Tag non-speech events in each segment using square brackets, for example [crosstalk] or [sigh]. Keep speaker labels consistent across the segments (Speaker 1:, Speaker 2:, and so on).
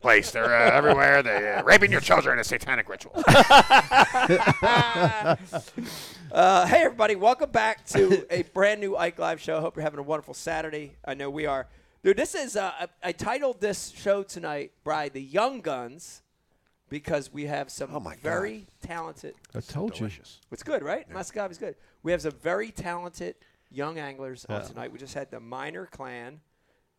Speaker 1: place. They're [laughs] uh, everywhere. They're uh, raping your children in a satanic [laughs] ritual.
Speaker 2: Uh, hey, everybody. Welcome back to a [laughs] brand new Ike Live show. Hope you're having a wonderful Saturday. I know we are. Dude, this is, uh, I, I titled this show tonight, Bry, The Young Guns, because we have some
Speaker 1: Oh my God.
Speaker 2: very talented.
Speaker 3: I told
Speaker 1: Delicious.
Speaker 2: It's good, right? Mascagavi's good. We have some very talented young anglers on tonight. We just had the Minor Clan.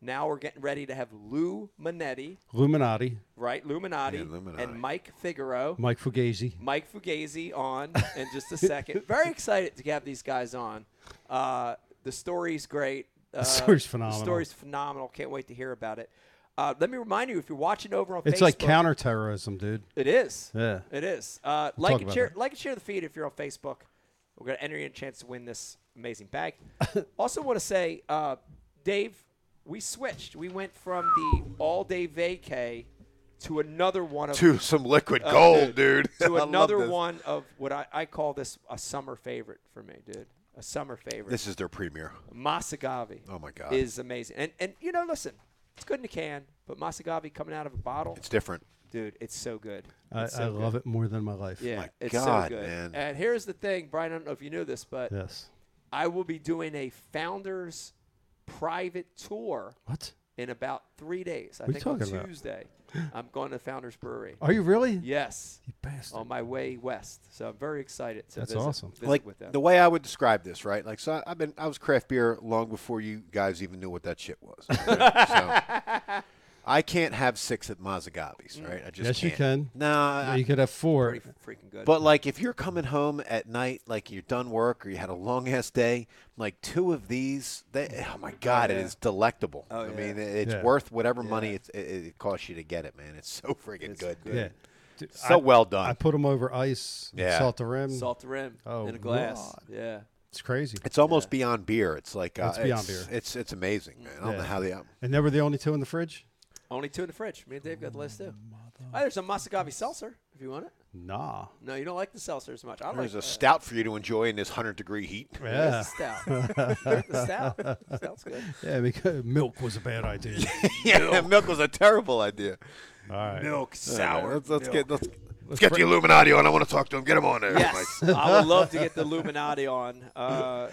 Speaker 2: Now we're getting ready to have Lou Manetti,
Speaker 3: you. Illuminati,
Speaker 2: right? Luminati,
Speaker 1: Yeah, Luminati.
Speaker 2: and Mike Figaro.
Speaker 3: Mike Fugazi.
Speaker 2: Mike Fugazi
Speaker 3: [laughs]
Speaker 2: on in just a second. Very excited to have these guys on. Uh, the story's great. Uh, the
Speaker 3: story's phenomenal.
Speaker 2: The story's phenomenal. Can't wait to hear about it. Uh, let me remind you, if you're watching over on
Speaker 3: It's
Speaker 2: Facebook,
Speaker 3: like counterterrorism, dude.
Speaker 2: It is.
Speaker 3: Yeah.
Speaker 2: It is. Uh, like
Speaker 3: talk
Speaker 2: and
Speaker 3: about
Speaker 2: share.
Speaker 3: that.
Speaker 2: Like and share the feed if you're on Facebook. We're gonna enter you in a chance to win this amazing
Speaker 3: [laughs]
Speaker 2: bag. also, want to say, uh, Dave, we switched. We went from the all-day vacay to another one of
Speaker 1: To some liquid gold, dude. [laughs] I
Speaker 2: Uh, to
Speaker 1: love
Speaker 2: another
Speaker 1: this.
Speaker 2: one of what I, I call this a summer favorite for me, dude. A summer favorite.
Speaker 1: This is their premiere.
Speaker 2: Masagavi.
Speaker 1: Oh, my God.
Speaker 2: Is amazing. And and you know, listen, it's good in a can, but Masagavi coming out of a bottle,
Speaker 1: It's different.
Speaker 2: dude, it's so good.
Speaker 3: I,
Speaker 2: It's so
Speaker 3: I
Speaker 2: good.
Speaker 3: love it more than my life.
Speaker 2: Yeah,
Speaker 1: Oh My
Speaker 2: it's
Speaker 1: God,
Speaker 2: so good.
Speaker 1: man.
Speaker 2: And here's the thing, Brian. I don't know if you knew this, but
Speaker 3: Yes.
Speaker 2: I will be doing a founders private tour
Speaker 3: What?
Speaker 2: in about three days. I
Speaker 3: What are you
Speaker 2: think on
Speaker 3: talking about?
Speaker 2: Tuesday, I'm going to Founders Brewery.
Speaker 3: Are you really?
Speaker 2: Yes,
Speaker 3: You bastard.
Speaker 2: on my way west. So I'm very excited to
Speaker 3: That's
Speaker 2: visit,
Speaker 3: awesome.
Speaker 2: visit
Speaker 1: Like
Speaker 2: with them.
Speaker 1: the way I would describe this, right? Like, so I- I've been I was craft beer long before you guys even knew what that shit
Speaker 2: [laughs]
Speaker 1: was. So, I can't have six at Mazagabi's, right? I just
Speaker 3: Yes, you
Speaker 1: can't. Ah,
Speaker 3: can.
Speaker 1: No,
Speaker 3: Yeah,
Speaker 1: I-
Speaker 3: you could have four.
Speaker 2: pretty freaking good.
Speaker 1: But like, if you're coming home at night, like you're done work or you had a long ass day, like two of these, they, oh my god, it is delectable. I
Speaker 2: yeah.
Speaker 1: mean, it- it's
Speaker 3: Yeah.
Speaker 1: worth whatever money it's, it, it costs you to get it, man. It's so freaking good. dude.
Speaker 3: Yeah. Dude,
Speaker 1: So
Speaker 3: I-
Speaker 1: well
Speaker 3: I
Speaker 1: done.
Speaker 3: put them over ice,
Speaker 1: Yeah.
Speaker 3: salt the rim.
Speaker 2: Salt the rim
Speaker 3: Oh,
Speaker 2: in a glass.
Speaker 3: God.
Speaker 2: Yeah.
Speaker 3: It's crazy.
Speaker 1: It's almost beyond beer. It's like uh,
Speaker 3: It's beyond
Speaker 1: it's,
Speaker 3: beer.
Speaker 1: It's it's amazing, man. I don't know
Speaker 3: Yeah.
Speaker 1: how they.
Speaker 3: And they were the only two in the fridge?
Speaker 2: Only two in the fridge. Me and Dave got the list too. Oh, there's a Masagavi seltzer if you want it.
Speaker 3: Nah.
Speaker 2: No, you don't like the seltzer as much. I like
Speaker 1: There's a
Speaker 2: that.
Speaker 1: stout for you to enjoy in this hundred degree heat. [laughs]
Speaker 3: Yeah.
Speaker 2: There's
Speaker 3: [laughs]
Speaker 2: the stout. the stout. Stout's good.
Speaker 3: Yeah, because milk was a bad idea.
Speaker 1: yeah, milk was a terrible idea.
Speaker 3: All right.
Speaker 2: Milk
Speaker 1: All
Speaker 2: sour.
Speaker 1: right, let's let's get let's, let's get the Illuminati on. I want to talk to him. Get him on there.
Speaker 2: Yes,
Speaker 3: [laughs]
Speaker 2: I would love to get the Illuminati on. Uh,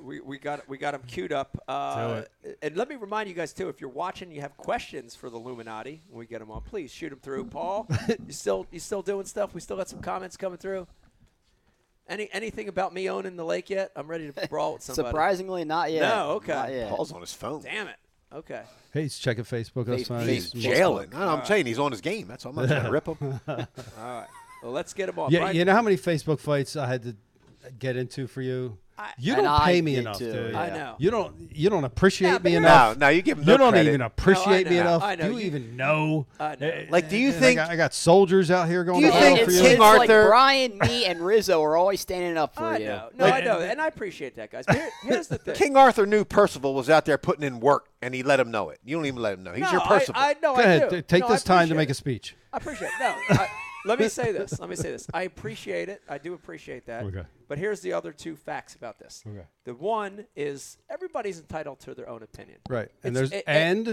Speaker 2: we, we got we got them queued up. Uh, and let me remind you guys too, if you're watching, you have questions for the Illuminati when we get them on. Please shoot them through. Paul, you still you still doing stuff? We still got some comments coming through. Any anything about me owning the lake yet? I'm ready
Speaker 3: [laughs]
Speaker 2: to brawl with somebody.
Speaker 4: Surprisingly, not yet.
Speaker 2: No, okay.
Speaker 4: Not
Speaker 1: Mike.
Speaker 4: yet.
Speaker 1: Paul's on his phone.
Speaker 2: Damn it. Okay.
Speaker 3: Hey, he's checking Facebook. That's
Speaker 4: Face-
Speaker 3: fine.
Speaker 1: He's
Speaker 4: He's
Speaker 1: jailing. No, I'm saying he's on his game. That's all. I'm
Speaker 3: [laughs]
Speaker 1: not trying to rip him.
Speaker 2: Well, let's get them on.
Speaker 3: Yeah,
Speaker 2: Brian-
Speaker 3: you know how many Facebook fights I had to get into for you? you
Speaker 4: And
Speaker 3: don't
Speaker 4: I
Speaker 3: pay me
Speaker 4: did
Speaker 3: enough,
Speaker 4: too,
Speaker 3: dude.
Speaker 4: yeah.
Speaker 2: I know.
Speaker 3: You don't you don't appreciate
Speaker 2: Yeah, but
Speaker 3: me
Speaker 2: you're
Speaker 3: enough.
Speaker 1: No, no, you give him
Speaker 3: You
Speaker 1: no
Speaker 3: don't
Speaker 1: credit.
Speaker 3: even
Speaker 1: No, I
Speaker 3: appreciate me
Speaker 2: know,
Speaker 3: enough.
Speaker 2: I know.
Speaker 3: Do you,
Speaker 2: You-
Speaker 3: even know?
Speaker 2: I know.
Speaker 1: Like, do you
Speaker 3: I
Speaker 1: think-
Speaker 3: got- I got soldiers out here going
Speaker 1: Do you
Speaker 3: to
Speaker 1: think
Speaker 3: battle for
Speaker 4: it's,
Speaker 3: you?
Speaker 1: King
Speaker 4: it's like
Speaker 1: Arthur-
Speaker 4: Brian, me, and Rizzo are always standing up for
Speaker 2: I
Speaker 4: you.
Speaker 2: know. No, I know,
Speaker 3: uh,
Speaker 2: and I appreciate that, guys. But here- here's
Speaker 3: [laughs]
Speaker 2: the thing.
Speaker 1: King Arthur knew Percival was out there putting in work, and he let him know it. You don't even let him know. He's
Speaker 2: no,
Speaker 1: your
Speaker 2: I-
Speaker 1: Percival.
Speaker 2: I, know.
Speaker 3: Go ahead,
Speaker 2: I do.
Speaker 3: t- take
Speaker 2: No, I
Speaker 3: this time to
Speaker 2: appreciate
Speaker 3: make
Speaker 2: it.
Speaker 3: a speech.
Speaker 2: I appreciate it.
Speaker 3: [laughs]
Speaker 2: No, I, let me say this. Let me say this. I appreciate it. I do appreciate that.
Speaker 3: Okay.
Speaker 2: But here's the other two facts about this.
Speaker 3: Okay.
Speaker 2: The one is everybody's entitled to their own opinion.
Speaker 3: Right, and
Speaker 2: It's-
Speaker 3: there's
Speaker 2: a- a-
Speaker 3: and,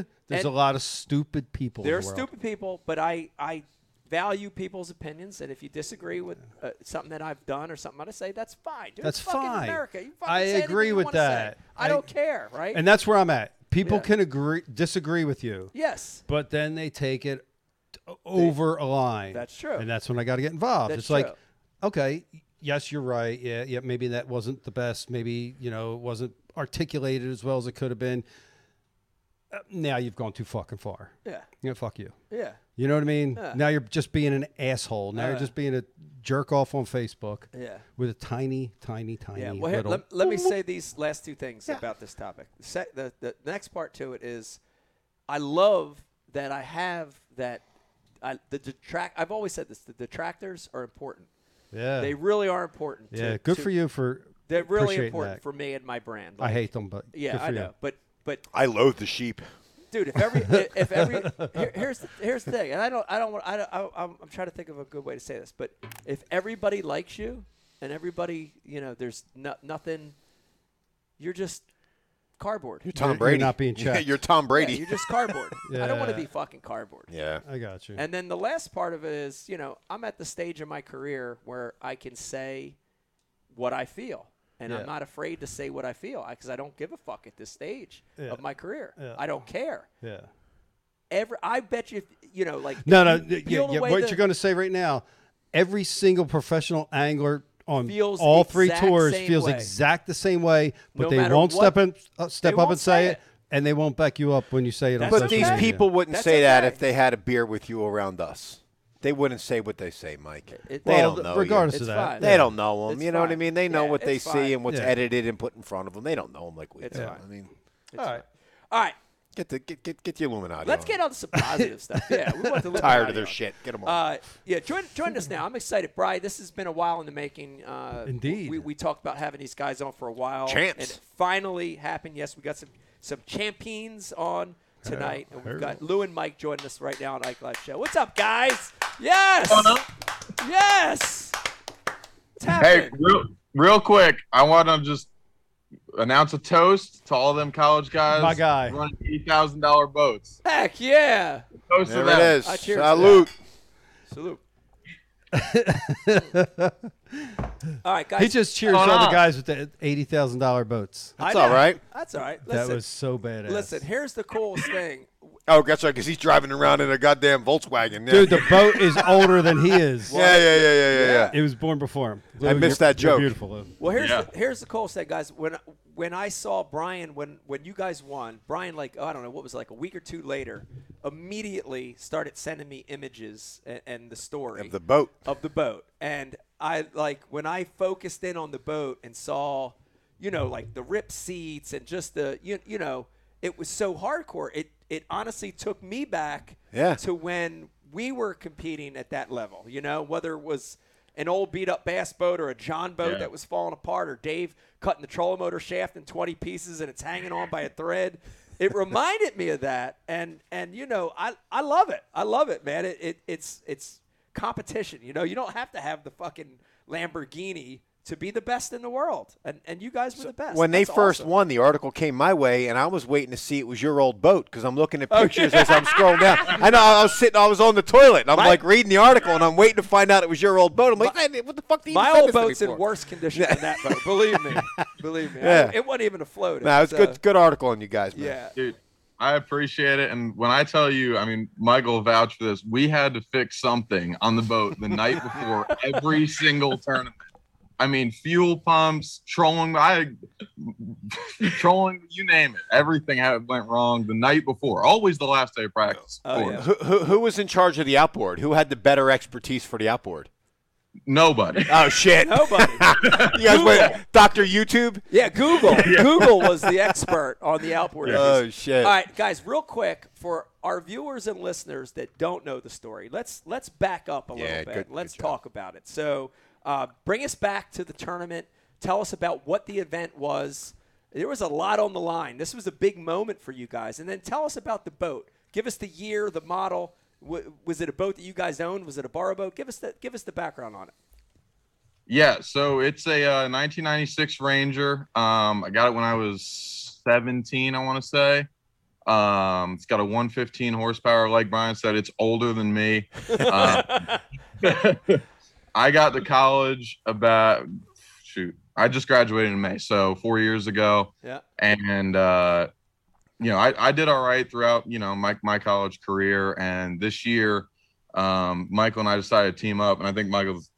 Speaker 2: and
Speaker 3: there's a lot of stupid people. in
Speaker 2: There are
Speaker 3: the world.
Speaker 2: stupid people, but I I value people's opinions, and if you disagree with uh, something that I've done or something I say, that's fine. Dude,
Speaker 3: That's
Speaker 2: it's fucking
Speaker 3: fine.
Speaker 2: America. You fucking
Speaker 3: I
Speaker 2: say anything
Speaker 3: agree
Speaker 2: you
Speaker 3: with
Speaker 2: wanna say.
Speaker 3: that.
Speaker 2: I,
Speaker 3: I-
Speaker 2: don't care, right?
Speaker 3: and that's where I'm at. People
Speaker 2: Yeah.
Speaker 3: can agree, disagree with you,
Speaker 2: yes.
Speaker 3: but then they take it t- over a line.
Speaker 2: That's true.
Speaker 3: and that's when I got to get involved.
Speaker 2: That's
Speaker 3: it's like,
Speaker 2: true.
Speaker 3: okay, yes, you're right. Yeah, yeah, maybe that wasn't the best. Maybe you know it wasn't articulated as well as it could have been. Uh, now you've gone too fucking far.
Speaker 2: Yeah.
Speaker 3: You know, fuck you.
Speaker 2: Yeah.
Speaker 3: You know what I mean? Now you're just being an asshole. Now you're just being a jerk off on Facebook.
Speaker 2: Yeah.
Speaker 3: With a tiny, tiny, tiny
Speaker 2: Yeah. Well, here,
Speaker 3: little.
Speaker 2: let, let me say these last two things about this topic. The, se- the, the next part to it is, I love that I have that. I, the detract. I've always said this. The detractors are important.
Speaker 3: yeah.
Speaker 2: They really are important. to-
Speaker 3: yeah. Good
Speaker 2: to-
Speaker 3: for you for.
Speaker 2: They're really
Speaker 3: appreciating
Speaker 2: important
Speaker 3: that.
Speaker 2: for me and my brand.
Speaker 3: I
Speaker 2: Like,
Speaker 3: hate them, but
Speaker 2: Yeah,
Speaker 3: good for
Speaker 2: I
Speaker 3: you.
Speaker 2: know. But but
Speaker 1: I loathe the sheep.
Speaker 2: dude, if every if every here, here's the, here's the thing, and I don't I don't want I don't, I, I'm, I'm trying to think of a good way to say this, but if everybody likes you and everybody you know there's no, nothing, you're just cardboard.
Speaker 1: You're Tom
Speaker 5: You're-
Speaker 1: Brady.
Speaker 5: you're not being
Speaker 1: Yeah,
Speaker 5: checked.
Speaker 1: [laughs] you're
Speaker 2: [laughs]
Speaker 1: Tom
Speaker 2: Yeah,
Speaker 1: Brady.
Speaker 2: you're
Speaker 5: [laughs]
Speaker 2: just cardboard. I don't want to
Speaker 5: Yeah.
Speaker 2: be fucking cardboard.
Speaker 1: Yeah.
Speaker 5: I got you.
Speaker 2: And then the last part of it is, you know, I'm at the stage in my career where I can say what I feel. And
Speaker 5: Yeah.
Speaker 2: I'm not afraid to say what I feel because I don't give a fuck at this stage
Speaker 5: Yeah.
Speaker 2: of my career.
Speaker 5: Yeah.
Speaker 2: I don't care.
Speaker 5: yeah.
Speaker 2: Every, I bet you, if, you know, like
Speaker 5: No, no.
Speaker 2: if you
Speaker 5: y-
Speaker 2: peel
Speaker 5: yeah, yeah,
Speaker 2: away
Speaker 5: what
Speaker 2: the-
Speaker 5: you're going to say right now? Every single professional angler on
Speaker 2: Feels
Speaker 5: all three
Speaker 2: exact
Speaker 5: tours
Speaker 2: same
Speaker 5: feels
Speaker 2: way.
Speaker 5: exact the same way, but
Speaker 2: No
Speaker 5: they
Speaker 2: matter
Speaker 5: won't step
Speaker 2: what-
Speaker 5: in, uh, step up
Speaker 2: won't
Speaker 5: and say
Speaker 2: say
Speaker 5: it,
Speaker 2: it.
Speaker 5: and they won't back you up when you say it. on
Speaker 2: That's
Speaker 1: But
Speaker 5: social
Speaker 1: these
Speaker 2: okay.
Speaker 5: media.
Speaker 1: people wouldn't
Speaker 2: That's
Speaker 1: say that
Speaker 2: okay.
Speaker 1: if they had a beer with you around us. They wouldn't say what they say, Mike.
Speaker 2: It-
Speaker 1: they
Speaker 5: well,
Speaker 1: don't know. you.
Speaker 5: regardless
Speaker 2: It's
Speaker 5: of that,
Speaker 2: fine.
Speaker 1: They
Speaker 2: Yeah.
Speaker 1: don't know them.
Speaker 2: It's
Speaker 1: you know what I
Speaker 2: fine.
Speaker 1: mean? They know
Speaker 2: Yeah,
Speaker 1: what they
Speaker 2: it's
Speaker 1: see
Speaker 2: fine.
Speaker 1: and what's
Speaker 5: Yeah.
Speaker 1: edited and put in front of them. They don't know them like we
Speaker 2: It's
Speaker 1: do.
Speaker 2: fine.
Speaker 1: I mean,
Speaker 2: It's fine. All right,
Speaker 1: get the get get, get the Illuminati.
Speaker 2: let's
Speaker 1: on.
Speaker 2: get on to some positive stuff. Yeah, we
Speaker 5: [laughs]
Speaker 2: want to look
Speaker 1: tired
Speaker 2: out
Speaker 1: of their
Speaker 2: here.
Speaker 1: shit. Get them on.
Speaker 2: Uh, yeah, join join us now. I'm excited, Bry. This has been a while in the making. Uh,
Speaker 5: Indeed.
Speaker 2: we, we talked about having these guys on for a while,
Speaker 1: Champs.
Speaker 2: and it finally happened. Yes, we got some some champions on tonight, and we've got Lou and Mike joining us right now on Ike Live Show. What's up, guys? Yes, yes. What's
Speaker 6: Hey,
Speaker 2: happening?
Speaker 6: real, real quick, I want to just announce a toast to all them college guys.
Speaker 5: My guy.
Speaker 6: running eight thousand dollar boats.
Speaker 2: Heck yeah!
Speaker 6: Toast
Speaker 1: there
Speaker 6: to
Speaker 2: uh,
Speaker 6: them.
Speaker 1: it is.
Speaker 2: I cheer for
Speaker 1: Salute.
Speaker 2: Salute. All right, guys.
Speaker 5: he just cheers
Speaker 6: Hold
Speaker 5: all the
Speaker 6: on.
Speaker 5: guys with the eighty thousand dollar boats.
Speaker 2: I
Speaker 1: That's all
Speaker 2: know.
Speaker 1: right.
Speaker 2: That's all right. Uh, Listen,
Speaker 5: That was so badass.
Speaker 2: listen. Here's the
Speaker 1: [laughs]
Speaker 2: coolest thing.
Speaker 1: Oh, that's right, because he's driving around in a goddamn Volkswagen. Yeah.
Speaker 5: dude, the boat is older than he
Speaker 2: [laughs]
Speaker 5: is.
Speaker 1: [laughs] yeah, yeah, yeah, yeah, yeah, yeah.
Speaker 5: It was born before him.
Speaker 1: I missed
Speaker 5: you're-
Speaker 1: that
Speaker 5: you're
Speaker 1: joke.
Speaker 5: Beautiful. Lou.
Speaker 2: Well, here's
Speaker 6: Yeah.
Speaker 2: the, here's the cool set, guys. When when I saw Brian, when when you guys won, Brian, like oh, I don't know what was it, like a week or two later, immediately started sending me images and, and the story
Speaker 1: Of the boat.
Speaker 2: of the boat. And I like when I focused in on the boat and saw, you know, like the rip seats and just the you, you know, it was so hardcore. It it honestly took me back
Speaker 1: Yeah.
Speaker 2: to when we were competing at that level, you know, whether it was an old beat up bass boat or a John boat
Speaker 6: Yeah.
Speaker 2: that was falling apart or Dave cutting the trolling motor shaft in 20 pieces and it's hanging on by a thread. It reminded me of that. And, and you know, I, I love it. I love it, man. It, it, it's, it's competition. You know, you don't have to have the fucking Lamborghini to be the best in the world. And, and you guys were the best.
Speaker 1: When they
Speaker 2: That's
Speaker 1: first
Speaker 2: awesome.
Speaker 1: won, the article came my way, and I was waiting to see it was your old boat because I'm looking at pictures as I'm
Speaker 2: [laughs]
Speaker 1: scrolling down. I know I was sitting, I was on the toilet, and I'm
Speaker 2: My-
Speaker 1: like reading the article, and I'm waiting to find out it was your old boat. I'm like, "Hey, what the fuck? Do you
Speaker 2: My
Speaker 1: send
Speaker 2: old
Speaker 1: this to me
Speaker 2: boat's in
Speaker 1: for?"
Speaker 2: worse condition than that boat. Believe
Speaker 1: [laughs]
Speaker 2: me. Believe me. I-
Speaker 1: Yeah.
Speaker 2: it wasn't even afloat.
Speaker 1: Nah, it's
Speaker 2: was, uh,
Speaker 1: good, good article on you guys,
Speaker 2: [laughs]
Speaker 1: man.
Speaker 2: Yeah.
Speaker 6: dude. I appreciate it. And when I tell you, I mean, Michael vouch for this. We had to fix something on the boat the night before every single tournament. I mean, fuel pumps, trolling, I trolling, you name it. Everything had- went wrong the night before. Always the last day of practice. of
Speaker 2: Oh,
Speaker 6: course.
Speaker 2: yeah.
Speaker 1: Who, who, who was in charge of the outboard? Who had the better expertise for the outboard?
Speaker 6: Nobody.
Speaker 1: Oh
Speaker 2: [laughs]
Speaker 1: shit!
Speaker 2: Nobody.
Speaker 1: you guys went Doctor YouTube.
Speaker 2: [laughs] Yeah, Google. Google was the expert on the outboard.
Speaker 1: Oh shit!
Speaker 2: All right, guys, real quick for our viewers and listeners that don't know the story, let's let's back up a
Speaker 1: Yeah,
Speaker 2: little bit.
Speaker 1: good-
Speaker 2: let's
Speaker 1: good job.
Speaker 2: talk about it. So, uh, bring us back to the tournament. Tell us about what the event was. There was a lot on the line. This was a big moment for you guys. And then tell us about the boat. Give us the year, the model. W- was it a boat that you guys owned? Was it a borrow boat? Give us the give us the background on it.
Speaker 6: Yeah, so it's a uh, 1996 Ranger. Um, I got it when I was 17, I want to say. Um, it's got a 115 horsepower. Like Brian said, it's older than me. Um, [laughs] I got to college about shoot. I just graduated in May, so four years ago.
Speaker 2: Yeah.
Speaker 6: And uh, you know, I, I did all right throughout you know my my college career. And this year, um, Michael and I decided to team up. And I think Michael's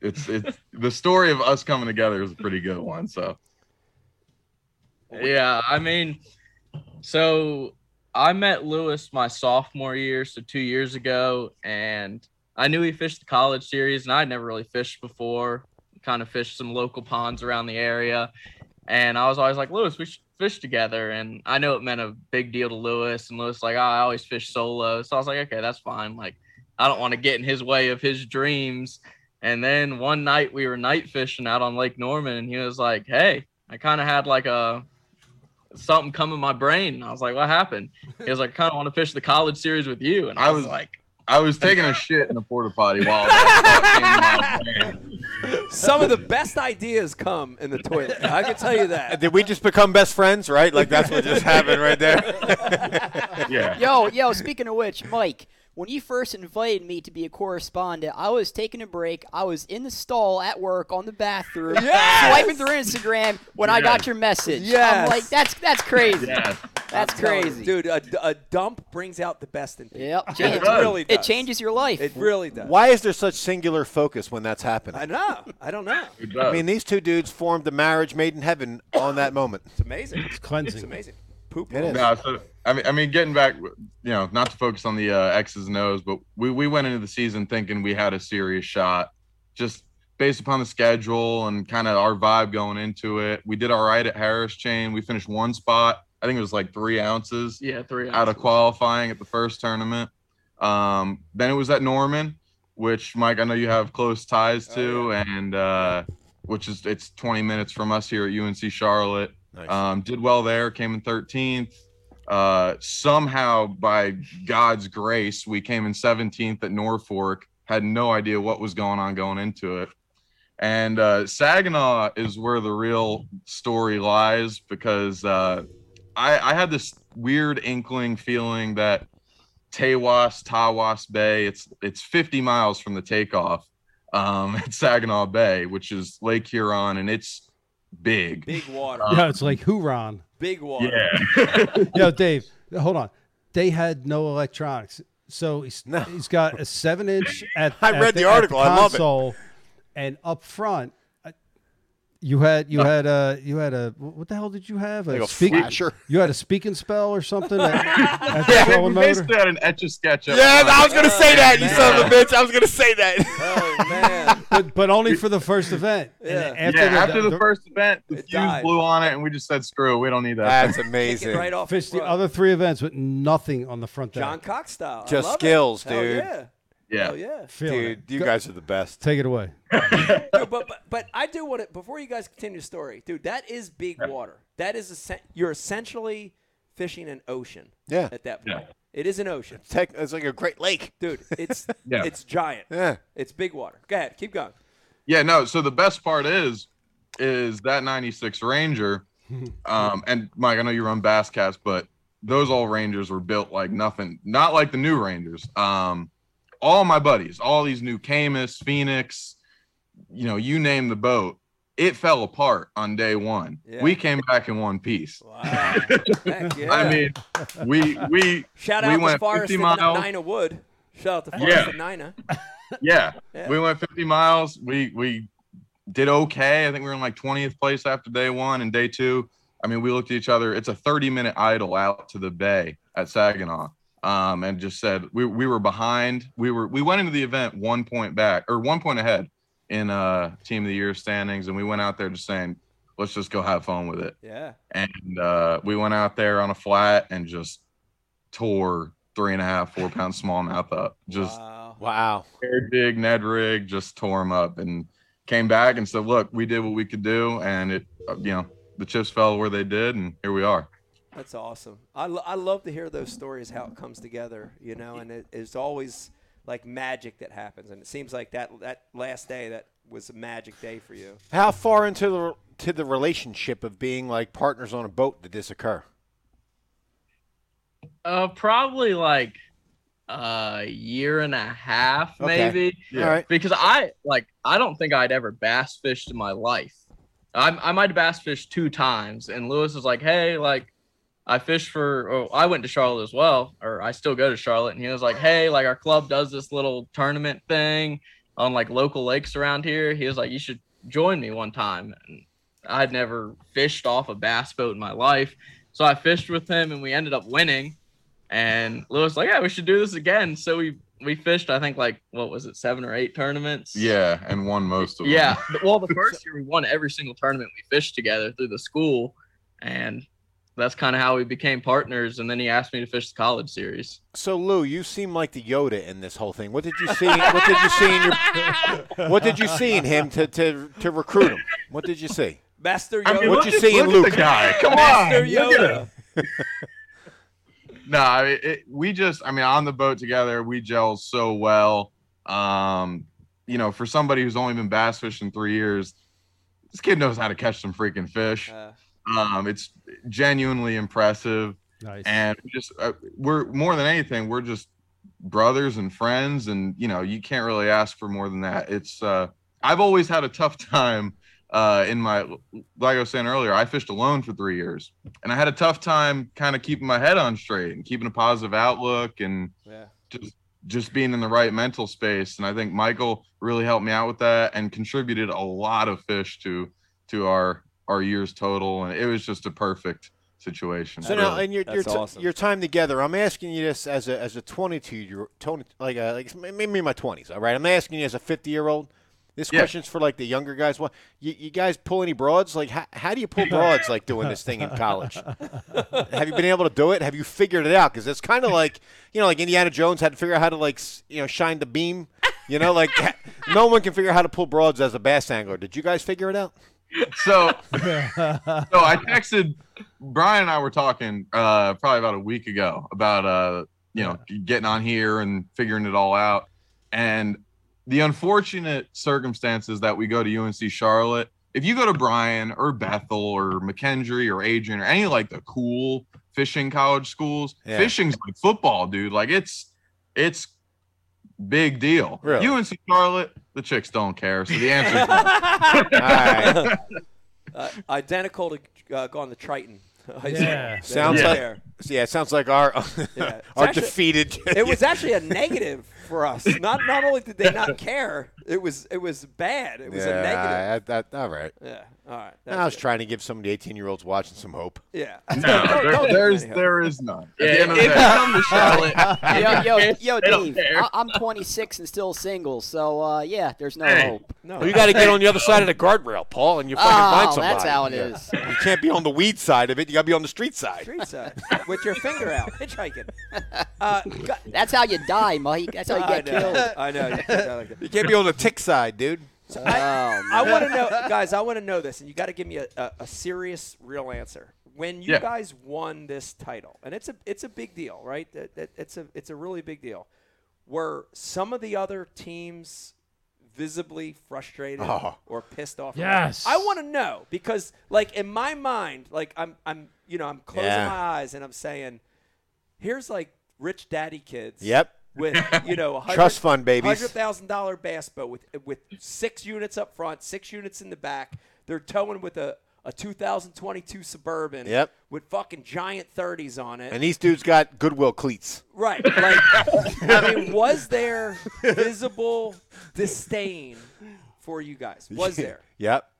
Speaker 6: it's it's the story of us coming together is a pretty good one. So
Speaker 7: Yeah, I mean, so I met Lewis my sophomore year, so two years ago, and I knew he fished the college series, and I'd never really fished before. Kind of fished some local ponds around the area, and I was always like, Lewis, we should fish together. And I know it meant a big deal to Lewis, and Lewis like, "Oh, I always fish solo, so I was like, okay, that's fine. Like, I don't want to get in his way of his dreams. And then one night we were night fishing out on Lake Norman, and he was like, hey. I kind of had like a something come in my brain. And I was like, what happened? He was like, kind of want to fish the college series with you. And I,
Speaker 6: I
Speaker 7: was
Speaker 6: was-
Speaker 7: like,
Speaker 6: I was taking a shit in a porta potty while. that thought came in my brain.
Speaker 2: Some of the best ideas come in the toilet. I can tell you that.
Speaker 1: [laughs] Did we just become best friends, right? Like that's what just happened right there.
Speaker 6: uh, Yeah.
Speaker 4: yo, yo, speaking of which, Mike, when you first invited me to be a correspondent, I was taking a break. I was in the stall at work on the bathroom,
Speaker 2: Yes!
Speaker 4: swiping through Instagram when I got
Speaker 6: Yes.
Speaker 4: your message.
Speaker 2: Yes.
Speaker 4: I'm like, that's that's crazy.
Speaker 6: Yes.
Speaker 4: That's
Speaker 2: I'm telling you,
Speaker 4: crazy.
Speaker 2: dude. A, a dump brings out the best in people.
Speaker 4: Yep.
Speaker 2: it
Speaker 6: does.
Speaker 2: really does.
Speaker 4: It changes your life.
Speaker 2: It really does.
Speaker 1: [laughs] Why is there such singular focus when that's happening?
Speaker 2: I know. I don't know.
Speaker 6: It
Speaker 1: I
Speaker 6: does.
Speaker 1: mean, these two dudes formed the marriage made in heaven on that [laughs] moment.
Speaker 2: It's amazing. It's
Speaker 5: cleansing.
Speaker 2: It's amazing. Poop.
Speaker 1: It is.
Speaker 6: No, so I mean, I mean, getting back, you know, not to focus on the uh, X's and O's, but we we went into the season thinking we had a serious shot, just based upon the schedule and kind of our vibe going into it. We did all right at Harris Chain. We finished one spot. I think it was like three ounces
Speaker 7: Yeah, three
Speaker 6: out of
Speaker 7: ounces.
Speaker 6: qualifying at the first tournament. Um, then it was at Norman, which Mike, I know you have close ties to, and uh, which is it's 20 minutes from us here at UNC Charlotte.
Speaker 1: Nice.
Speaker 6: Um, did well there, came in 13th. Uh, somehow, by God's grace, we came in 17th at Norfolk. Had no idea what was going on going into it. And uh, Saginaw is where the real story lies because uh, I, I had this weird inkling feeling that Tawas, Tawas Bay, it's it's 50 miles from the takeoff um, [laughs] at Saginaw Bay, which is Lake Huron, and it's big.
Speaker 2: Big water.
Speaker 3: Uh,
Speaker 5: Yeah, it's like Huron.
Speaker 2: Big water.
Speaker 6: Yeah.
Speaker 5: Yo, Dave, hold on. They had no electronics, so he's,
Speaker 1: No.
Speaker 5: he's got a seven
Speaker 1: [laughs]
Speaker 5: inch at.
Speaker 1: I
Speaker 5: at
Speaker 1: read the article.
Speaker 5: At
Speaker 1: I
Speaker 5: the
Speaker 1: love it.
Speaker 5: console, and up front, I- you had you had a you had a what the hell did you have?
Speaker 1: Like a
Speaker 5: speak-
Speaker 1: flasher.
Speaker 5: You had a speaking spell or something.
Speaker 1: [laughs]
Speaker 5: at- at the
Speaker 6: yeah,
Speaker 5: Sullivan
Speaker 6: we
Speaker 5: Motor?
Speaker 6: basically had an etch a sketch.
Speaker 1: was gonna say
Speaker 8: Oh,
Speaker 1: that, you son of a bitch. I was gonna say [laughs] that.
Speaker 2: [laughs] Oh man.
Speaker 5: but but only for the first event. And
Speaker 2: Yeah.
Speaker 6: after, yeah, the, after the, first event, the
Speaker 2: It
Speaker 6: fuse
Speaker 2: died.
Speaker 6: blew on it, and we just said, "Screw, it, we don't need
Speaker 1: [laughs]
Speaker 6: that."
Speaker 1: That's amazing.
Speaker 2: Get right off
Speaker 5: Fish the
Speaker 2: front.
Speaker 5: other three events with nothing on the front deck.
Speaker 2: John Cox style. I
Speaker 1: Just
Speaker 2: love it.
Speaker 1: skills,
Speaker 2: Hell
Speaker 1: dude.
Speaker 2: yeah.
Speaker 6: [laughs] yeah,
Speaker 5: [laughs]
Speaker 2: Hell yeah.
Speaker 5: Feeling it.
Speaker 1: Dude, you
Speaker 5: Go-
Speaker 1: guys are the best.
Speaker 5: take it away.
Speaker 2: Dude, but, but but I do want to before you guys continue the story, dude. That is big water. That is essen- you're essentially fishing an ocean.
Speaker 1: Yeah.
Speaker 2: At that
Speaker 6: Yeah.
Speaker 2: point, it is an ocean,
Speaker 1: Tech, it's like a great lake.
Speaker 2: dude. It's
Speaker 6: Yeah.
Speaker 2: it's giant.
Speaker 1: Yeah.
Speaker 2: It's big water. Go ahead, keep going.
Speaker 6: yeah. No, so the best part is, is that '96 Ranger, um, and Mike, I know you run Bass Cats, but those old Rangers were built like nothing, not like the new Rangers. Um, all my buddies, all these new Camus, Phoenix, you know, you name the boat, it fell apart on day one.
Speaker 2: Yeah.
Speaker 6: We came back in one piece.
Speaker 2: Wow. Heck yeah.
Speaker 6: [laughs] I mean, we we
Speaker 2: shout
Speaker 6: we
Speaker 2: out to
Speaker 6: went
Speaker 2: Forest
Speaker 6: 50
Speaker 2: and
Speaker 6: miles.
Speaker 2: Nina Wood. Shout out to
Speaker 6: Yeah.
Speaker 2: Forest and Nina.
Speaker 6: yeah,
Speaker 2: Yeah.
Speaker 6: we went 50 miles. We we did okay. I think we were in like 20th place after day one and day two. I mean, we looked at each other. It's a 30 minute idle out to the bay at Saginaw, um, and just said we we were behind. We were we went into the event one point back or one point ahead in uh team of the year standings, and we went out there just saying, let's just go have fun with it.
Speaker 2: Yeah.
Speaker 6: and uh, we went out there on a flat and just tore three and a half, four pound smallmouth up. Just
Speaker 2: wow.
Speaker 1: Wow.
Speaker 6: air jig, Ned rig, just tore them up and came back and said, "Look, we did what we could do, and it, uh, you know, the chips fell where they did, and here we are."
Speaker 2: That's awesome. I, lo- I love to hear those stories, how it comes together, you know, and it, it's always like magic that happens. And it seems like that, that last day, that was a magic day for you.
Speaker 1: How far into the to the relationship of being like partners on a boat did this occur?
Speaker 7: Uh, probably like a year and a half,
Speaker 1: Okay.
Speaker 7: maybe.
Speaker 6: Yeah.
Speaker 1: All right.
Speaker 7: Because I like, I don't think I'd ever bass fished in my life. I, I might have bass fished two times, and Lewis was like, "Hey, like, I fished for. Oh, I went to Charlotte as well, or I still go to Charlotte." And he was like, "Hey, like, our club does this little tournament thing on like local lakes around here." He was like, "You should join me one time." And I'd never fished off a bass boat in my life, so I fished with him, and we ended up winning. And Lewis was like, "Yeah, we should do this again." So we we fished. I think like what was it, seven or eight tournaments?
Speaker 6: Yeah, and won most of them.
Speaker 7: Yeah. th- Well, the first year we won every single tournament we fished together through the school, and that's kind of how we became partners. And then he asked me to fish the college series.
Speaker 1: So Lou, you seem like the Yoda in this whole thing. What did you see? What did you see in your?
Speaker 5: [laughs]
Speaker 1: What did you see in him to, to, to recruit him? What did you see?
Speaker 2: Master
Speaker 6: I
Speaker 2: Yoda.
Speaker 6: mean,
Speaker 1: What
Speaker 6: look
Speaker 1: you
Speaker 6: at-
Speaker 1: see in
Speaker 6: look at
Speaker 1: Luke?
Speaker 6: the guy.
Speaker 1: [laughs]
Speaker 6: Come on.
Speaker 2: Master
Speaker 6: look at him.
Speaker 2: Yoda.
Speaker 6: no, I mean, it, we just, I mean, on the boat together, we gel so well. Um, you know, for somebody who's only been bass fishing three years, this kid knows how to catch some freaking fish.
Speaker 2: Uh,
Speaker 6: Um, it's genuinely impressive
Speaker 5: Nice.
Speaker 6: and we just uh, we're more than anything we're just brothers and friends and you know you can't really ask for more than that it's uh i've always had a tough [laughs] time uh in my like i was saying earlier i fished alone for three years and i had a tough time kind of keeping my head on straight and keeping a positive outlook and
Speaker 2: yeah.
Speaker 6: just being in the right mental space and i think michael really helped me out with that and contributed a lot of fish to to our our years total and it was just a perfect situation
Speaker 1: So now,
Speaker 6: really.
Speaker 1: in your your,
Speaker 2: That's
Speaker 1: ti-
Speaker 2: awesome.
Speaker 1: your time together, I'm asking you this as a as a 22 year Tony, like a, like maybe in my 20s. All right, I'm asking you as a 50 year old. This
Speaker 6: Yeah.
Speaker 1: question's for like the younger guys. What you, you guys pull any broads? Like how, how do you pull broads like doing this thing in college? Have you been able to do it? Have you figured it out? Because it's kind of like you know, like Indiana Jones had to figure out how to like s- you know shine the beam. You know, like no one can figure out how to pull broads as a bass angler. Did you guys figure it out?
Speaker 6: so
Speaker 5: yeah.
Speaker 6: so I texted Brian and I were talking uh, probably about a week ago about uh, you know getting on here and figuring it all out, and the unfortunate circumstances that we go to UNC Charlotte. If you go to Brian or Bethel or McKendree or Adrian or any like the cool fishing college schools,
Speaker 1: Yeah.
Speaker 6: fishing's like football, dude. Like it's it's big deal.
Speaker 1: Really?
Speaker 6: UNC Charlotte, the chicks don't care. So the
Speaker 1: [laughs]
Speaker 6: answer is no.
Speaker 1: All right.
Speaker 2: [laughs] Uh, identical to uh, going to Triton. [laughs] High
Speaker 5: Yeah.
Speaker 2: school. They
Speaker 1: Sounds
Speaker 2: don't
Speaker 1: like-
Speaker 2: care.
Speaker 1: So, yeah, it sounds like our [laughs]
Speaker 2: Yeah. It's
Speaker 1: our
Speaker 2: actually-
Speaker 1: defeated. [laughs]
Speaker 2: it was actually a negative for us. Not not only did they not care, it was it was bad. It was
Speaker 1: yeah,
Speaker 2: a negative.
Speaker 1: I- that- all right.
Speaker 2: Yeah. All right.
Speaker 1: I was
Speaker 2: That's it.
Speaker 1: trying to give some of the 18 year olds watching some hope.
Speaker 2: Yeah.
Speaker 6: [laughs] No, there-
Speaker 2: don't-
Speaker 6: there's
Speaker 2: anyhow.
Speaker 6: there is none. At
Speaker 7: Yeah,
Speaker 6: the end of the
Speaker 7: if you
Speaker 6: day,
Speaker 7: come to Charlotte,
Speaker 4: Yo, yo,
Speaker 7: They
Speaker 4: yo,
Speaker 7: don't
Speaker 4: Dave.
Speaker 7: care.
Speaker 4: I- I'm 26 and still single, so uh, yeah, there's no
Speaker 6: Hey.
Speaker 4: hope.
Speaker 2: No.
Speaker 1: you got to get on the other side of the guardrail, Paul, and you fucking find
Speaker 4: Oh,
Speaker 1: somebody.
Speaker 4: that's how it is.
Speaker 1: You can't be on the weed side of it. You got to be on the street side.
Speaker 2: Street side with your finger out, hitchhiking. Uh, got,
Speaker 4: That's how you die, Mike. That's how
Speaker 2: [laughs]
Speaker 4: you
Speaker 2: I
Speaker 4: get killed.
Speaker 2: know. I know. You said that like that.
Speaker 1: You can't be on the tick side, dude.
Speaker 2: So
Speaker 4: Oh,
Speaker 2: I, I
Speaker 4: man.
Speaker 2: want
Speaker 1: [laughs]
Speaker 2: to know, guys. I want to know this, and you got to give me a, a, a serious, real answer. When you
Speaker 6: Yeah.
Speaker 2: guys won this title, and it's a it's a big deal, right? That, that, it's a it's a really big deal. Were some of the other teams visibly frustrated
Speaker 1: Oh.
Speaker 2: or pissed off?
Speaker 3: Yes.
Speaker 2: I want to know because, like, in my mind, like I'm I'm you know I'm closing
Speaker 1: Yeah.
Speaker 2: my eyes and I'm saying, here's like rich daddy kids.
Speaker 1: Yep.
Speaker 2: With you know a hundred-
Speaker 1: [laughs] Trust fund babies.
Speaker 2: Hundred thousand dollar bass boat with with six units up front, six units in the back. They're towing with a, a 2022 Suburban.
Speaker 1: Yep.
Speaker 2: With fucking giant thirties on it.
Speaker 1: And these dudes got Goodwill cleats.
Speaker 2: right. Like, I mean, was there visible disdain for you guys? Was there?
Speaker 1: Yep.
Speaker 5: [laughs]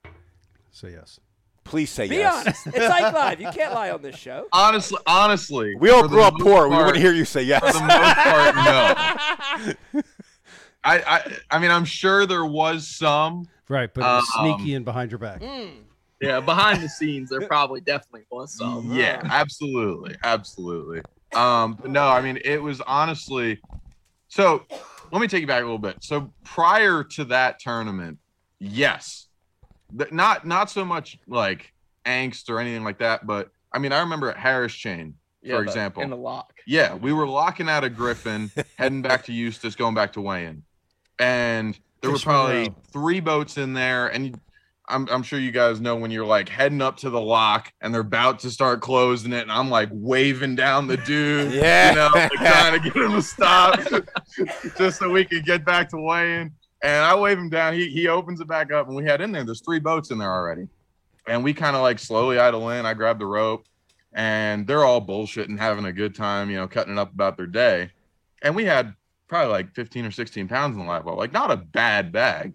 Speaker 5: So yes.
Speaker 1: Please say
Speaker 2: Be
Speaker 1: yes.
Speaker 2: honest. It's like live. You can't lie on this show.
Speaker 6: honestly, honestly,
Speaker 1: We all
Speaker 6: for the
Speaker 1: grew up
Speaker 6: most
Speaker 1: poor. We
Speaker 6: part-
Speaker 1: wouldn't hear you say
Speaker 6: For the
Speaker 1: yes.
Speaker 6: most part,
Speaker 1: [laughs]
Speaker 6: no. I, I, I mean, I'm sure there was some.
Speaker 5: Right, but it was
Speaker 6: Um,
Speaker 5: sneaky and behind your back. [laughs]
Speaker 7: yeah, behind the scenes, there probably definitely was some.
Speaker 6: yeah, absolutely, absolutely. Um, but no, I mean, it was honestly. So, let me take you back a little bit. So prior to that tournament, yes, Th- not not so much like angst or anything like that, but I mean, I remember at Harris Chain,
Speaker 7: Yeah,
Speaker 6: for
Speaker 7: the-
Speaker 6: example,
Speaker 7: in the lock.
Speaker 6: Yeah, we were locking out of Griffin, heading back to Eustis, going back to Wayan. And there were
Speaker 5: Fish Monroe.
Speaker 6: probably three boats in there. And I'm, I'm sure you guys know when you're like heading up to the lock and they're about to start closing it. And I'm like waving down the
Speaker 1: [laughs]
Speaker 6: dude,
Speaker 1: Yeah.
Speaker 6: [laughs] you know, like trying to get him to stop [laughs] just so we could get back to Wayan. And I wave him down. He, he opens it back up. And we had in there, there's three boats in there already. And we kind of like slowly idle in. I grabbed the rope and they're all bullshitting, having a good time, you know, cutting it up about their day. And we had probably like 15 or 16 pounds in the live well, like not a bad bag.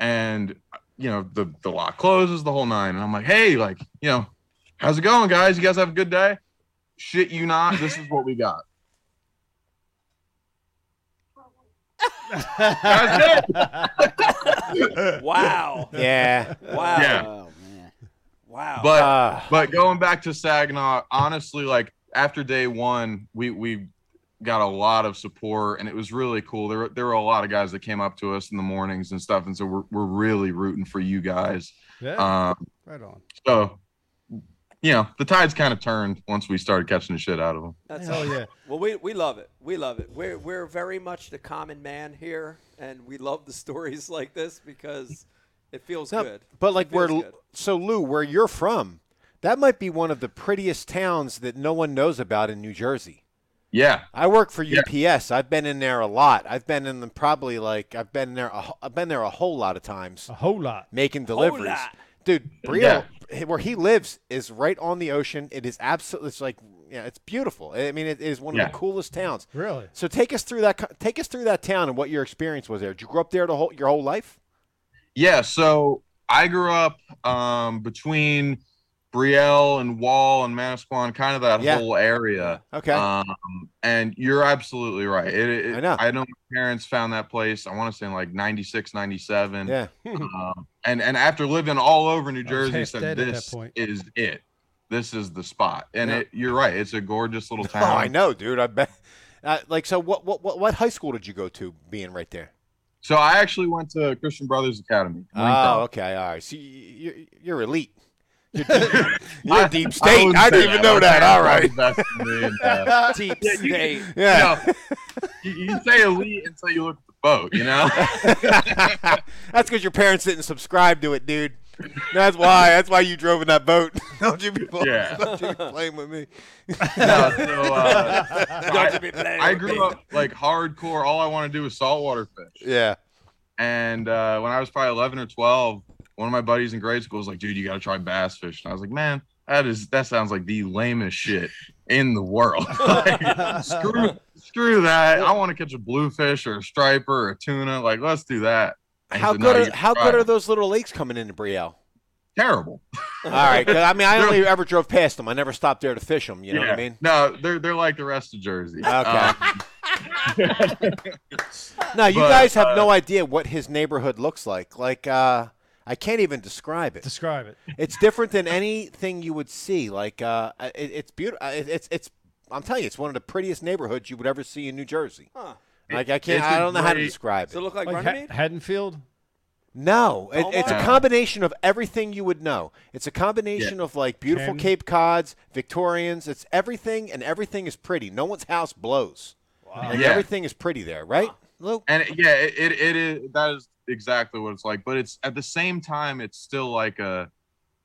Speaker 6: And you know, the the lot closes the whole nine, and I'm like, hey, like, you know, how's it going, guys? You guys have a good day? Shit, you not. This is what we got. That's it.
Speaker 2: Wow.
Speaker 1: [laughs] yeah.
Speaker 2: Wow.
Speaker 6: Yeah.
Speaker 4: Oh, man.
Speaker 2: Wow.
Speaker 6: But
Speaker 1: Uh,
Speaker 6: But going back to Saginaw, honestly, like after day one, we we got a lot of support, and it was really cool. There were- there were a lot of guys that came up to us in the mornings and stuff, and
Speaker 5: Um,
Speaker 6: so we're we're really rooting for you guys.
Speaker 5: Yeah,
Speaker 6: Um,
Speaker 5: right on.
Speaker 6: so you know, the tides kind of turned once we started catching the shit out of them.
Speaker 2: That's
Speaker 5: Hell
Speaker 2: all.
Speaker 5: yeah.
Speaker 2: Well, we, we love it. We love it. We're, we're very much the common man here, and we love the [laughs] stories like this because it feels
Speaker 1: No,
Speaker 2: good.
Speaker 1: But
Speaker 2: It
Speaker 1: like where,
Speaker 2: feels good.
Speaker 1: so Lou, where you're from, that might be one of the prettiest towns that no one knows about in New Jersey.
Speaker 6: Yeah.
Speaker 1: I work for
Speaker 6: Yeah.
Speaker 1: UPS. I've been in there a lot. I've been in them probably like I've been there. A, wh- I've been there a whole lot of times
Speaker 5: A whole lot.
Speaker 1: making
Speaker 6: Oh,
Speaker 1: deliveries.
Speaker 6: [laughs]
Speaker 2: lot.
Speaker 1: Dude, Brio, where he lives is right on the ocean. It is absolutely. It's like yeah, it's beautiful. I mean, it is one of
Speaker 6: Yeah.
Speaker 1: the coolest towns.
Speaker 5: Really?
Speaker 1: So take us through that. co- Take us through that town and what your experience was there. Did you grow up there the whole your whole life?
Speaker 6: Yeah, so I grew up um, between Brielle and Wall and Manasquan, kind of that
Speaker 1: Yeah.
Speaker 6: whole area.
Speaker 1: Okay.
Speaker 6: Um, and you're absolutely right. It, it,
Speaker 1: I know.
Speaker 6: I know my parents found that place, I want to say in like 96, 97.
Speaker 1: yeah.
Speaker 6: Um, and, and after living all over New
Speaker 5: was
Speaker 6: Jersey,
Speaker 5: half
Speaker 6: said,
Speaker 5: dead at that
Speaker 6: this
Speaker 5: point."
Speaker 6: is it. This is the spot. And
Speaker 1: Yeah.
Speaker 6: it, you're right. It's a gorgeous little town.
Speaker 1: [laughs] Oh, I know, dude. I bet. Uh, like, so what, what? What? What high school did you go to? Being right there.
Speaker 6: So I actually went to Christian Brothers Academy.
Speaker 1: Oh, okay. All right. So you, you're, you're elite. You're [laughs] deep, you're
Speaker 6: I-
Speaker 1: deep state. I,
Speaker 6: wouldn't say
Speaker 1: didn't even know that. All right.
Speaker 6: My parents are the
Speaker 2: Deep
Speaker 1: [laughs]
Speaker 6: best in the entire- Yeah, you-
Speaker 2: state.
Speaker 1: Yeah.
Speaker 6: uh, you, know, you- you say elite until you look at the boat, you
Speaker 1: [laughs]
Speaker 6: know? [laughs]
Speaker 1: that's because your parents didn't subscribe to it, dude. That's why. That's why you drove in that boat. [laughs] Don't you be playing, [laughs]
Speaker 6: Yeah.
Speaker 1: don't you be playing with me.
Speaker 6: No, so, uh,
Speaker 2: [laughs] Don't you be playing
Speaker 6: I
Speaker 2: with me.
Speaker 6: grew up like hardcore. All I want to do is saltwater fish.
Speaker 1: Yeah.
Speaker 6: And uh, when I was probably 11 or 12, one of my buddies in grade school was like, dude, you got to try bass fish. And I was like, man, that is that sounds like the lamest shit in the world. [laughs] Like, screw, screw that. I want to catch a bluefish or a striper or a tuna. Like, let's do that. And he
Speaker 1: How
Speaker 6: said, "No, you
Speaker 1: good? Are,
Speaker 6: gotta
Speaker 1: how
Speaker 6: try
Speaker 1: good
Speaker 6: it."
Speaker 1: are those little lakes coming into Brielle?
Speaker 6: Terrible.
Speaker 1: All right. 'cause, I mean, [laughs] I only ever drove past them. I never stopped there to fish them. You know what I mean?
Speaker 6: No, they're they're like the rest of Jersey.
Speaker 1: Okay.
Speaker 6: Uh,
Speaker 1: Now you
Speaker 6: But,
Speaker 1: guys have
Speaker 6: uh,
Speaker 1: no idea what his neighborhood looks like. Like uh, I can't even describe it.
Speaker 5: Describe it.
Speaker 1: It's different than anything you would see. Like uh, it, it's beautiful. It, it's it's. I'm telling you, it's one of the prettiest neighborhoods you would ever see in New Jersey.
Speaker 2: Huh.
Speaker 1: Like I can't.
Speaker 6: It's
Speaker 1: I
Speaker 6: a
Speaker 1: don't know how to
Speaker 6: great-
Speaker 1: describe
Speaker 2: Does it
Speaker 1: it.
Speaker 2: look like,
Speaker 5: Like
Speaker 2: Runnymede?
Speaker 5: ha- Haddonfield?
Speaker 1: No,
Speaker 5: Oh,
Speaker 1: it, it's a
Speaker 6: Almost.
Speaker 1: combination of everything you would know. It's a combination of like beautiful
Speaker 5: Ken.
Speaker 1: Cape Cods, Victorians. It's everything, and everything is pretty. No one's house blows. Like,
Speaker 6: Uh, Yeah.
Speaker 1: Everything is pretty there, right? Lou?
Speaker 6: and it- yeah, it, it it is that is exactly what it's like. But it's at the same time, it's still like a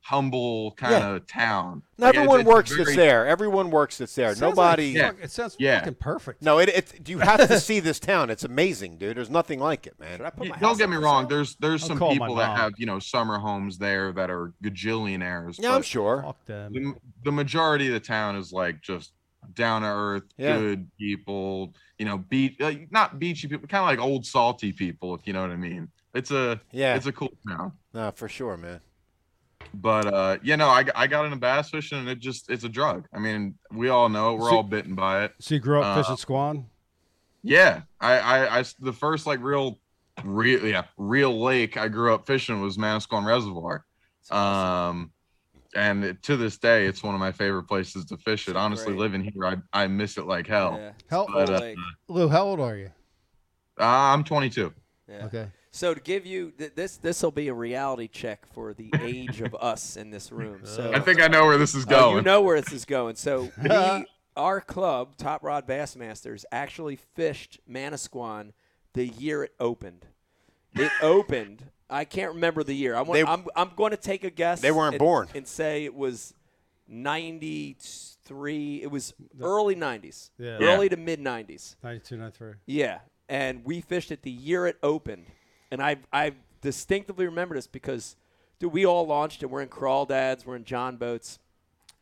Speaker 6: humble kind of town.
Speaker 1: No,
Speaker 6: Like, it's-
Speaker 1: everyone
Speaker 6: it's
Speaker 1: works
Speaker 6: very-
Speaker 1: that's there. Everyone works that's there.
Speaker 5: Sounds like
Speaker 1: Nobody.
Speaker 6: Yeah.
Speaker 5: fuck- It sounds
Speaker 6: Yeah.
Speaker 5: fucking perfect.
Speaker 1: No, it, it. You have to see this town. It's amazing, dude. There's nothing like it, man.
Speaker 2: Should I put my
Speaker 6: Don't
Speaker 2: house
Speaker 6: get
Speaker 2: up
Speaker 6: me
Speaker 2: for
Speaker 6: wrong.
Speaker 2: sale?
Speaker 6: There's there's
Speaker 5: I'll
Speaker 6: some
Speaker 5: call my
Speaker 6: people that
Speaker 5: mom.
Speaker 6: have you know summer homes there that are gajillionaires.
Speaker 1: Yeah, I'm
Speaker 6: but
Speaker 1: sure.
Speaker 5: Fuck them.
Speaker 6: the, the majority of the town is like just down to earth,
Speaker 1: Yeah.
Speaker 6: good people. You know, beat like, not beachy people, kind of like old salty people, if you know what I mean. It's a
Speaker 1: Yeah,
Speaker 6: it's a cool town.
Speaker 1: no, for sure, man.
Speaker 6: but uh you know I, I got into bass fishing and it just it's a drug i mean we all know it. we're
Speaker 5: So-
Speaker 6: all bitten by it
Speaker 5: So you grew up
Speaker 6: Uh,
Speaker 5: fishing squan?
Speaker 6: yeah I, I i s- the first like real real yeah real lake i grew up fishing was manasquan reservoir um and it- to this day it's one of my favorite places to fish it
Speaker 2: So
Speaker 6: honestly
Speaker 2: great.
Speaker 6: living here i, I miss it like hell
Speaker 2: Yeah.
Speaker 5: How,
Speaker 6: But, uh,
Speaker 2: Like,
Speaker 5: Lou, how old are you?
Speaker 6: uh, i'm 22
Speaker 2: yeah.
Speaker 5: Okay.
Speaker 2: So to give you th- this, this will be a reality check for the age of us in this room. So
Speaker 6: i think i know where this is
Speaker 2: Oh,
Speaker 6: going
Speaker 2: you know where this is going. So
Speaker 1: [laughs]
Speaker 2: we, our club, Top Rod Bassmasters, actually fished Manasquan the year it opened.
Speaker 1: [laughs]
Speaker 2: It opened. I can't remember the year. I want,
Speaker 1: They-
Speaker 2: I'm, I'm going to take a guess.
Speaker 1: They weren't
Speaker 2: and-
Speaker 1: born.
Speaker 2: And say it was 93. It was early 90s.
Speaker 5: Yeah. Yeah.
Speaker 2: Early to mid 90s.
Speaker 5: 92, 93.
Speaker 2: Yeah, and we fished it the year it opened, and I I distinctively remember this because, dude, we all launched and we're in crawl dads, we're in john boats.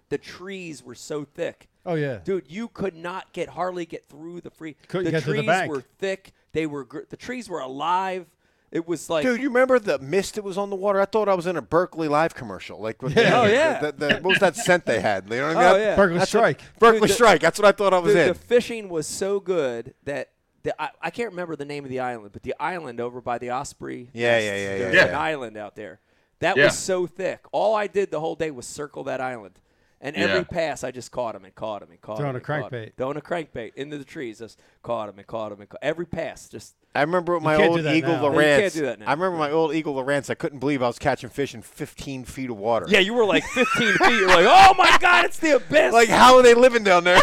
Speaker 2: The trees were so thick,
Speaker 5: Oh, yeah.
Speaker 2: dude. You could not get hardly get through the free.
Speaker 5: Couldn't
Speaker 2: the
Speaker 5: get to the
Speaker 2: trees
Speaker 5: bank.
Speaker 2: were thick. They were gr- the trees were alive. It was like
Speaker 1: Dude, you remember the mist that was on the water? I thought I was in a Berkeley Live commercial.
Speaker 2: [laughs]
Speaker 1: Like, with
Speaker 5: Yeah.
Speaker 1: the,
Speaker 2: Oh, yeah.
Speaker 1: the- the- what was that scent they had? You know what I mean?
Speaker 2: Oh,
Speaker 1: I-
Speaker 2: yeah.
Speaker 5: Burglar
Speaker 1: that's what-
Speaker 5: strike.
Speaker 1: Berkeley
Speaker 2: Dude, the-
Speaker 1: Strike. That's what I thought I was
Speaker 2: Dude,
Speaker 1: in.
Speaker 2: the fishing was so good that the, I, I can't remember the name of the island, but the island over by the Osprey.
Speaker 1: Yeah,
Speaker 2: nests,
Speaker 1: yeah, yeah, yeah,
Speaker 2: There's
Speaker 6: yeah.
Speaker 2: an island out there. That
Speaker 6: Yeah.
Speaker 2: was so thick. All I did the whole day was circle that island. And every
Speaker 6: Yeah.
Speaker 2: pass, I just caught him and caught him and caught
Speaker 5: Throwing
Speaker 2: him.
Speaker 5: a
Speaker 2: and caught him.
Speaker 5: crankbait.
Speaker 2: Throwing a crankbait into the trees. Just caught him and caught him and caught Every pass, just
Speaker 1: I remember with my
Speaker 5: can't do
Speaker 1: old
Speaker 5: that
Speaker 1: Eagle
Speaker 5: now. You
Speaker 1: Lawrence.
Speaker 2: can't do that now.
Speaker 1: I remember my old Eagle Lawrence. I couldn't believe I was catching fish in 15 feet of water.
Speaker 2: yeah. You were like [laughs] 15 feet. You're like, oh my god, it's the abyss.
Speaker 1: Like, how are they living
Speaker 2: [laughs]
Speaker 1: down there?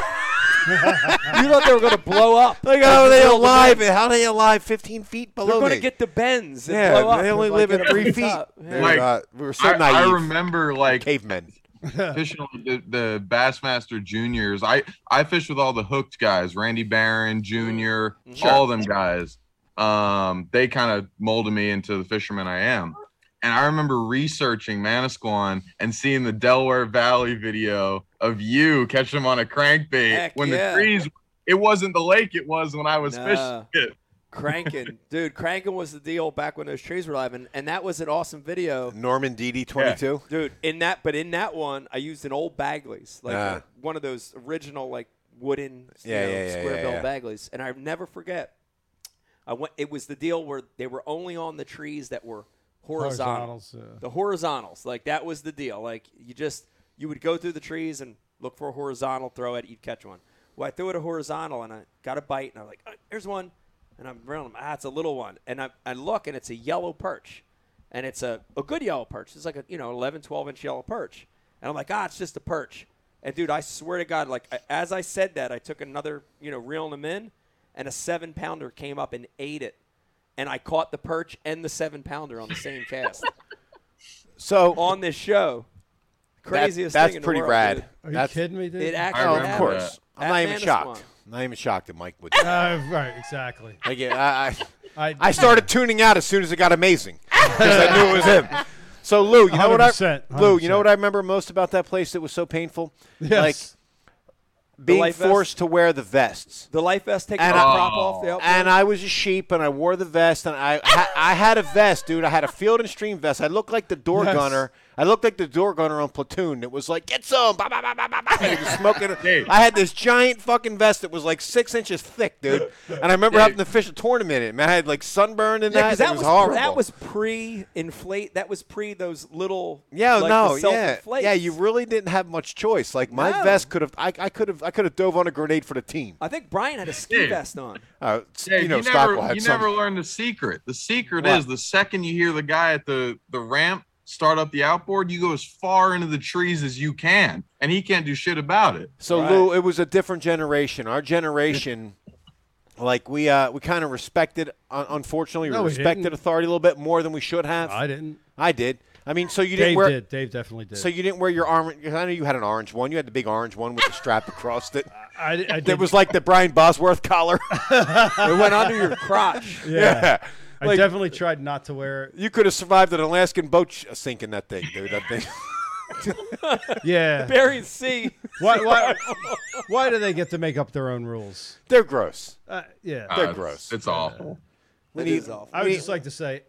Speaker 2: you thought [laughs] they were gonna blow up.
Speaker 1: like, how are they alive? How are they alive 15 feet below
Speaker 2: They're gonna
Speaker 1: me?
Speaker 2: get the bends. And
Speaker 1: Yeah,
Speaker 2: blow up
Speaker 1: they only
Speaker 2: if I
Speaker 1: live
Speaker 2: get
Speaker 1: in
Speaker 2: up
Speaker 1: three
Speaker 2: on
Speaker 1: feet.
Speaker 2: top. Yeah.
Speaker 1: Dude,
Speaker 6: Like,
Speaker 1: uh, we were so
Speaker 6: I, I
Speaker 1: naive.
Speaker 6: remember like
Speaker 1: Cavemen.
Speaker 6: fishing with the, the Bassmaster juniors. I I fished with all the hooked guys, Randy Barron Junior,
Speaker 2: Mm-hmm.
Speaker 6: all them guys. Um, they kind of molded me into the fisherman I am. And I remember researching Manasquan and seeing the Delaware Valley video of you catching him on a crankbait
Speaker 2: Heck
Speaker 6: when
Speaker 2: yeah.
Speaker 6: the trees. It wasn't the lake. It was when I was
Speaker 2: Nah.
Speaker 6: fishing. It.
Speaker 1: [laughs]
Speaker 2: Cranking, dude, cranking was the deal back when those trees were alive, and, and that was an awesome video.
Speaker 1: Norman DD 22.
Speaker 2: dude. In that, but in that one, I used an old Bagley's, like
Speaker 1: Ah.
Speaker 2: uh, one of those original like wooden, you
Speaker 1: Yeah,
Speaker 2: know,
Speaker 1: yeah, yeah,
Speaker 2: square
Speaker 1: yeah,
Speaker 2: bill
Speaker 1: yeah.
Speaker 2: Bagley's, and I never forget. I went. It was the deal where they were only on the trees that were horizontal.
Speaker 5: Horizontals, yeah.
Speaker 2: The horizontals, like that was the deal. Like you just you would go through the trees and look for a horizontal, throw it, you'd catch one. Well, I threw it a horizontal and I got a bite, and I'm like, "Ah, "Here's one," and I'm around. Ah, it's a little one, and I, I look and it's a yellow perch and it's a, a good yellow perch. It's like a you know 11, 12 inch yellow perch, and I'm like, ah, it's just a perch. And dude, I swear to God, like I- as I said that, I took another you know reeling them in, and a seven pounder came up and ate it, and I caught the perch and the seven pounder on the same cast
Speaker 1: So
Speaker 2: on this show.
Speaker 1: that-
Speaker 2: Craziest
Speaker 1: that's
Speaker 2: thing in the
Speaker 1: pretty
Speaker 2: world,
Speaker 1: rad.
Speaker 2: dude.
Speaker 5: Are you
Speaker 1: that's,
Speaker 5: kidding me, dude?
Speaker 2: It actually
Speaker 1: Oh, of
Speaker 2: happened.
Speaker 1: course. I'm
Speaker 2: At
Speaker 1: not even
Speaker 2: Manasquan.
Speaker 1: shocked. I'm not even shocked that Mike
Speaker 2: [laughs]
Speaker 1: would. do that.
Speaker 5: Uh, right, exactly.
Speaker 1: Like, yeah, I, I,
Speaker 5: I,
Speaker 1: I started tuning out as soon as it got amazing because I knew it was him. So Lou, you know what I
Speaker 5: 100%,
Speaker 1: Lou, you know
Speaker 5: 100%.
Speaker 1: what I remember most about that place that was so painful?
Speaker 5: Yes.
Speaker 1: Like being
Speaker 2: life vest?
Speaker 1: forced to wear the vests.
Speaker 2: The life vest taking the
Speaker 1: And I-
Speaker 2: prop
Speaker 6: Oh.
Speaker 2: off. Yep.
Speaker 1: And I was a sheep, and I wore the vest, and I ha- I had a vest, dude. I had a field and stream vest. I looked like the door
Speaker 5: Yes.
Speaker 1: gunner. I looked like the door gunner on platoon. It was like get some, bah, bah, bah, bah, bah, bah," and he was smoking.
Speaker 6: Dude.
Speaker 1: I had this giant fucking vest that was like six inches thick, dude. And I remember
Speaker 6: Dude.
Speaker 1: having to fish a tournament. in it, Man, I had like sunburn and
Speaker 2: Yeah,
Speaker 1: that.
Speaker 2: 'cause
Speaker 1: it
Speaker 2: that
Speaker 1: was,
Speaker 2: was
Speaker 1: horrible.
Speaker 2: that was pre-inflate. That was pre those little
Speaker 1: Yeah,
Speaker 2: like
Speaker 1: no,
Speaker 2: the
Speaker 1: yeah,
Speaker 2: self-inflates.
Speaker 1: yeah. You really didn't have much choice. Like my
Speaker 2: No.
Speaker 1: vest could have, I, I could have, I could have dove on a grenade for the team.
Speaker 2: I think Brian had a ski
Speaker 6: Dude.
Speaker 2: vest
Speaker 1: [laughs]
Speaker 2: on.
Speaker 1: Uh,
Speaker 6: Yeah,
Speaker 1: you know,
Speaker 6: you
Speaker 1: Stockwell
Speaker 6: never,
Speaker 1: had
Speaker 6: you
Speaker 1: some.
Speaker 6: never learn the secret. The secret
Speaker 1: What?
Speaker 6: is the second you hear the guy at the the ramp start up the outboard, you go as far into the trees as you can, and he can't do shit about it.
Speaker 1: So
Speaker 2: Right.
Speaker 1: Lou, it was a different generation.
Speaker 5: [laughs]
Speaker 1: Our generation, like we uh, we kind of respected, un- unfortunately,
Speaker 5: No,
Speaker 1: we
Speaker 5: we
Speaker 1: respected
Speaker 5: didn't.
Speaker 1: authority a little bit more than we should have.
Speaker 5: I didn't.
Speaker 1: I did. I mean, so you didn't
Speaker 5: Dave
Speaker 1: wear.
Speaker 5: did. Dave definitely did.
Speaker 1: So you didn't wear your arm. I know you had an orange one. You had the big orange one with the strap
Speaker 5: [laughs]
Speaker 1: across it.
Speaker 5: I, I did.
Speaker 1: That was like the Brian
Speaker 5: [laughs]
Speaker 1: Bosworth collar. [laughs]
Speaker 2: It went under your crotch.
Speaker 5: yeah. I
Speaker 1: Like-
Speaker 5: definitely tried not to wear it.
Speaker 1: You could have survived an Alaskan boat sh- sink in that thing, [laughs] dude. I think. [laughs]
Speaker 5: Yeah.
Speaker 2: Buried sea.
Speaker 5: why, [laughs] why, why do they get to make up their own rules?
Speaker 1: They're gross.
Speaker 5: Uh, yeah.
Speaker 1: They're
Speaker 6: it's-
Speaker 1: gross.
Speaker 6: It's awful.
Speaker 1: We
Speaker 2: It
Speaker 1: need-
Speaker 2: is awful.
Speaker 5: I would
Speaker 1: we-
Speaker 5: just like to say,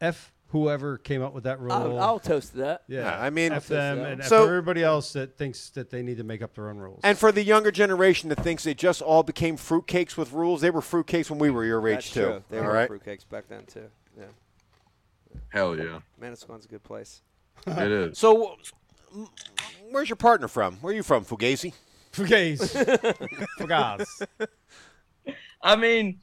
Speaker 5: F whoever came up with that rule.
Speaker 2: I'll, I'll toast to that.
Speaker 5: yeah.
Speaker 1: Yeah, I mean-
Speaker 5: F them and
Speaker 1: So-
Speaker 5: F everybody else that thinks that they need to make up their own
Speaker 2: [laughs]
Speaker 5: rules.
Speaker 1: and for the younger generation that thinks they just all became fruitcakes with rules, they were fruitcakes when we were your age
Speaker 2: That's
Speaker 1: too.
Speaker 2: true. They
Speaker 1: all
Speaker 2: were
Speaker 1: right.
Speaker 2: fruitcakes back then too. Yeah,
Speaker 6: Hell
Speaker 1: [laughs]
Speaker 6: yeah,
Speaker 2: Manasquan's a good place.
Speaker 6: it is.
Speaker 1: So, m- where's your partner from? Where are you from, Fugazi?
Speaker 5: [laughs] Fugazi. Fugazi.
Speaker 7: I mean,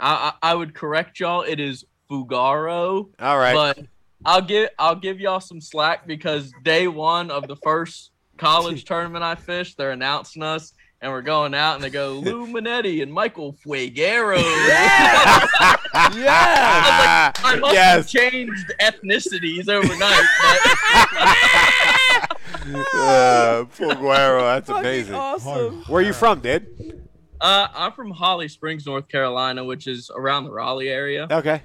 Speaker 7: I, I I would correct y'all. It is Fugaro.
Speaker 1: All right. [laughs]
Speaker 7: But I'll give I'll give y'all some slack because day one of the first college tournament I fished, they're announcing us and we're going out and they go Lou Minetti and Michael Fuegero.
Speaker 1: yeah.
Speaker 7: I must
Speaker 1: yes.
Speaker 7: have changed ethnicities overnight. But
Speaker 1: Uh, Fuguero, that's amazing.
Speaker 8: Oh,
Speaker 2: Awesome.
Speaker 1: [laughs] Where are you from, dude?
Speaker 7: uh, I'm from Holly Springs, North Carolina, which is around the Raleigh area.
Speaker 1: Okay.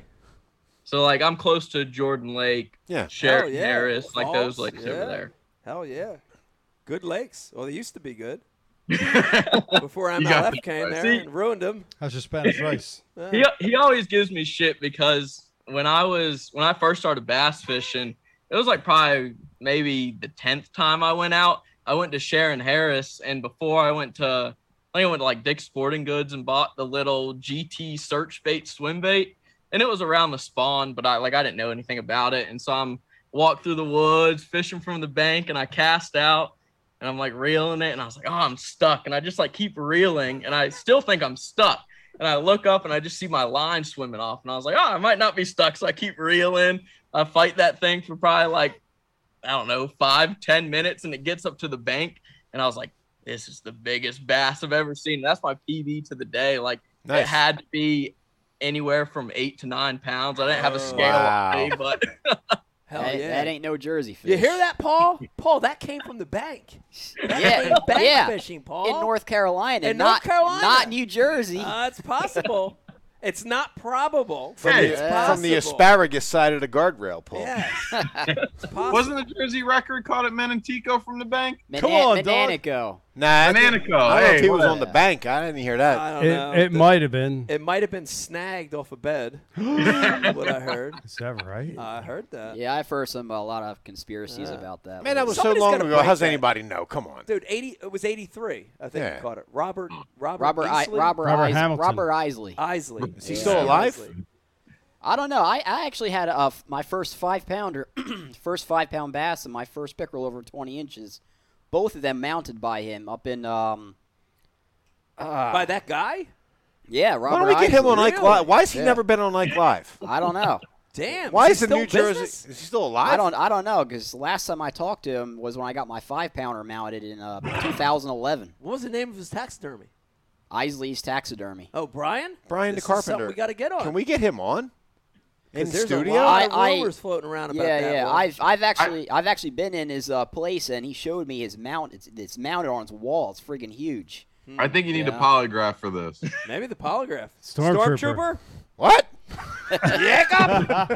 Speaker 7: So like I'm close to Jordan Lake,
Speaker 1: Yeah.
Speaker 7: Sheridan
Speaker 2: yeah.
Speaker 7: Harris, like those
Speaker 2: Falls,
Speaker 7: lakes
Speaker 2: yeah.
Speaker 7: over there.
Speaker 2: Hell yeah. Good lakes. Well, they used to be
Speaker 6: [laughs]
Speaker 2: good
Speaker 6: Dude,
Speaker 2: before
Speaker 6: You got
Speaker 2: MLF
Speaker 6: that
Speaker 2: came
Speaker 6: right.
Speaker 2: there
Speaker 7: See-
Speaker 2: and ruined them.
Speaker 5: How's your
Speaker 2: [laughs]
Speaker 5: Spanish rice?
Speaker 2: Uh,
Speaker 7: he, he always gives me shit because when I was when I first started bass fishing, it was like probably maybe the tenth time I went out. I went to Sharon Harris, and before I went to, I think I went to like Dick's Sporting Goods and bought the little GT search bait swim bait, and it was around the spawn, but I like I didn't know anything about it, and so I'm walked through the woods fishing from the bank, and I cast out, and I'm like reeling it, and I was like, oh, I'm stuck, and I just like keep reeling, and I still think I'm stuck. And I look up and I just see my line swimming off, and I was like, oh, I might not be stuck. So I keep reeling. I fight that thing for probably like, I don't know, five, ten minutes, and it gets up to the bank, and I was like, this is the biggest bass I've ever seen. That's my PB to the day. Like
Speaker 1: Nice.
Speaker 7: it had to be anywhere from eight to nine pounds. I didn't have
Speaker 2: Oh,
Speaker 7: a scale,
Speaker 1: wow.
Speaker 7: on me, but [laughs]
Speaker 2: Hell
Speaker 4: that,
Speaker 2: yeah.
Speaker 4: that ain't no Jersey fish.
Speaker 2: you hear that,
Speaker 1: [laughs]
Speaker 2: Paul? Paul, that came from the bank. That [laughs]
Speaker 4: Yeah,
Speaker 2: came bank
Speaker 4: yeah.
Speaker 2: fishing, Paul.
Speaker 4: In North Carolina,
Speaker 2: In North
Speaker 4: not
Speaker 2: Carolina.
Speaker 4: not New Jersey.
Speaker 2: Uh, it's
Speaker 4: [laughs]
Speaker 2: possible. it's not probable.
Speaker 6: From the-
Speaker 2: it's
Speaker 4: Yeah.
Speaker 1: From the
Speaker 2: possible.
Speaker 1: asparagus side of the guardrail, Paul.
Speaker 4: [laughs]
Speaker 2: Yes. It's possible.
Speaker 6: Wasn't the Jersey record caught at Menantico from the bank?
Speaker 4: Mana-
Speaker 1: Come on, dog.
Speaker 4: Mananico.
Speaker 1: Nah, I think-
Speaker 6: Menantico.
Speaker 1: I don't know
Speaker 6: hey,
Speaker 1: if he was
Speaker 6: what-
Speaker 1: on the bank. I didn't hear that.
Speaker 2: I don't know.
Speaker 5: It, it
Speaker 2: The-
Speaker 5: might have been.
Speaker 2: It might have been snagged off a
Speaker 1: [gasps]
Speaker 2: bed. what I heard.
Speaker 5: Is that right?
Speaker 2: I heard that.
Speaker 4: Yeah, I've heard some a lot of conspiracies
Speaker 2: Uh,
Speaker 4: about that.
Speaker 1: Man, that was
Speaker 2: Somebody's
Speaker 1: so long
Speaker 2: gotta
Speaker 1: ago.
Speaker 2: break
Speaker 1: How's
Speaker 2: that. Uh,
Speaker 1: anybody know? Come on.
Speaker 2: Dude, eighty. It was eighty-three. I think
Speaker 1: Yeah.
Speaker 2: he caught it. Robert. Robert.
Speaker 4: Robert I,
Speaker 2: Isley?
Speaker 4: Robert
Speaker 5: Robert
Speaker 4: Is-
Speaker 5: Hamilton.
Speaker 4: Robert Isley.
Speaker 2: Isley.
Speaker 1: Is he
Speaker 2: Yeah.
Speaker 1: still alive?
Speaker 2: Isley.
Speaker 4: I don't know. I, I actually had a, my first five pounder, [clears throat] first five pound bass, and my first pickerel over twenty inches. Both of them mounted by him up in um.
Speaker 2: By that guy?
Speaker 4: Yeah, Robert.
Speaker 1: Why don't we get him
Speaker 4: Isley.
Speaker 1: on Ike
Speaker 2: Really?
Speaker 1: Live? Why has he
Speaker 4: Yeah.
Speaker 1: never been on Ike Live?
Speaker 4: I
Speaker 1: [laughs]
Speaker 4: don't know.
Speaker 2: Damn.
Speaker 1: Why
Speaker 2: is
Speaker 1: is
Speaker 2: he
Speaker 1: the
Speaker 2: still
Speaker 1: New Jersey?
Speaker 2: business?
Speaker 1: Is he still alive?
Speaker 4: I don't. I don't know because last time I talked to him was when I got my five pounder mounted in uh, 2011.
Speaker 2: What was the name of his taxidermy?
Speaker 4: Isley's taxidermy.
Speaker 2: Oh, Brian.
Speaker 1: Brian the
Speaker 2: This is something
Speaker 1: Carpenter.
Speaker 2: We got to get on.
Speaker 1: Can we get him on? In
Speaker 2: 'Cause there's
Speaker 1: studio?
Speaker 2: a lot of
Speaker 4: I- I-
Speaker 2: rumors floating around about
Speaker 4: yeah,
Speaker 2: that.
Speaker 4: yeah.
Speaker 2: one.
Speaker 4: I've I've actually I, have actually been in his uh, place and he showed me his mount. It's, it's mounted on his wall. It's friggin' huge.
Speaker 6: I think you need
Speaker 4: Yeah.
Speaker 6: a polygraph for this.
Speaker 2: Maybe the polygraph.
Speaker 5: Stormtrooper.
Speaker 2: Stormtrooper?
Speaker 1: What? Jacob?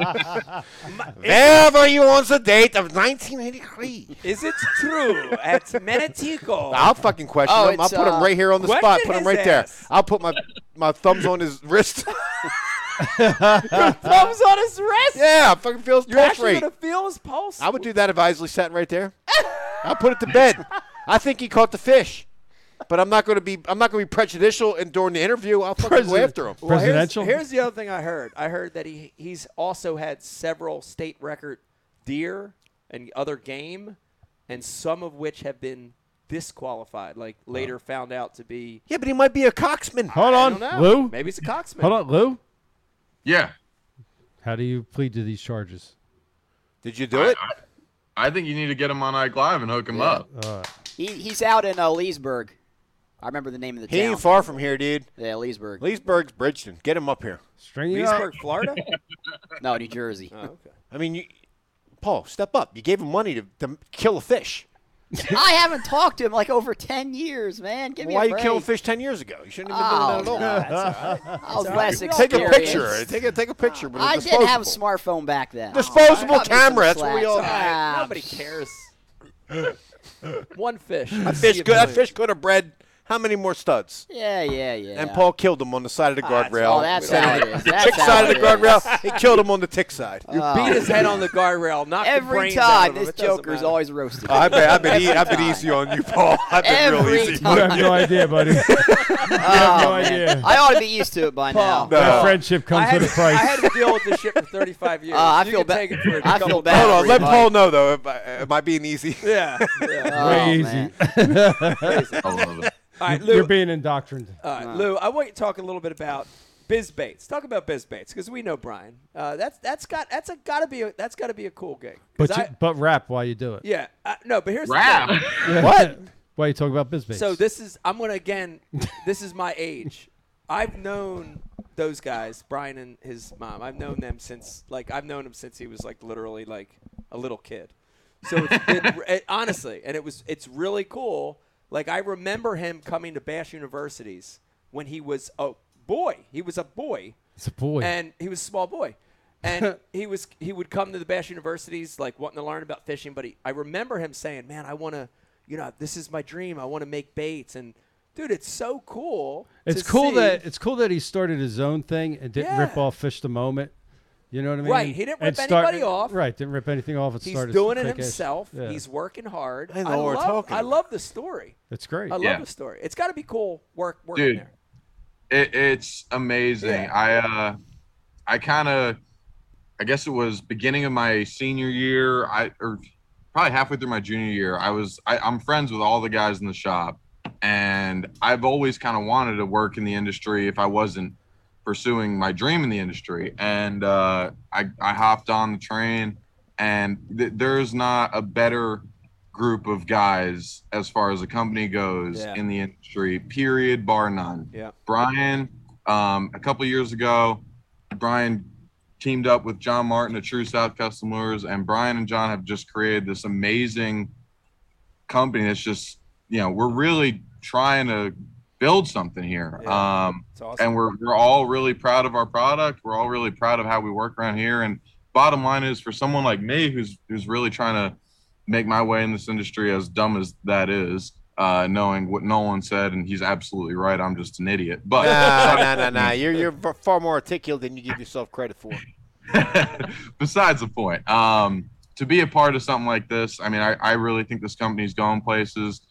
Speaker 1: Wherever you want the date of 1983.
Speaker 2: Is it true at
Speaker 1: [laughs]
Speaker 2: Manatico?
Speaker 1: I'll fucking question
Speaker 4: Oh,
Speaker 1: him. I'll
Speaker 4: it's,
Speaker 1: put him
Speaker 4: uh,
Speaker 1: right here on the
Speaker 2: question
Speaker 1: spot. Put him
Speaker 2: his
Speaker 1: right
Speaker 2: ass.
Speaker 1: there. I'll put my my thumbs on his wrist. [laughs]
Speaker 2: thumbs on his wrist.
Speaker 1: yeah, I fucking feels
Speaker 2: You're
Speaker 1: pulse
Speaker 2: actually
Speaker 1: rate.
Speaker 2: gonna feel his pulse.
Speaker 1: I would do that if Isley sat right there. I'll put it to bed.
Speaker 2: [laughs]
Speaker 1: I think he caught the fish. But I'm not going to be I'm not going to be prejudicial and during the interview I'll fucking go
Speaker 5: President-
Speaker 1: after him.
Speaker 2: Well, here's-
Speaker 5: Presidential?
Speaker 2: Here's, the other thing I heard. I heard that he he's also had several state record deer and other game, and some of which have been disqualified. Like later found out to be.
Speaker 1: Yeah, but he might be a coxman.
Speaker 5: Hold
Speaker 2: I
Speaker 5: on,
Speaker 2: don't know.
Speaker 5: Lou.
Speaker 2: Maybe it's a coxman.
Speaker 5: Hold on, Lou.
Speaker 6: yeah,
Speaker 5: How do you plead to these charges?
Speaker 1: Did you do it?
Speaker 6: I think you need to get him on Ike Live and hook him up.
Speaker 5: Uh,
Speaker 4: He he's out in uh, Leesburg. I remember the name of the
Speaker 1: He
Speaker 4: town.
Speaker 1: ain't far from here, dude.
Speaker 4: yeah, Leesburg.
Speaker 1: Leesburg's Bridgeton. Get him up here.
Speaker 5: string it up. [laughs]
Speaker 2: Leesburg, Florida.
Speaker 4: no, New Jersey.
Speaker 2: Oh, okay.
Speaker 1: I mean, you, Paul, step up. You gave him money to, to kill a fish.
Speaker 4: I haven't talked to him like over ten years, man. Give me
Speaker 1: Why
Speaker 4: a
Speaker 1: you
Speaker 4: break.
Speaker 1: killing fish ten years ago? You shouldn't have been
Speaker 4: Oh,
Speaker 1: doing
Speaker 4: no,
Speaker 1: that at all.
Speaker 4: that's all right. I was
Speaker 1: [laughs]
Speaker 4: last
Speaker 1: Take a
Speaker 4: experience.
Speaker 1: picture. Take a take a picture. But it's
Speaker 4: I didn't have a
Speaker 1: disposable.
Speaker 4: smartphone back then.
Speaker 1: Disposable
Speaker 4: Cut me some
Speaker 1: camera, that's what we
Speaker 4: slack.
Speaker 1: all-
Speaker 4: Ah,
Speaker 2: Nobody cares. [laughs] One fish.
Speaker 1: Fish could, that fish could have bred how many more studs?
Speaker 4: Yeah, yeah, yeah.
Speaker 1: And Paul killed him on the side of the
Speaker 2: that's-
Speaker 1: guardrail.
Speaker 4: oh, that's
Speaker 1: Instead
Speaker 4: how
Speaker 1: of
Speaker 4: it
Speaker 1: the-
Speaker 4: is.
Speaker 1: The
Speaker 4: That's
Speaker 1: chick
Speaker 4: how
Speaker 1: side of
Speaker 4: it Oh.
Speaker 1: the guardrail. He killed him on the tick
Speaker 4: [laughs]
Speaker 1: side. Oh,
Speaker 2: Beat his head on the guardrail. Knocked the
Speaker 4: Every
Speaker 2: brains out
Speaker 4: time
Speaker 2: of him.
Speaker 4: this
Speaker 2: It doesn't
Speaker 4: Joker's
Speaker 2: matter.
Speaker 4: always roasted.
Speaker 1: Oh, I've been, I've been,
Speaker 4: Every
Speaker 1: e- I've been
Speaker 4: time.
Speaker 1: easy on you, Paul. I've been real
Speaker 4: Every
Speaker 1: easy.
Speaker 5: You have no idea, buddy. you have no
Speaker 4: Oh, man.
Speaker 5: idea.
Speaker 4: I ought to be used to it by now.
Speaker 1: No.
Speaker 5: That friendship
Speaker 2: I
Speaker 5: comes
Speaker 2: had,
Speaker 5: with a
Speaker 2: to, I
Speaker 5: price.
Speaker 2: had to deal with this shit for 35 years.
Speaker 4: Uh, I
Speaker 2: You
Speaker 4: feel
Speaker 2: can
Speaker 4: ba-
Speaker 2: take it for a
Speaker 4: I
Speaker 2: couple
Speaker 4: feel bad.
Speaker 1: Hold on, let
Speaker 4: Everybody.
Speaker 1: Paul know though. Am I, am I being easy?
Speaker 2: [laughs] Yeah. yeah.
Speaker 4: Oh,
Speaker 5: Way
Speaker 4: man.
Speaker 6: I love it.
Speaker 2: All right,
Speaker 5: [laughs] You're
Speaker 2: Lou.
Speaker 5: being indoctrinated.
Speaker 2: all right, Lou. I want you to talk a little bit about biz baits. Talk about biz baits because we know Brian. Uh, that's that's got that's a gotta be a, that's gotta be a cool gig. 'Cause
Speaker 5: But you,
Speaker 2: I-
Speaker 5: but rap while you do it.
Speaker 2: yeah, uh, no. But here's
Speaker 6: Rap.
Speaker 2: the
Speaker 5: [laughs]
Speaker 2: thing.
Speaker 1: What?
Speaker 5: Why you talk about biz base?
Speaker 2: So this is I'm gonna again. this is my age. I've known those guys, Brian and his mom. I've known them since like I've known him since he was like literally like a little kid. So it's been, it, honestly, and it was it's really cool. Like I remember him coming to Bash Universities when he was a boy. He was a boy
Speaker 5: it's a boy.
Speaker 2: and he was a small boy and [laughs] he was he would come to the bash universities like wanting to learn about fishing but he, i remember him saying man i want to you know this is my dream i want to make baits and dude it's so cool
Speaker 5: it's
Speaker 2: to
Speaker 5: cool
Speaker 2: see-
Speaker 5: that it's cool that he started his own thing and didn't rip
Speaker 2: Yeah.
Speaker 5: off fish the moment. You know what I mean?
Speaker 2: Right, he didn't
Speaker 5: And
Speaker 2: rip anybody off.
Speaker 5: Right, didn't rip anything off. And
Speaker 2: he's
Speaker 5: started
Speaker 2: doing
Speaker 5: some
Speaker 2: it
Speaker 5: fake ass-
Speaker 2: himself
Speaker 5: Yeah.
Speaker 2: he's working hard
Speaker 1: I know what we're
Speaker 2: love,
Speaker 1: talking
Speaker 2: I
Speaker 1: about.
Speaker 2: love the story
Speaker 5: it's great.
Speaker 2: i love
Speaker 6: Yeah.
Speaker 2: the story it's got to be cool work working
Speaker 6: Dude,
Speaker 2: there
Speaker 6: It, it's amazing.
Speaker 2: Yeah.
Speaker 6: I uh, I kind of, I guess it was beginning of my senior year. I or probably halfway through my junior year, I was I, I'm friends with all the guys in the shop, and I've always kind of wanted to work in the industry if I wasn't pursuing my dream in the industry. And uh, I I hopped on the train, and th- there's not a better group of guys as far as a company goes
Speaker 2: Yeah.
Speaker 6: in the industry. Period, bar none.
Speaker 2: Yeah.
Speaker 6: Brian, um, a couple years ago, Brian teamed up with John Martin of True South Custom Lures, and Brian and John have just created this amazing company that's just, you know, we're really trying to build something here.
Speaker 2: Yeah.
Speaker 6: Um,
Speaker 2: It's awesome.
Speaker 6: and we're, we're all really proud of our product. We're all really proud of how we work around here. And bottom line is for someone like me who's who's really trying to make my way in this industry, as dumb as that is, uh, knowing what Nolan said, and he's absolutely right. I'm just an idiot. But
Speaker 2: [laughs]
Speaker 1: Nah, nah, nah, nah. You're you're v- far more articulate than you give yourself credit
Speaker 2: [laughs]
Speaker 1: for.
Speaker 6: [laughs] besides the point um, to be a part of something like this i mean i, I really think this company's going places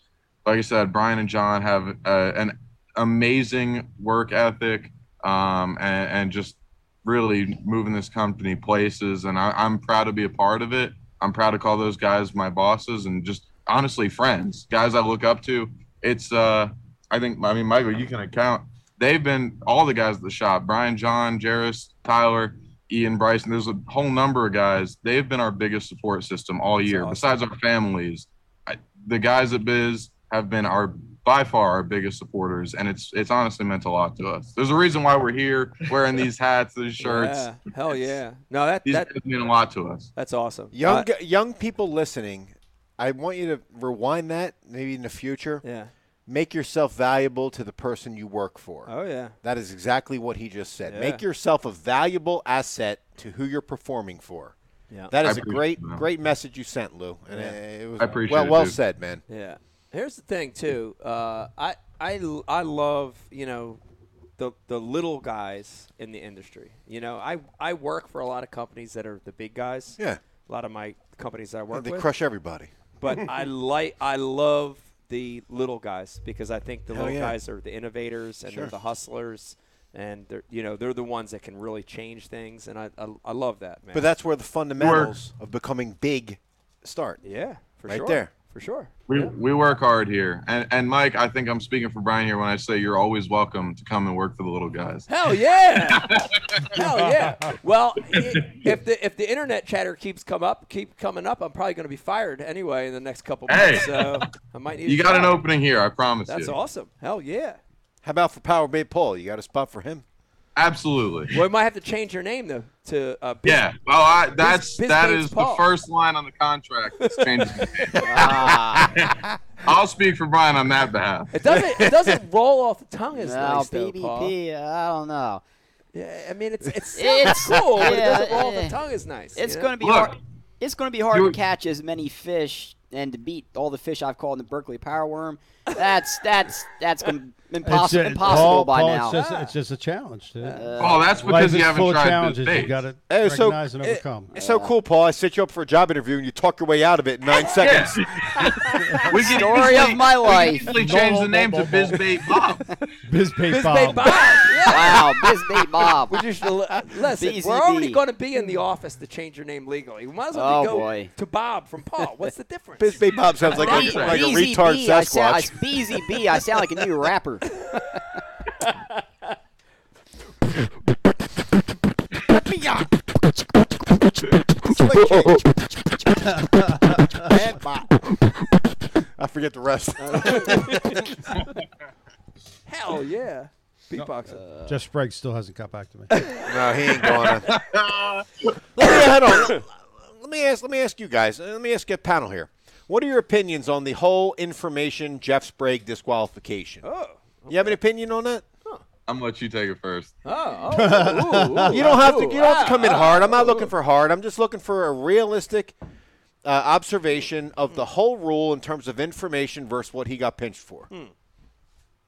Speaker 6: like i said brian and john have uh, an amazing work ethic um, and, and just really moving this company places and I, i'm proud to be a part of it i'm proud to call those guys my bosses and just honestly friends guys i look up to it's uh i think i mean michael you can account they've been all the guys at the shop brian john jarris tyler Ian Bryson. There's a whole number of guys. They've been our biggest support system all year.
Speaker 2: awesome.
Speaker 6: Besides our families, I, the guys at Biz have been our by far our biggest supporters, and it's it's honestly meant a lot to us. There's a reason why we're here wearing these hats, these shirts.
Speaker 2: Yeah. Hell yeah. No, that
Speaker 6: These
Speaker 2: that
Speaker 6: guys mean a lot to us.
Speaker 2: that's awesome.
Speaker 1: Young
Speaker 2: Uh,
Speaker 1: g- young people listening, I want you to rewind that maybe in the future.
Speaker 2: yeah.
Speaker 1: Make yourself valuable to the person you work for.
Speaker 2: Oh yeah.
Speaker 1: That is exactly what he just said.
Speaker 2: Yeah.
Speaker 1: Make yourself a valuable asset to who you're performing for.
Speaker 2: Yeah.
Speaker 1: That
Speaker 6: I
Speaker 1: is a great,
Speaker 6: appreciate that.
Speaker 1: great message you sent, Lou. And
Speaker 2: Yeah.
Speaker 1: it, it was
Speaker 6: I appreciate
Speaker 1: well,
Speaker 6: it,
Speaker 1: well
Speaker 6: dude.
Speaker 1: said, man.
Speaker 2: Yeah. Here's the thing too. Uh, I I l- I love you know the the little guys in the industry. You know, I I work for a lot of companies that are the big guys.
Speaker 1: Yeah,
Speaker 2: A lot of my companies that I work
Speaker 1: they
Speaker 2: with.
Speaker 1: crush everybody.
Speaker 2: but I like I love the little guys because I think the
Speaker 1: Hell
Speaker 2: little
Speaker 1: yeah.
Speaker 2: guys are the innovators and
Speaker 1: Sure.
Speaker 2: they're the hustlers and they're you know they're the ones that can really change things and I I, I love that man.
Speaker 1: But that's where the fundamentals of becoming big start.
Speaker 2: yeah, for
Speaker 1: right
Speaker 2: sure.
Speaker 1: there.
Speaker 2: For sure.
Speaker 6: We,
Speaker 2: Yeah.
Speaker 6: we work hard here, and and Mike, I think I'm speaking for Brian here when I say you're always welcome to come and work for the little guys.
Speaker 2: Hell yeah! Hell yeah! Well, i- if the if the internet chatter keeps come up, keep coming up, I'm probably going to be fired anyway in the next couple
Speaker 6: Hey.
Speaker 2: months. So I might need.
Speaker 6: You
Speaker 2: a
Speaker 6: got
Speaker 2: job.
Speaker 6: an opening here, I promise
Speaker 2: That's
Speaker 6: you.
Speaker 2: awesome. Hell yeah!
Speaker 1: How about for Power Bay Paul? You got a spot for him?
Speaker 6: Absolutely.
Speaker 2: Well, we might have to change your name though to uh, Biz-
Speaker 6: Yeah. Well, I, that's
Speaker 2: Biz
Speaker 6: that
Speaker 2: means
Speaker 6: is
Speaker 2: Paul.
Speaker 6: the first line on the contract. That's changing the name.
Speaker 2: [laughs]
Speaker 4: Ah, [laughs]
Speaker 6: I'll speak for Brian on that behalf.
Speaker 2: It doesn't it
Speaker 6: [laughs]
Speaker 2: doesn't roll off the tongue as
Speaker 4: No,
Speaker 2: nice though, Paul.
Speaker 4: BBP. I don't know.
Speaker 2: Yeah, I mean it's it's
Speaker 4: It's-
Speaker 2: cool, but it
Speaker 4: yeah,
Speaker 2: doesn't roll off
Speaker 4: yeah.
Speaker 2: the tongue as nice.
Speaker 4: It's
Speaker 2: you know?
Speaker 4: going to be
Speaker 6: Look.
Speaker 4: hard. It's going to be hard
Speaker 6: You-
Speaker 4: to catch as many fish and to beat all the fish I've caught in the Berkeley Power Worm. That's that's that's [laughs] gonna, impossible
Speaker 5: just-
Speaker 4: impossible
Speaker 5: Paul-
Speaker 4: by
Speaker 5: Paul,
Speaker 4: now.
Speaker 5: It's just, it's just a challenge. Dude.
Speaker 2: uh,
Speaker 6: Oh, that's
Speaker 5: Life
Speaker 6: because
Speaker 5: is
Speaker 6: you haven't
Speaker 5: full of
Speaker 6: tried
Speaker 5: challenges.
Speaker 6: this
Speaker 5: You
Speaker 6: base.
Speaker 5: got to
Speaker 1: Hey, so-
Speaker 5: recognize and overcome.
Speaker 1: It's so cool, Paul. I set you up for a job interview and you talk your way out of it in
Speaker 4: [laughs]
Speaker 1: nine
Speaker 6: Yeah.
Speaker 1: seconds.
Speaker 6: [laughs] we can
Speaker 4: Story
Speaker 6: easily-
Speaker 4: of my
Speaker 6: we can
Speaker 4: life.
Speaker 6: easily change the name to
Speaker 5: Blah, blah, blah,
Speaker 6: Biz Bait Bob.
Speaker 5: [laughs] Biz
Speaker 2: Biz
Speaker 5: Bob.
Speaker 2: Big Bob. Yeah.
Speaker 4: wow, [laughs] Bisbee Bob.
Speaker 2: We just uh,
Speaker 4: [laughs]
Speaker 2: listen.
Speaker 4: BZB.
Speaker 2: We're already going to be in the office to change your name legally. We might as well
Speaker 4: Oh,
Speaker 2: go
Speaker 4: boy.
Speaker 2: to Bob from Paul. What's the difference?
Speaker 1: Biz Bay Bob sounds like,
Speaker 4: B-
Speaker 1: a, like a
Speaker 4: BZB,
Speaker 1: retard
Speaker 4: I sound, I,
Speaker 1: Sasquatch.
Speaker 4: BZB, I sound like a new [laughs] rapper.
Speaker 1: [laughs] I forget the rest.
Speaker 2: Hell yeah, beatboxing.
Speaker 3: uh,
Speaker 5: Jeff Sprague still hasn't got back to
Speaker 2: [laughs]
Speaker 5: me.
Speaker 1: No, he ain't going. to. let me, hold on. Let me ask. Let me ask you guys. uh, Let me ask a panel here. What are your opinions on the whole information Jeff Sprague disqualification?
Speaker 2: oh,
Speaker 1: You have an opinion on that?
Speaker 6: I'm gonna let you take it first.
Speaker 2: oh, oh, ooh, ooh,
Speaker 1: You don't have
Speaker 2: ooh,
Speaker 1: to. You don't have to come in
Speaker 2: ah,
Speaker 1: hard. I'm not looking for hard. I'm just looking for a realistic uh, observation of the whole rule in terms of information versus what he got pinched for.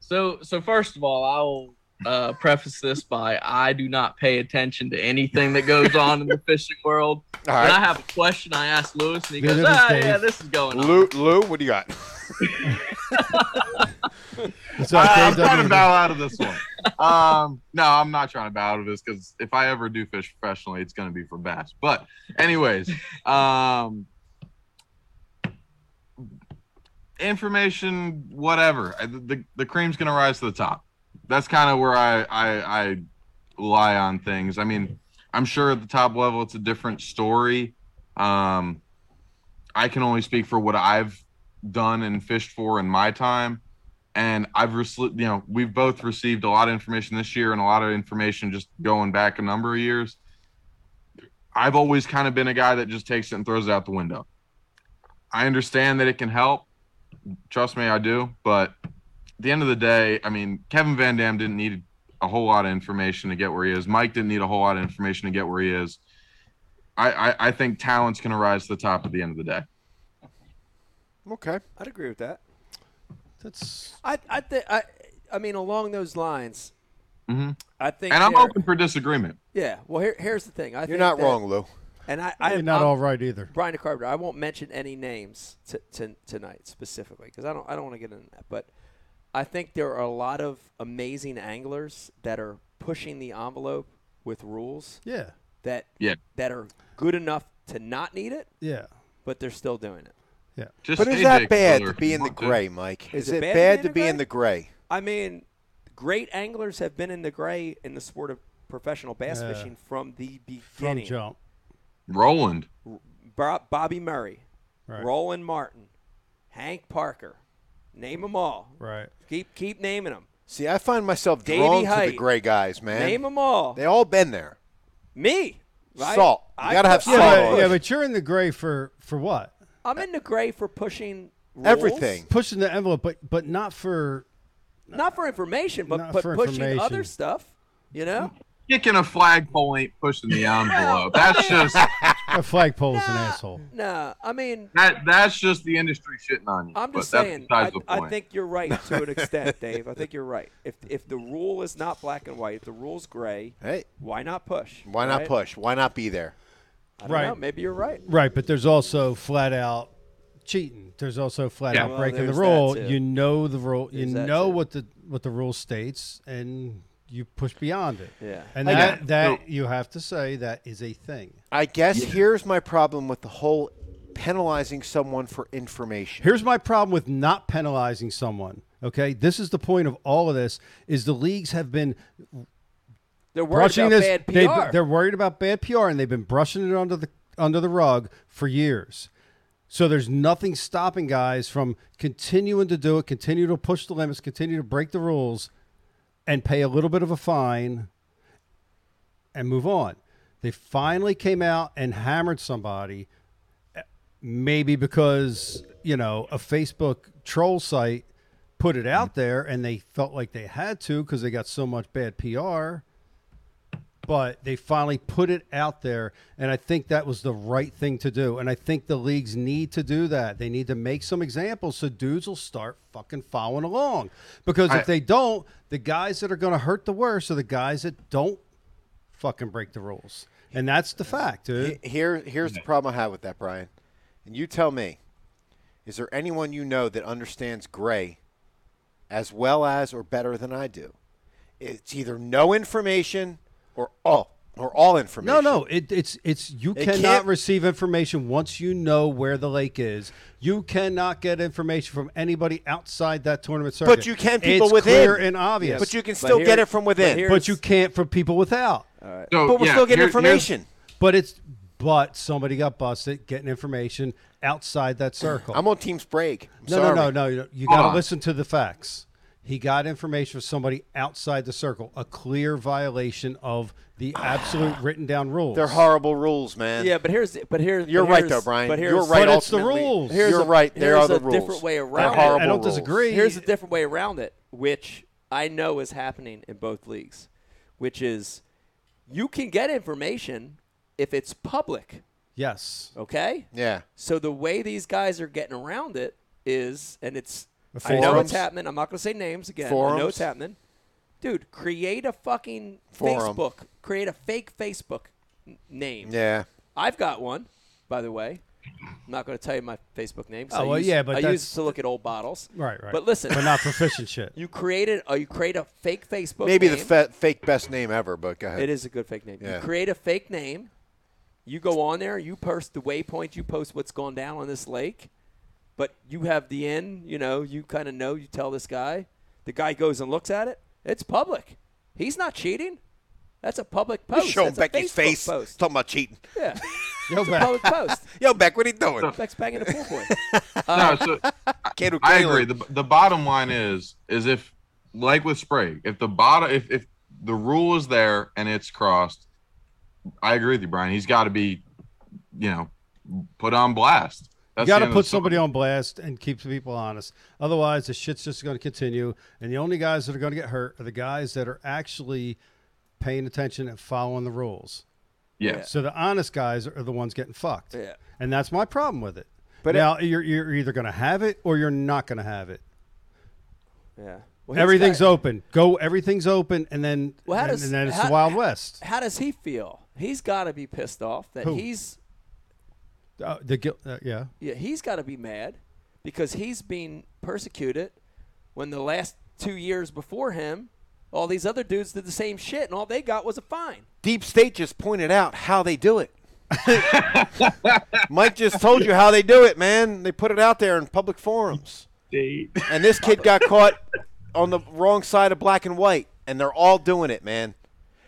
Speaker 7: So, so first of all, I'll uh, preface this by I do not pay attention to anything that goes on in the fishing world.
Speaker 1: All
Speaker 7: When I
Speaker 1: right,
Speaker 7: have a question, I ask Lewis, and he
Speaker 5: Neither
Speaker 7: goes,
Speaker 5: does
Speaker 7: "Ah,
Speaker 5: Dave."
Speaker 7: yeah, this is going on."
Speaker 1: Lou. Lou, what do you got?
Speaker 5: It's
Speaker 6: I-
Speaker 5: like
Speaker 6: I'm trying
Speaker 5: KW.
Speaker 6: to bow out of this one. Um, no, I'm not trying to bow out of this because if I ever do fish professionally, it's gonna be for bass. But anyways, um, information, whatever. I- The, the cream's gonna rise to the top. That's kind of where I, I I lie on things. I mean, I'm sure at the top level it's a different story. Um, I can only speak for what I've done and fished for in my time, and I've received you know we've both received a lot of information this year and a lot of information just going back a number of years. I've always kind of been a guy that just takes it and throws it out the window. I understand that it can help. Trust me, I do. But at the end of the day, I mean, Kevin Van Dam didn't need a whole lot of information to get where he is. Mike didn't need a whole lot of information to get where he is. I, I, I think talent's going to rise to the top at the end of the day.
Speaker 1: Okay.
Speaker 2: I'd agree with that.
Speaker 5: That's
Speaker 2: I I think I I mean along those lines.
Speaker 6: Mhm.
Speaker 2: I think
Speaker 6: And I'm
Speaker 2: there-
Speaker 6: open for disagreement.
Speaker 2: Yeah. Well, here, here's the thing. I
Speaker 1: You're
Speaker 2: think
Speaker 1: not
Speaker 2: that-
Speaker 1: wrong, Lou.
Speaker 2: And I, I
Speaker 3: I, not
Speaker 2: I'm-
Speaker 3: all right either.
Speaker 2: Brian Carpenter. I won't mention any names t- t- tonight specifically because I don't I don't want to get into that. But I think there are a lot of amazing anglers that are pushing the envelope with rules
Speaker 3: Yeah,
Speaker 2: that
Speaker 6: Yeah.
Speaker 2: that are good enough to not need it,
Speaker 3: yeah.
Speaker 2: but they're still doing it.
Speaker 6: Just
Speaker 1: But is
Speaker 6: stay
Speaker 1: that
Speaker 6: Jake
Speaker 1: bad
Speaker 6: Miller
Speaker 1: to
Speaker 6: if
Speaker 1: be
Speaker 6: you
Speaker 1: in the
Speaker 6: want to.
Speaker 1: gray, Mike? Is,
Speaker 2: Is it
Speaker 1: it
Speaker 2: bad to
Speaker 1: bad
Speaker 2: be in the
Speaker 1: to be in the gray?
Speaker 2: I mean, great anglers have been in the gray in the sport of professional bass
Speaker 3: Yeah.
Speaker 2: fishing from the
Speaker 3: From
Speaker 2: beginning.
Speaker 3: jump.
Speaker 6: Roland.
Speaker 2: Bob, Bobby Murray,
Speaker 3: Right.
Speaker 2: Roland Martin, Hank Parker, name them all.
Speaker 3: Right.
Speaker 2: Keep keep naming them.
Speaker 1: See, I find myself
Speaker 2: Davey
Speaker 1: drawn to the
Speaker 2: Hite.
Speaker 1: gray guys, man.
Speaker 2: Name them all.
Speaker 1: They all been there.
Speaker 2: Me. right?
Speaker 1: Salt. You
Speaker 2: I
Speaker 1: gotta have
Speaker 2: pu-
Speaker 3: Yeah,
Speaker 1: salt
Speaker 2: I-
Speaker 1: on
Speaker 3: but,
Speaker 1: it.
Speaker 3: yeah, but you're in the gray for for what?
Speaker 2: I'm in the gray for pushing rules.
Speaker 1: Everything.
Speaker 3: Pushing the envelope, but but not for
Speaker 2: Not for information, but,
Speaker 3: Not
Speaker 2: but
Speaker 3: for
Speaker 2: pushing other
Speaker 3: information.
Speaker 2: stuff. You know?
Speaker 6: Kicking a flagpole ain't pushing the envelope.
Speaker 2: [laughs]
Speaker 6: That's just
Speaker 3: a flagpole is an
Speaker 2: Nah,
Speaker 3: asshole.
Speaker 2: Nah. I mean,
Speaker 6: that that's just the industry shitting on you.
Speaker 2: I'm just
Speaker 6: but
Speaker 2: saying. I,
Speaker 6: That's besides the point.
Speaker 2: I think you're
Speaker 6: [laughs]
Speaker 2: right to an extent, Dave. I think you're right. If if the rule is not black and white, if the rule's gray,
Speaker 1: Hey,
Speaker 2: why not push?
Speaker 1: why not
Speaker 2: right?
Speaker 1: push? Why not be there?
Speaker 2: I don't
Speaker 3: Right.
Speaker 2: know, Maybe you're right.
Speaker 3: Right, but there's also flat out cheating. There's also flat
Speaker 6: Yeah.
Speaker 3: out
Speaker 2: Well,
Speaker 3: breaking the
Speaker 2: there's that
Speaker 3: rule.
Speaker 2: too.
Speaker 3: You know the rule. You
Speaker 2: There's that
Speaker 3: know
Speaker 2: too.
Speaker 3: what the what the rule states, and you push beyond it.
Speaker 2: Yeah.
Speaker 3: and
Speaker 6: I
Speaker 3: that
Speaker 6: got-
Speaker 3: that
Speaker 6: no.
Speaker 3: you have to say that is a thing.
Speaker 1: I guess here's my problem with the whole penalizing someone for information.
Speaker 3: Here's my problem with not penalizing someone. Okay, this is the point of all of this: is the leagues have been
Speaker 2: They're worried
Speaker 3: brushing
Speaker 2: about
Speaker 3: this.
Speaker 2: bad PR.
Speaker 3: They, they're worried about bad PR, and they've been brushing it under the under the rug for years. So there's nothing stopping guys from continuing to do it, continue to push the limits, continue to break the rules, and pay a little bit of a fine, and move on. They finally came out and hammered somebody, eh, maybe because you know a Facebook troll site put it out there, and they felt like they had to because they got so much bad PR but they finally put it out there and i think that was the right thing to do and i think the leagues need to do that they need to make some examples so dudes will start fucking following along because
Speaker 6: I-
Speaker 3: if they don't the guys that are going to hurt the worst are the guys that don't fucking break the rules and that's the fact dude
Speaker 1: He- Here, here's the problem I have with that, Brian. And you tell me, is there anyone you know that understands gray as well as or better than I do? It's either no information or all or all information.
Speaker 3: no no it, it's it's you
Speaker 1: It
Speaker 3: cannot
Speaker 1: can't-
Speaker 3: receive information once you know where the lake is you cannot get information from anybody outside that tournament circuit
Speaker 1: But you can people
Speaker 3: it's
Speaker 1: within.
Speaker 3: clear and obvious
Speaker 1: But you can
Speaker 2: But
Speaker 1: still get
Speaker 2: here-
Speaker 1: it from within.
Speaker 2: but here-
Speaker 3: but you can't for people without
Speaker 6: So,
Speaker 1: but we're
Speaker 6: yeah,
Speaker 1: still getting
Speaker 6: here- here's-
Speaker 1: information.
Speaker 3: But it's but somebody got busted getting information outside that circle.
Speaker 1: I'm on Team Sprague. I'm
Speaker 3: no,
Speaker 1: sorry.
Speaker 3: no, no, no, You
Speaker 6: Hold
Speaker 3: got to
Speaker 6: on.
Speaker 3: listen to the facts. He got information from somebody outside the circle, a clear violation of
Speaker 1: [sighs]
Speaker 3: the absolute written down rules.
Speaker 1: They're horrible rules, man.
Speaker 2: Yeah, but here's but here
Speaker 1: You're
Speaker 2: but
Speaker 1: right, though,
Speaker 2: here's-
Speaker 1: Brian.
Speaker 2: But here's
Speaker 1: You're right.
Speaker 3: But it's the
Speaker 1: ultimately.
Speaker 3: rules.
Speaker 1: You're
Speaker 3: Here's
Speaker 2: a-
Speaker 1: right. There
Speaker 2: here's
Speaker 1: are the
Speaker 2: a
Speaker 1: rules.
Speaker 2: different way around it.
Speaker 1: They're horrible
Speaker 3: I don't
Speaker 1: rules.
Speaker 3: disagree.
Speaker 2: Here's a different way around it, which I know is happening in both leagues, which is you can get information if it's public,
Speaker 3: yes,
Speaker 2: okay?
Speaker 1: Yeah.
Speaker 2: So the way these guys are getting around it is, and it's,
Speaker 3: The
Speaker 2: I know
Speaker 1: forums?
Speaker 2: it's happening. I'm not going to say names again. I know
Speaker 1: Forums?
Speaker 2: it's happening. Dude, create a fucking
Speaker 1: Forum.
Speaker 2: Facebook. Create a fake Facebook n- name.
Speaker 1: Yeah.
Speaker 2: I've got one, by the way. I'm not going to tell you my Facebook name. 'cause
Speaker 3: Oh,
Speaker 2: I
Speaker 3: well,
Speaker 2: use,
Speaker 3: yeah, but
Speaker 2: I
Speaker 3: that's-
Speaker 2: use it to look at old bottles.
Speaker 3: right, right.
Speaker 2: But listen,
Speaker 3: but not proficient shit.
Speaker 2: you created uh, you create a fake Facebook.
Speaker 1: Maybe the
Speaker 2: name.
Speaker 1: fa- fake best name ever, but go ahead.
Speaker 2: It is a good fake name.
Speaker 1: Yeah.
Speaker 2: You create a fake name. You go on there. You post the waypoint. You post what's going down on this lake, But you have the in, you know, you kind of know, you tell this guy. The guy goes and looks at it. It's public. He's not cheating. That's a public post.
Speaker 1: Showing
Speaker 2: That's a
Speaker 1: Becky's
Speaker 2: Facebook
Speaker 1: face. [laughs]
Speaker 2: post.
Speaker 1: Talking about cheating.
Speaker 2: Yeah.
Speaker 5: Yo,
Speaker 2: It's a public post.
Speaker 1: Yo, Beck, what are you doing?
Speaker 2: Beck's banging a pool
Speaker 3: [laughs]
Speaker 2: boy.
Speaker 6: No,
Speaker 2: [laughs]
Speaker 6: so
Speaker 1: Kid who
Speaker 6: I
Speaker 1: can't
Speaker 6: agree.
Speaker 1: learn.
Speaker 6: The, the bottom line is is if like with Sprague, if the bottom if if the rule is there and it's crossed, I agree with you, Brian. He's got to be, you know, put on blast.
Speaker 3: You
Speaker 6: That's
Speaker 3: got to
Speaker 6: the end of
Speaker 3: put
Speaker 6: the
Speaker 3: somebody
Speaker 6: story.
Speaker 3: on blast and keep the people honest. Otherwise, the shit's just going to continue. And the only guys that are going to get hurt are the guys that are actually paying attention and following the rules.
Speaker 6: Yeah.
Speaker 3: So the honest guys are the ones getting fucked.
Speaker 2: Yeah.
Speaker 3: And that's my problem with it. But
Speaker 1: But
Speaker 3: now you're, you're either going to have it or you're not going to have it.
Speaker 2: Yeah. Well, he's
Speaker 3: Everything's
Speaker 2: got-
Speaker 3: open. Go. Everything's open, and then
Speaker 2: Well, how
Speaker 3: and,
Speaker 2: does-
Speaker 3: and then it's
Speaker 2: how-
Speaker 3: the Wild West.
Speaker 2: How does he feel? He's got to be pissed off that
Speaker 3: Who?
Speaker 2: he's
Speaker 3: Uh, the guil- uh, yeah.
Speaker 2: yeah he's got to be mad because he's being persecuted when the last two years before him, all these other dudes did the same shit and all they got was a fine.
Speaker 1: Deep State just pointed out how they do it. Mike just told you how they do it, man. They put it out there in public forums. And this kid got caught on the wrong side of black and white, and they're all doing it, man.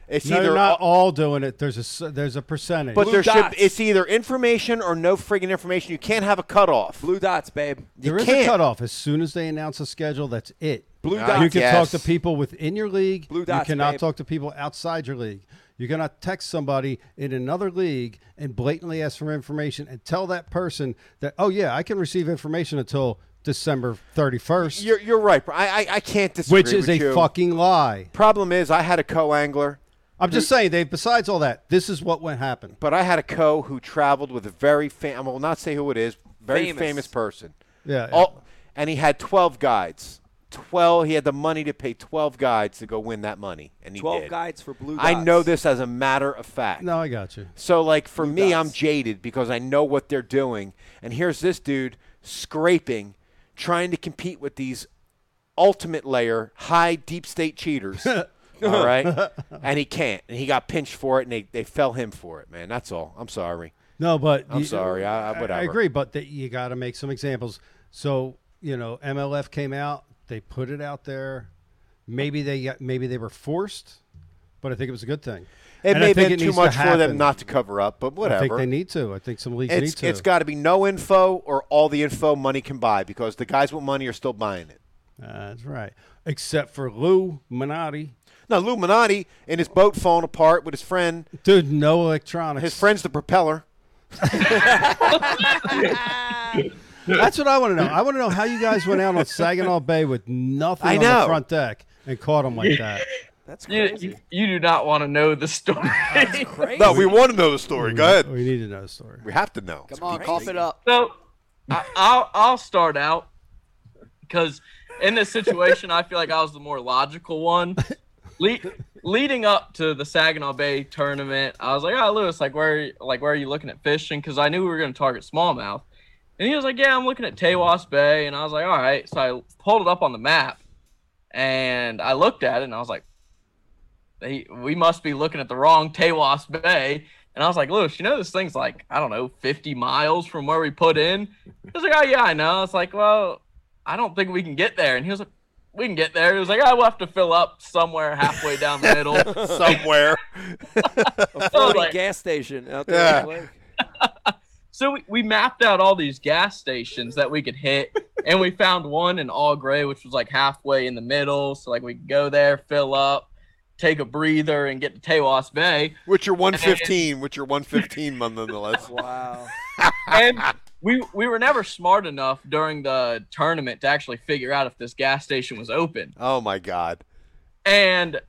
Speaker 1: It's
Speaker 3: No, they're
Speaker 1: either
Speaker 3: not all doing it. There's a s- there's a percentage.
Speaker 1: but there should
Speaker 2: dots.
Speaker 1: it's either information or no friggin' information. You can't have a cutoff.
Speaker 2: Blue dots, babe.
Speaker 1: You
Speaker 3: There is
Speaker 1: can't.
Speaker 3: a cutoff. As soon as they announce a schedule, that's it.
Speaker 2: Blue
Speaker 1: Ah,
Speaker 2: dots.
Speaker 3: you can
Speaker 1: yes.
Speaker 3: talk to people within your league.
Speaker 2: Blue dots,
Speaker 3: you cannot
Speaker 2: babe.
Speaker 3: talk to people outside your league. You cannot text somebody in another league and blatantly ask for information and tell that person that, oh yeah, I can receive information until December 31st,
Speaker 1: You're, you're right. bro. I, I, I can't disagree
Speaker 3: which is a
Speaker 1: with you.
Speaker 3: fucking lie.
Speaker 1: Problem is, I had a co-angler,
Speaker 3: I'm just saying, Dave. Besides all that, this is what went happen.
Speaker 1: but I had a co who traveled with a very fam. I will not say who it is. Very
Speaker 2: Famous.
Speaker 1: famous person.
Speaker 3: Yeah. yeah.
Speaker 1: All, and he had 12 guides. 12. He had the money to pay 12 guides to go win that money, and he
Speaker 2: Twelve
Speaker 1: did.
Speaker 2: guides for blue dots.
Speaker 1: I know this as a matter of fact.
Speaker 3: no, I got you.
Speaker 1: So like for me, I'm
Speaker 2: dots.
Speaker 1: jaded because I know what they're doing, and here's this dude scraping, trying to compete with these ultimate layer high deep
Speaker 3: [laughs]
Speaker 1: state cheaters. all right, and he can't, and he got pinched for it, and they, they fell him for it, man. That's all. I'm sorry.
Speaker 3: No, but
Speaker 1: I'm sorry. I- I- whatever.
Speaker 3: I agree, but that you got to make some examples. So you know, MLF came out. They put it out there. Maybe they got, maybe they were forced, but I think it was a good thing. And
Speaker 1: It
Speaker 3: I
Speaker 1: may have
Speaker 3: think
Speaker 1: been
Speaker 3: it
Speaker 1: too
Speaker 3: needs to
Speaker 1: much for them
Speaker 3: happen.
Speaker 1: not to cover up, but
Speaker 3: I think
Speaker 1: whatever.
Speaker 3: they need to. I think some leagues need
Speaker 1: it's
Speaker 3: to.
Speaker 1: it's got to be no info or all the info money can buy because the guys with money are still buying it.
Speaker 3: Uh, That's right. Except for Lou Minotti.
Speaker 1: Now, Lou Minotti in his boat falling apart with his friend.
Speaker 3: Dude, no electronics.
Speaker 1: His friend's the propeller.
Speaker 3: That's what I want to know. I want to know how you guys went out on
Speaker 1: [laughs]
Speaker 3: Saginaw Bay with nothing
Speaker 1: I
Speaker 3: on
Speaker 1: know.
Speaker 3: the front deck and caught them like that.
Speaker 2: That's
Speaker 7: You,
Speaker 2: crazy.
Speaker 7: you, you do not want to know the story.
Speaker 1: [laughs]
Speaker 2: Crazy.
Speaker 1: No, we want to know the story. Go ahead.
Speaker 3: We need to know the story.
Speaker 1: We have to know.
Speaker 4: Come on, cough it up.
Speaker 7: So I, I'll I'll start out because in this situation, I feel like I was the more logical one. Le- leading up to the Saginaw Bay tournament, I was like, "Oh, Lewis, like where like where are you looking at fishing?" Because I knew we were going to target smallmouth, and he was like, "Yeah, I'm looking at Tawas Bay," and I was like, "All right." So I pulled it up on the map, and I looked at it, and I was like, they, we must be looking at the wrong Tawas Bay. And I was like, Lewis, you know this thing's like, I don't know, 50 miles from where we put in? He was like, oh, yeah, I know. I was like, well, I don't think we can get there. And he was like, we can get there. He was like, I will have to fill up somewhere halfway down the middle.
Speaker 1: Somewhere.
Speaker 2: a floating
Speaker 7: Like-
Speaker 2: gas station out there. on the lake.
Speaker 7: so we, we mapped out all these gas stations that we could hit and we found one in all gray which was like halfway in the middle so like we could go there fill up take a breather and get to tawas bay
Speaker 1: [laughs] With your 115, with your 115, nonetheless.
Speaker 2: Wow. Oh,
Speaker 7: and we we were never smart enough during the tournament to actually figure out if this gas station was open.
Speaker 1: Oh, my God.
Speaker 7: And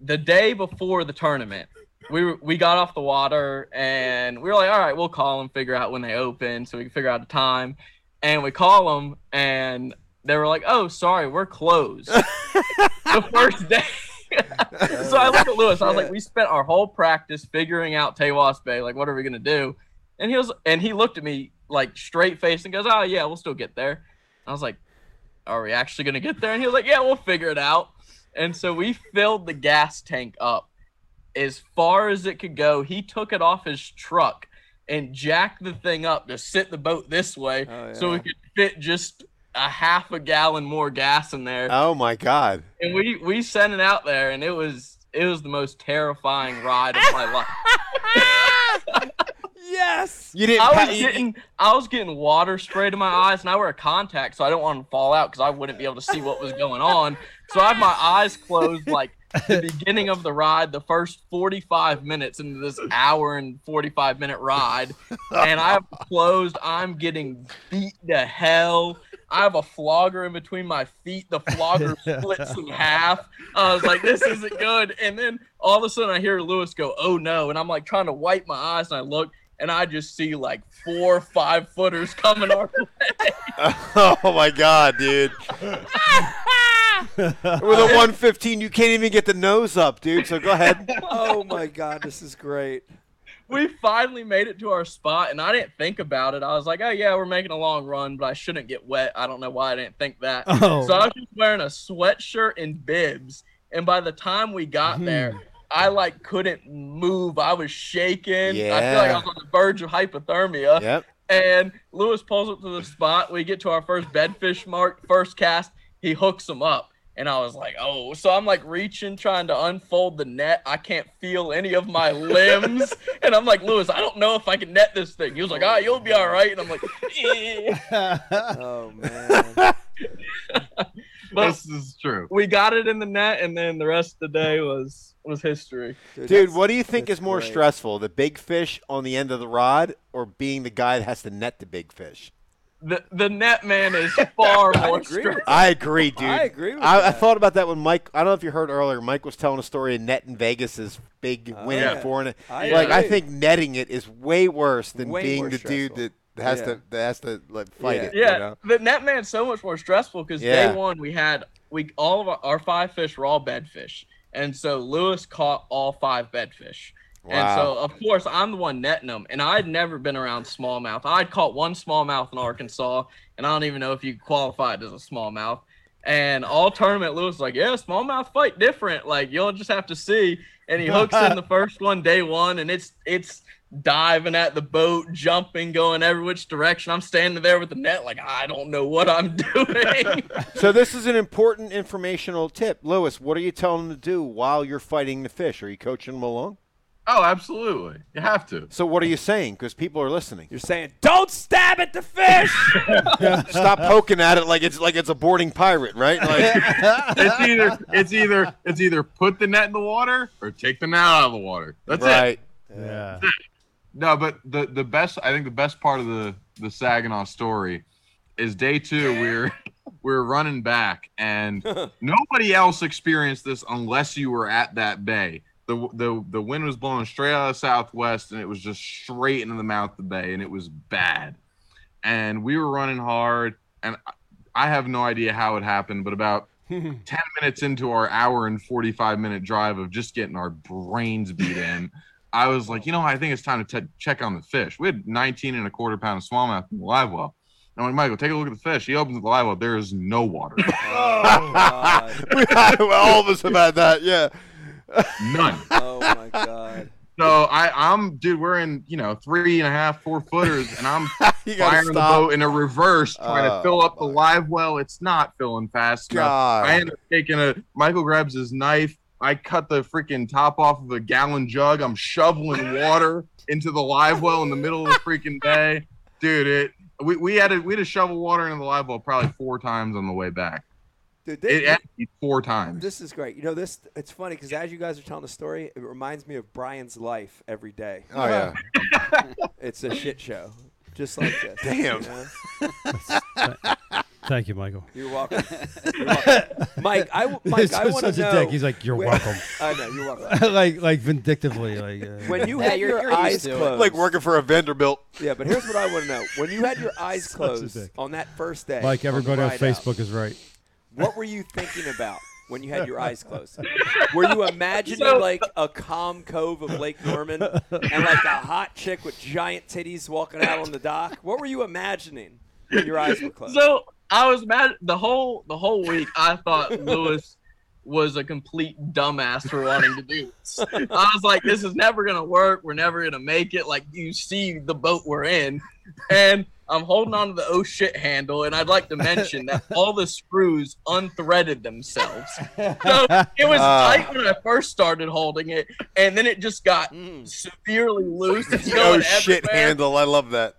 Speaker 7: the day before the tournament, we were, we got off the water and we were like, all right, we'll call them, figure out when they open, so we can figure out a time. And we call them, and they were like, oh, sorry, we're closed. the first day. [laughs] so I looked at Lewis. I was like, we spent our whole practice figuring out Tawas Bay. Like, what are we gonna do? And he was, and he looked at me like straight face and goes, oh yeah, we'll still get there. I was like, are we actually gonna get there? And he was like, yeah, we'll figure it out. And so we filled the gas tank up as far as it could go. He took it off his truck and jack the thing up to sit the boat this way
Speaker 2: Oh,
Speaker 7: so we
Speaker 2: yeah.
Speaker 7: could fit just a half a gallon more gas in there.
Speaker 1: Oh my God!
Speaker 7: and we we sent it out there, and it was it was the most terrifying ride of
Speaker 2: [laughs]
Speaker 7: my life.
Speaker 2: Yes.
Speaker 1: You didn't.
Speaker 7: I
Speaker 1: pa-
Speaker 7: was
Speaker 1: you-
Speaker 7: getting I was getting water sprayed in my eyes, and I wear a contact, so I don't want them to fall out because I wouldn't be able to see what was going on. So I had my eyes closed like the beginning of the ride, the first 45 minutes into this hour and 45 minute ride, and I have closed. I'm getting beat to hell. I have a flogger in between my feet. The flogger splits in half. I was like, this isn't good. And then all of a sudden, I hear Lewis go, oh no. And I'm like trying to wipe my eyes, and I look, and I just see like four or five footers coming our way.
Speaker 1: [laughs] oh my God, dude! With a 115, you can't even get the nose up, dude. So go ahead.
Speaker 2: Oh my God, this is great.
Speaker 7: We finally made it to our spot, and I didn't think about it. I was like, oh yeah, we're making a long run, but I shouldn't get wet. I don't know why I didn't think that.
Speaker 3: Oh.
Speaker 7: So I was just wearing a sweatshirt and bibs, and by the time we got there, I like couldn't move. I was shaking. I feel like
Speaker 1: Yeah.
Speaker 7: I was on the verge of hypothermia.
Speaker 1: Yep.
Speaker 7: And Lewis pulls up to the spot. We get to our first bedfish mark, first cast. He hooks him up. And I was like, oh. So I'm like reaching, trying to unfold the net. I can't feel any of my limbs. and I'm like, Lewis, I don't know if I can net this thing. He was like, ah, you'll be all right. And I'm like, [laughs]
Speaker 3: [laughs]
Speaker 7: eh.
Speaker 2: Oh
Speaker 1: [laughs]
Speaker 2: man.
Speaker 7: but
Speaker 6: this is true.
Speaker 7: we got it in the net. And then the rest of the day was was history.
Speaker 1: Dude,
Speaker 2: that's-
Speaker 1: what do you think
Speaker 2: that's
Speaker 1: is more
Speaker 2: great.
Speaker 1: stressful, the big fish on the end of the rod or being the guy that has to net the big fish?
Speaker 7: The, the net man is far more
Speaker 2: agree with
Speaker 7: strict.
Speaker 1: I agree, dude.
Speaker 2: I agree with
Speaker 1: I,
Speaker 2: [laughs]
Speaker 1: I
Speaker 2: that.
Speaker 1: thought about that when Mike, I don't know if you heard earlier, Mike was telling a story of netting Vegas's big win
Speaker 2: Oh, yeah.
Speaker 1: at four and
Speaker 2: I
Speaker 1: like I
Speaker 2: agree.
Speaker 1: think netting it is way worse than
Speaker 2: Way more
Speaker 1: being the dude
Speaker 2: stressful.
Speaker 1: that has
Speaker 2: Yeah.
Speaker 1: to that has to like fight
Speaker 2: Yeah.
Speaker 1: it. you
Speaker 7: Yeah,
Speaker 1: know?
Speaker 7: the net man's so much more stressful because
Speaker 1: Yeah.
Speaker 7: day one we had we all of our, our five fish were all bedfish, and so Lewis caught all five bedfish. And so, of course, I'm the one netting them. And I'd never been around smallmouth. I'd caught one smallmouth in Arkansas, and I don't even know if you qualified as a smallmouth. And all tournament, Lewis was like, yeah, smallmouth fight different. Like you'll just have to see. And he hooks in the first one day one, and it's it's diving at the boat, jumping, going every which direction. I'm standing there with the net, like I don't know what I'm [laughs] doing.
Speaker 1: So this is an important informational tip. Lewis, what are you telling them to do while you're fighting the fish? Are you coaching them along?
Speaker 6: Oh, absolutely. You have to.
Speaker 1: So what are you saying? Because people are listening.
Speaker 2: You're saying don't stab at the fish.
Speaker 1: [laughs] Stop poking at it like it's like it's a boarding pirate, right? Like,
Speaker 5: [laughs]
Speaker 6: It's either it's either it's either put the net in the water or take the net out of the water. That's
Speaker 1: [laughs]
Speaker 6: it.
Speaker 1: right.
Speaker 3: yeah.
Speaker 6: No, but the the best I think the best part of the the Saginaw story is day two we're we're running back and nobody else experienced this unless you were at that bay. The, the the wind was blowing straight out of the southwest and it was just straight into the mouth of the bay and it was bad. And we were running hard and I- I have no idea how it happened, but about 10 minutes into our hour and 45 minute drive of just getting our brains
Speaker 1: [laughs]
Speaker 6: beat in, I was like, you know, I think it's time to t- check on the fish. We had 19 and a quarter pound of smallmouth in the live well. And I'm like, Michael, take a look at the fish. He opens the live well. There is
Speaker 1: [laughs]
Speaker 6: no water.
Speaker 2: Oh, God.
Speaker 1: [laughs] All of us about that, yeah.
Speaker 6: None.
Speaker 2: oh my God.
Speaker 6: So I, I'm, dude, we're in, you know, three and a half, four footers, and I'm
Speaker 1: [laughs] You gotta
Speaker 6: firing the
Speaker 1: stop.
Speaker 6: boat in a reverse, trying
Speaker 1: Oh,
Speaker 6: to fill up the
Speaker 1: my.
Speaker 6: live well. It's not filling fast enough.
Speaker 1: God.
Speaker 2: Oh.
Speaker 6: I end up taking a. Michael grabs his knife. I cut the freaking top off of a gallon jug.
Speaker 2: [laughs]
Speaker 6: I'm shoveling water into the live well in the middle of the freaking day, dude. It we, we had to we had to shovel water into the live well probably four times on the way back.
Speaker 2: Dude,
Speaker 6: It
Speaker 2: this,
Speaker 6: emptied four times.
Speaker 2: this is great. You know this. It's funny because as you guys are telling the story, it reminds me of Brian's life every day.
Speaker 1: Oh yeah.
Speaker 2: It's a shit show, just like this.
Speaker 1: Damn.
Speaker 2: You know?
Speaker 3: [laughs] Thank you, Michael.
Speaker 2: You're
Speaker 3: [laughs]
Speaker 2: welcome. You're welcome. Mike, I w- Mike,
Speaker 3: He's
Speaker 2: I want to
Speaker 3: such
Speaker 2: know.
Speaker 3: a dick. He's like, "You're
Speaker 5: [laughs]
Speaker 2: when-
Speaker 3: welcome."
Speaker 2: [laughs] I know you're
Speaker 3: [laughs]
Speaker 2: welcome.
Speaker 3: like, like vindictively. Like, uh,
Speaker 2: When you
Speaker 4: Yeah,
Speaker 2: had
Speaker 4: you're-
Speaker 2: your
Speaker 4: you're used
Speaker 2: eyes
Speaker 4: to it.
Speaker 2: closed,
Speaker 1: Like working for a Vanderbilt.
Speaker 2: Yeah, but here's what I want to know: when you had your eyes
Speaker 3: [laughs] Such a
Speaker 2: closed
Speaker 3: dick.
Speaker 2: on that first day,
Speaker 3: like everybody on
Speaker 2: the ride out,
Speaker 3: Facebook
Speaker 5: [laughs]
Speaker 3: is right.
Speaker 2: what were you thinking about? When you had your eyes
Speaker 7: [laughs]
Speaker 2: closed, were you imagining
Speaker 7: So-
Speaker 2: like a calm cove of Lake Norman and like a hot chick with giant titties walking out on the dock? What were you imagining when your eyes were closed?
Speaker 1: [laughs]
Speaker 7: so I was mad the whole the whole week. I thought Lewis was a complete dumbass for wanting to do this. I was like, this is never gonna work. We're never gonna make it. Like you see the boat we're in, and I'm holding on to the oh shit handle. And I'd like to mention that all the screws unthreaded themselves. So it was
Speaker 1: Ah.
Speaker 7: tight when I first started holding it, and then it just got
Speaker 2: Hmm.
Speaker 7: severely loose. It's
Speaker 1: [laughs]
Speaker 7: going
Speaker 1: oh shit
Speaker 7: everywhere.
Speaker 1: handle. I love that.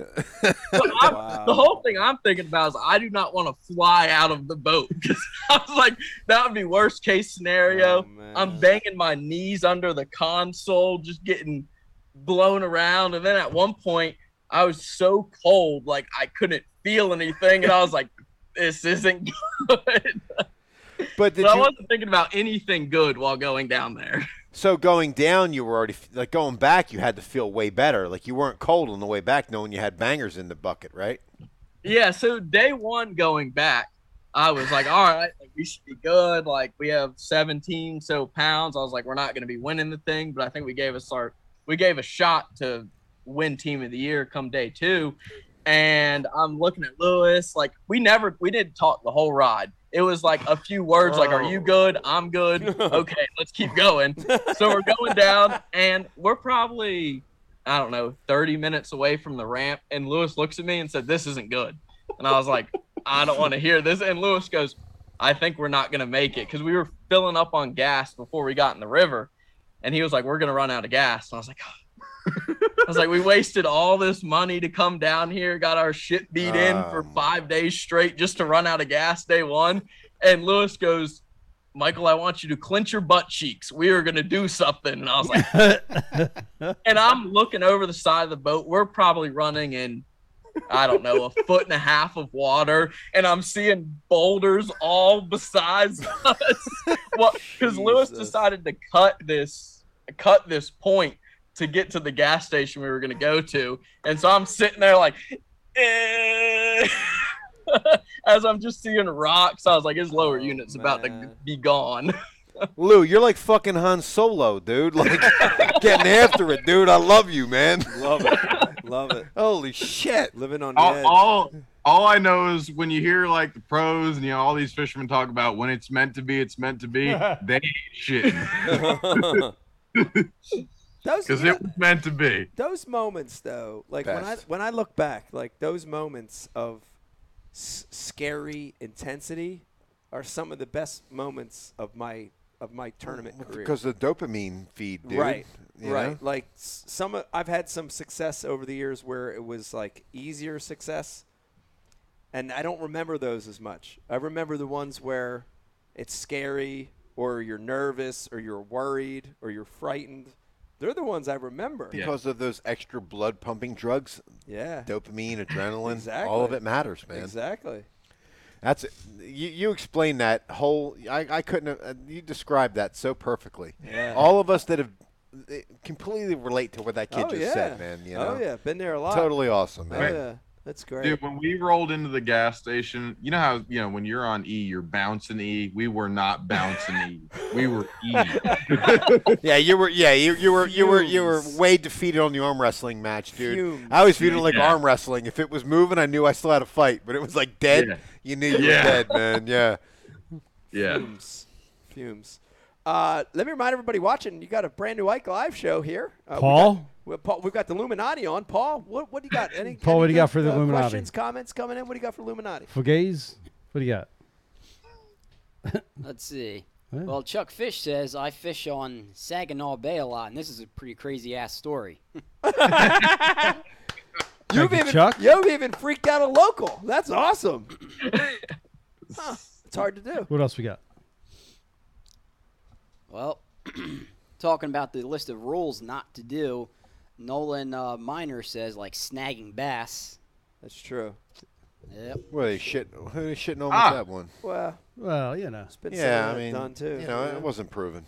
Speaker 7: But I'm-
Speaker 2: Wow.
Speaker 7: The whole thing I'm thinking about is I do not want to fly out of the boat [laughs] because I was like, that would be worst case
Speaker 1: Oh,
Speaker 7: scenario.
Speaker 2: Oh,
Speaker 7: I'm banging my knees under the console, just getting blown around. And then at one point, I was so cold, like I couldn't feel anything, and I was like, this isn't [laughs] good.
Speaker 1: But did
Speaker 7: but I
Speaker 1: you,
Speaker 7: wasn't thinking about anything good while going down there.
Speaker 1: so going down, you were already f- like going back. You had to feel way better. Like you weren't cold on the way back, knowing you had bangers in the bucket, right?
Speaker 7: Yeah, so day one going back, I was like, all right, like, we should be good. Like we have 17 so pounds. I was like, we're not going to be winning the thing, but I think we gave us our we gave a shot to win team of the year come day two. And I'm looking at Lewis. Like we never we didn't talk the whole ride. It was like a few words, like, "Are you good? I'm good. Okay, let's keep going." So we're going down, and we're probably I don't know 30 minutes away from the ramp. And Lewis looks at me and said, "This isn't good." And I was like, "I don't want to hear this." And Lewis goes, "I think we're not gonna make it because we were filling up on gas before we got in the river." And he was like, "We're gonna run out of gas." And I was like. "Oh." I was like, we wasted all this money to come down here, got our shit beat in for
Speaker 1: Um.
Speaker 7: five days straight just to run out of gas day one. And Lewis goes, Michael, I want you to clench your butt cheeks. We are gonna do something. And I was like, and I'm looking over the side of the boat. We're probably running in, I don't know, a foot and a half of water, and I'm seeing boulders all besides us. [laughs] Well, because Lewis
Speaker 2: Jesus.
Speaker 7: decided to cut this cut this point to get to the gas station we were gonna go to, and so I'm sitting there like. eh. [laughs] As I'm just seeing rocks, I was like, his lower
Speaker 2: Oh,
Speaker 7: unit's about to
Speaker 2: man.
Speaker 7: be gone.
Speaker 1: Lou, you're like fucking Han Solo, dude. [laughs] Like getting after it, dude. I love you, man. [laughs]
Speaker 2: Love it. Love it.
Speaker 1: Holy shit.
Speaker 2: Living on the
Speaker 6: all,
Speaker 2: edge.
Speaker 6: all all I know is when you hear like the pros and you know all these fishermen talk about when it's meant to be, it's meant
Speaker 2: [laughs]
Speaker 6: to be. they ain't shitting
Speaker 2: those,
Speaker 6: because it was meant to be.
Speaker 2: those moments though, like when I
Speaker 1: Best.
Speaker 2: when I look back, like those moments of s- scary intensity are some of the best moments of my of my tournament career.
Speaker 1: Because the dopamine feed, dude.
Speaker 2: Right.
Speaker 1: you
Speaker 2: right.
Speaker 1: know?
Speaker 2: Like s- some of- I've had some success over the years where it was like easier success and I don't remember those as much. I remember the ones where it's scary or you're nervous or you're worried or you're frightened. They're the ones I remember.
Speaker 1: Because of those extra blood pumping drugs,
Speaker 2: Yeah.
Speaker 1: dopamine, adrenaline, all of
Speaker 2: Exactly.
Speaker 1: it matters, man.
Speaker 2: Exactly.
Speaker 1: That's you. You explained that whole. I, I couldn't. have- uh, You described that so perfectly.
Speaker 2: Yeah.
Speaker 1: All of us that have eh, completely relate to what that kid
Speaker 2: oh,
Speaker 1: just
Speaker 2: yeah.
Speaker 1: said, man. You know.
Speaker 2: Oh yeah, been there a lot.
Speaker 1: Totally awesome,
Speaker 2: Oh
Speaker 1: man.
Speaker 2: yeah. That's great.
Speaker 6: Dude, when we rolled into the gas station, you know how you know when you're on E, you're bouncing E. We were not bouncing E. We were E. [laughs]
Speaker 1: Yeah, you were. Yeah, you, you were. You were. You were
Speaker 2: Fumes.
Speaker 1: way defeated on the arm wrestling match, dude.
Speaker 2: Fumes.
Speaker 1: I always viewed it like
Speaker 6: Yeah.
Speaker 1: arm wrestling. If it was moving, I knew I still had a fight. But it was like dead.
Speaker 6: Yeah.
Speaker 1: You knew you
Speaker 6: Yeah.
Speaker 1: were
Speaker 6: [laughs]
Speaker 1: dead, man. Yeah.
Speaker 6: Yeah.
Speaker 2: Fumes. Fumes. Uh, let me remind everybody watching, you got a brand new Ike Live show here. Uh, we
Speaker 5: Paul?
Speaker 2: got- we- Paul, we've got the Illuminati on. Paul, what, what do you got? Any,
Speaker 5: [laughs] Paul, what
Speaker 2: any
Speaker 5: do you got
Speaker 2: good,
Speaker 5: for the
Speaker 2: uh,
Speaker 5: Illuminati?
Speaker 2: Questions, comments coming in? What do you got for Illuminati?
Speaker 5: Fugaze? What do you got?
Speaker 4: Let's see.
Speaker 5: Yeah.
Speaker 4: Well, Chuck Fish says I fish on Saginaw Bay a lot, and this is a pretty crazy ass story.
Speaker 5: Thank you,
Speaker 2: even,
Speaker 5: Chuck.
Speaker 2: You've even freaked out a local. That's awesome. Huh, it's hard to do.
Speaker 5: What else we got?
Speaker 4: Well, [clears throat] talking about the list of rules not to do, Nolan uh, Miner says like snagging bass.
Speaker 2: That's true.
Speaker 4: Yep.
Speaker 1: Well, they shit. Who they shitting on with
Speaker 6: Ah.
Speaker 1: that one?
Speaker 2: Well,
Speaker 5: Well, you know.
Speaker 2: it's been
Speaker 1: Yeah,
Speaker 2: some
Speaker 1: I mean,
Speaker 2: done too.
Speaker 1: you know, it wasn't proven.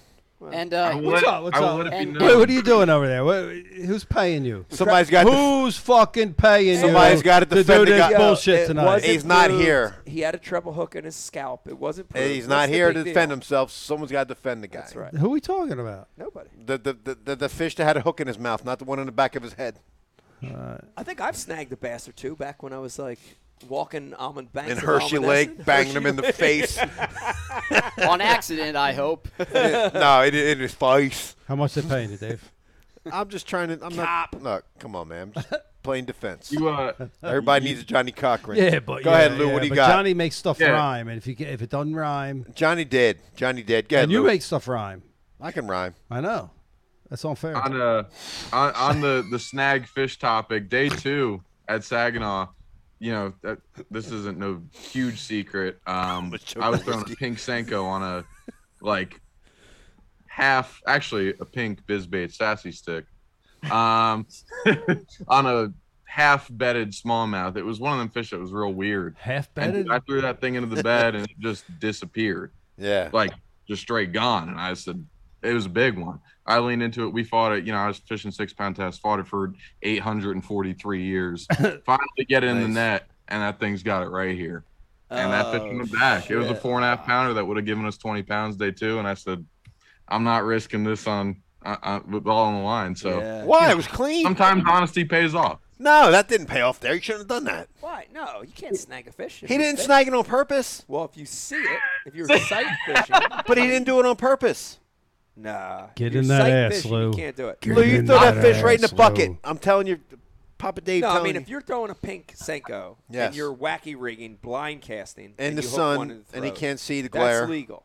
Speaker 4: And
Speaker 6: I
Speaker 4: uh,
Speaker 6: would,
Speaker 5: What's up? What's
Speaker 6: I
Speaker 5: up?
Speaker 6: would if
Speaker 4: And-
Speaker 6: you
Speaker 5: Hey,
Speaker 6: know.
Speaker 5: what are you doing over there? What, who's paying you?
Speaker 1: Somebody's got. the-
Speaker 5: Who's fucking paying
Speaker 1: Somebody's
Speaker 5: you?
Speaker 1: gotta
Speaker 5: to
Speaker 1: defend
Speaker 5: do
Speaker 1: the
Speaker 5: this
Speaker 1: guy- Yo,
Speaker 5: bullshit
Speaker 2: it
Speaker 5: tonight.
Speaker 2: wasn't
Speaker 1: He's not
Speaker 2: proved.
Speaker 1: here.
Speaker 2: He had a treble hook in his scalp. It wasn't
Speaker 1: Hey,
Speaker 2: proved.
Speaker 1: he's
Speaker 2: What's
Speaker 1: not
Speaker 2: the
Speaker 1: here
Speaker 2: big
Speaker 1: to
Speaker 2: deal?
Speaker 1: defend himself. Someone's got to defend the guy.
Speaker 2: That's right.
Speaker 5: Who we talking about?
Speaker 2: Nobody.
Speaker 1: The the, the, the the fish that had a hook in his mouth, not the one in the back of his head.
Speaker 2: I think I've snagged a bass or two back when I was like walking almond banks
Speaker 9: and
Speaker 2: of
Speaker 9: Hershey
Speaker 2: almond
Speaker 9: Lake
Speaker 2: acid.
Speaker 9: banging him in the face.
Speaker 4: on accident,
Speaker 1: [laughs]
Speaker 4: I hope.
Speaker 9: no, in, in his face.
Speaker 3: How much they paying you, Dave?
Speaker 1: I'm just trying to. I'm
Speaker 2: Cop.
Speaker 1: not. No, come on, man. I'm just playing defense.
Speaker 6: You uh,
Speaker 1: Everybody needs a Johnny Cochran.
Speaker 3: yeah, but
Speaker 1: go
Speaker 3: yeah,
Speaker 1: ahead, Lou.
Speaker 3: yeah,
Speaker 1: what do you
Speaker 3: but
Speaker 1: got? Johnny,
Speaker 3: Johnny makes stuff
Speaker 6: Yeah.
Speaker 3: rhyme, and if you get, if it doesn't rhyme,
Speaker 1: did. Johnny did. Go ahead,
Speaker 3: and you
Speaker 1: Lou.
Speaker 3: make stuff rhyme.
Speaker 1: I can rhyme.
Speaker 3: I know. That's unfair.
Speaker 6: on uh, on, on the the snag fish topic, day two at Saginaw. You know, that, this isn't no huge secret. Um, I was throwing a pink senko on a like half, actually a pink bizbait sassy stick, um, on a half bedded smallmouth. It was one of them fish that was real weird.
Speaker 3: Half
Speaker 6: And
Speaker 3: bedded.
Speaker 6: I threw that thing into the bed and it just disappeared
Speaker 1: Yeah.
Speaker 6: like just straight gone. And I said, it was a big one. I leaned into it. We fought it. You know, I was fishing six pound test, fought it for 843
Speaker 2: [laughs]
Speaker 6: years. Finally get it in the
Speaker 1: Nice.
Speaker 6: net, and that thing's got it right here. And that fish
Speaker 2: Oh,
Speaker 6: went back. It was a
Speaker 2: shit.
Speaker 6: four and a half pounder that would have given us 20 pounds day two. And I said, I'm not risking this on uh, uh, with all on the line. So
Speaker 2: Yeah.
Speaker 1: Why? It was clean.
Speaker 6: sometimes honesty pays off.
Speaker 1: no, that didn't pay off there. You shouldn't have done that.
Speaker 2: Why? No, you can't snag a fish. if
Speaker 1: He
Speaker 2: you
Speaker 1: didn't
Speaker 2: fish.
Speaker 1: snag it on purpose,
Speaker 2: Well, if you see it, if you're
Speaker 1: [laughs]
Speaker 2: sight fishing,
Speaker 1: but he didn't do it on purpose.
Speaker 2: nah.
Speaker 3: Get
Speaker 2: If you're
Speaker 3: in that
Speaker 2: sight
Speaker 3: ass,
Speaker 2: fishing,
Speaker 3: Lou.
Speaker 2: You can't do it.
Speaker 1: Lou, you
Speaker 3: in
Speaker 1: throw that
Speaker 3: that
Speaker 1: fish right in the
Speaker 3: ass,
Speaker 1: bucket.
Speaker 3: Lou.
Speaker 1: I'm telling you, Papa Dave.
Speaker 2: No, I
Speaker 1: telling
Speaker 2: mean
Speaker 1: you.
Speaker 2: if you're throwing a pink senko
Speaker 1: Yes.
Speaker 2: and you're wacky rigging, blind casting,
Speaker 1: in
Speaker 2: and
Speaker 1: the
Speaker 2: you hook one in
Speaker 1: sun
Speaker 2: the
Speaker 1: and he
Speaker 2: throat,
Speaker 1: can't see the glare.
Speaker 2: That's legal.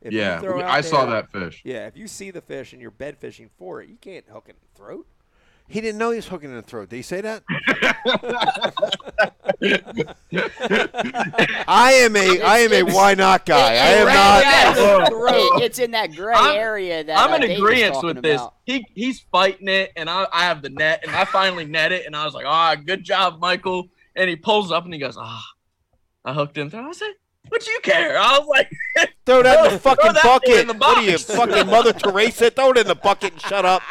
Speaker 2: If you
Speaker 6: yeah.
Speaker 2: throw out
Speaker 6: I saw
Speaker 2: there-
Speaker 6: that fish.
Speaker 2: Yeah, if you see the fish and you're bed fishing for it, you can't hook it in the throat.
Speaker 1: He didn't know he was hooking in the throat. Did he say that? I am a I am a why not guy. I am
Speaker 4: Right,
Speaker 1: not.
Speaker 4: yes.
Speaker 7: Whoa.
Speaker 4: It- it's in that gray
Speaker 7: I'm-
Speaker 4: area that
Speaker 7: I'm
Speaker 4: uh,
Speaker 7: in
Speaker 4: Dave was
Speaker 7: agreement
Speaker 4: talking
Speaker 7: with this.
Speaker 4: about.
Speaker 7: He he's fighting it, and I, I have the net, and I finally net it, and I was like, ah, good job, Michael. And he pulls up and he goes, ah, I hooked him. I said, what you care? I was like,
Speaker 1: Throw that in the
Speaker 7: Throw
Speaker 1: fucking
Speaker 7: that thing
Speaker 1: bucket.
Speaker 7: in the
Speaker 1: what are you,
Speaker 7: box.
Speaker 1: fucking Mother Teresa? Throw it in the bucket and shut up.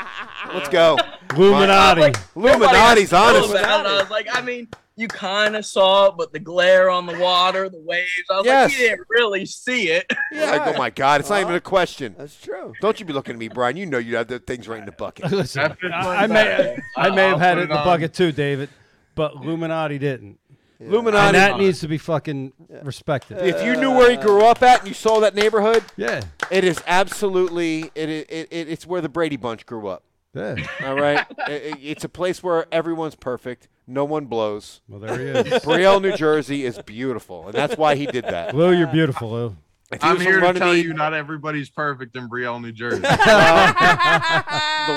Speaker 1: Let's go.
Speaker 3: Illuminati.
Speaker 1: Illuminati's
Speaker 7: Nobody
Speaker 1: honest.
Speaker 7: knows about it. I was like, I mean, you kind of saw it, but the glare on the water, the waves. I was
Speaker 1: Yes.
Speaker 7: like, you didn't really see it. [laughs]
Speaker 1: Yeah. Like, oh my God, it's not even a question.
Speaker 2: That's true.
Speaker 1: Don't you be looking at me, Brian. You know you have the things right in
Speaker 3: [laughs]
Speaker 1: the
Speaker 3: [laughs]
Speaker 1: bucket.
Speaker 3: Listen,
Speaker 6: That fish
Speaker 3: I, I [laughs]
Speaker 6: went
Speaker 3: may
Speaker 6: back.
Speaker 3: I may
Speaker 6: I'll
Speaker 3: have had
Speaker 6: put
Speaker 3: it in the
Speaker 6: on-
Speaker 3: bucket too, David, but Illuminati didn't. And
Speaker 1: Illuminati.
Speaker 3: that needs to be fucking respected.
Speaker 1: if you knew where he grew up at and you saw that neighborhood,
Speaker 3: Yeah.
Speaker 1: it is absolutely it, it, it it's where the Brady Bunch grew up.
Speaker 3: Yeah.
Speaker 1: All right. I- I- it's a place where everyone's perfect. No one blows.
Speaker 3: Well, there he is.
Speaker 1: Brielle, New Jersey is beautiful, and that's why he did that.
Speaker 3: Lou, you're beautiful, Lou.
Speaker 1: If he
Speaker 6: I'm
Speaker 1: was from
Speaker 6: here to
Speaker 1: Runnymede,
Speaker 6: tell you not everybody's perfect in Brielle,
Speaker 2: [laughs]
Speaker 6: New Jersey.
Speaker 1: the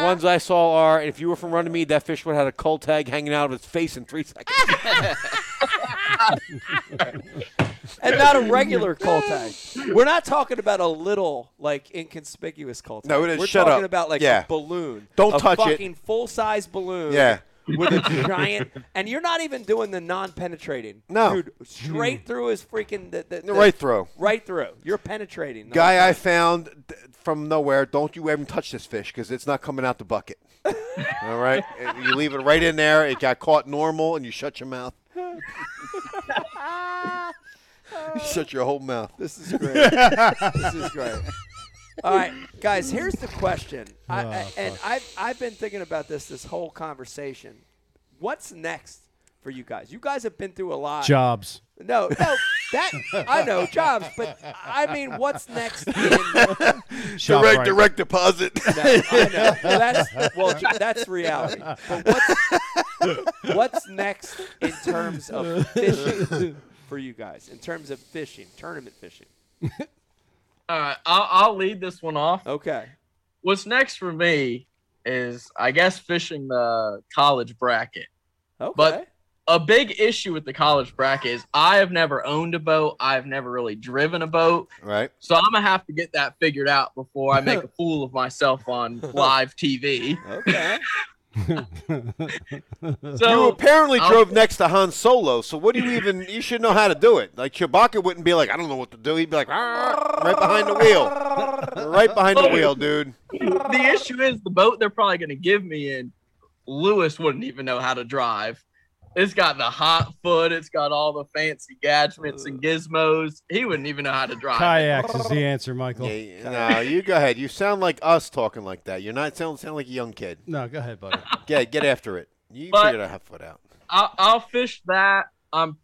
Speaker 1: ones I saw are if you were from Runnymede, that fish would have had a cold tag hanging out of its face in three seconds.
Speaker 2: And not a regular call tag. We're not talking about a little, like inconspicuous call tag.
Speaker 1: No, it is-
Speaker 2: We're
Speaker 1: shut
Speaker 2: talking
Speaker 1: up.
Speaker 2: about like
Speaker 1: Yeah.
Speaker 2: a balloon.
Speaker 1: Don't
Speaker 2: a
Speaker 1: touch it.
Speaker 2: Fucking full size balloon.
Speaker 1: [laughs] Yeah.
Speaker 2: With
Speaker 1: [laughs]
Speaker 2: a giant, and you're not even doing the non-penetrating.
Speaker 1: No.
Speaker 2: dude, straight through is freaking the, the, the
Speaker 1: Right throw.
Speaker 2: Right through. You're penetrating. the whole
Speaker 1: Guy I
Speaker 2: time.
Speaker 1: found th- from nowhere, don't you ever touch this fish because it's not coming out the [laughs] bucket. All right? Uh, You leave it right in there. It got caught normal, and you shut your [laughs] mouth. you shut your whole mouth.
Speaker 2: This is great. this is great. All right, guys. Here's the question, I, I, and I've I've been thinking about this this whole conversation. What's next for you guys? You guys have been through a lot.
Speaker 3: Jobs.
Speaker 2: No, no, that I know jobs, but I mean, what's next? In, no,
Speaker 3: Shop
Speaker 9: direct
Speaker 3: right.
Speaker 9: direct deposit.
Speaker 2: I know. Well, that's well, j- that's reality. But what's, what's next in terms of fishing for you guys? In terms of fishing, tournament fishing.
Speaker 7: All right, I'll, I'll lead this one off.
Speaker 2: Okay.
Speaker 7: What's next for me is, I guess, fishing the college bracket.
Speaker 2: Okay.
Speaker 7: But- a big issue with the college bracket is I have never owned a boat. I've never really driven a boat.
Speaker 1: [laughs] Right?
Speaker 7: So I'm going to have to get that figured out before I make a fool of myself on live TV.
Speaker 2: okay.
Speaker 1: You
Speaker 7: So
Speaker 1: apparently
Speaker 7: I'll-
Speaker 1: drove next to Han Solo, so what do you even? You should know how to do it. Like Chewbacca wouldn't be like, I don't know what to do. He'd be like, "Ah," right behind the
Speaker 7: [laughs]
Speaker 1: wheel, right behind the wheel, dude.
Speaker 7: the issue is the boat they're probably going to give me in, Lewis wouldn't even know how to drive. It's got the hot foot. It's got all the fancy gadgets and gizmos. He wouldn't even know how to drive.
Speaker 3: Kayaks is the answer, Michael.
Speaker 1: Yeah, no, you go ahead. You sound like us talking like that. You're not sound sound like a young kid.
Speaker 3: No, go ahead, buddy.
Speaker 1: Get get after it. You
Speaker 7: But-
Speaker 1: figured out how to foot out.
Speaker 7: I'll, I'll fish that. I'm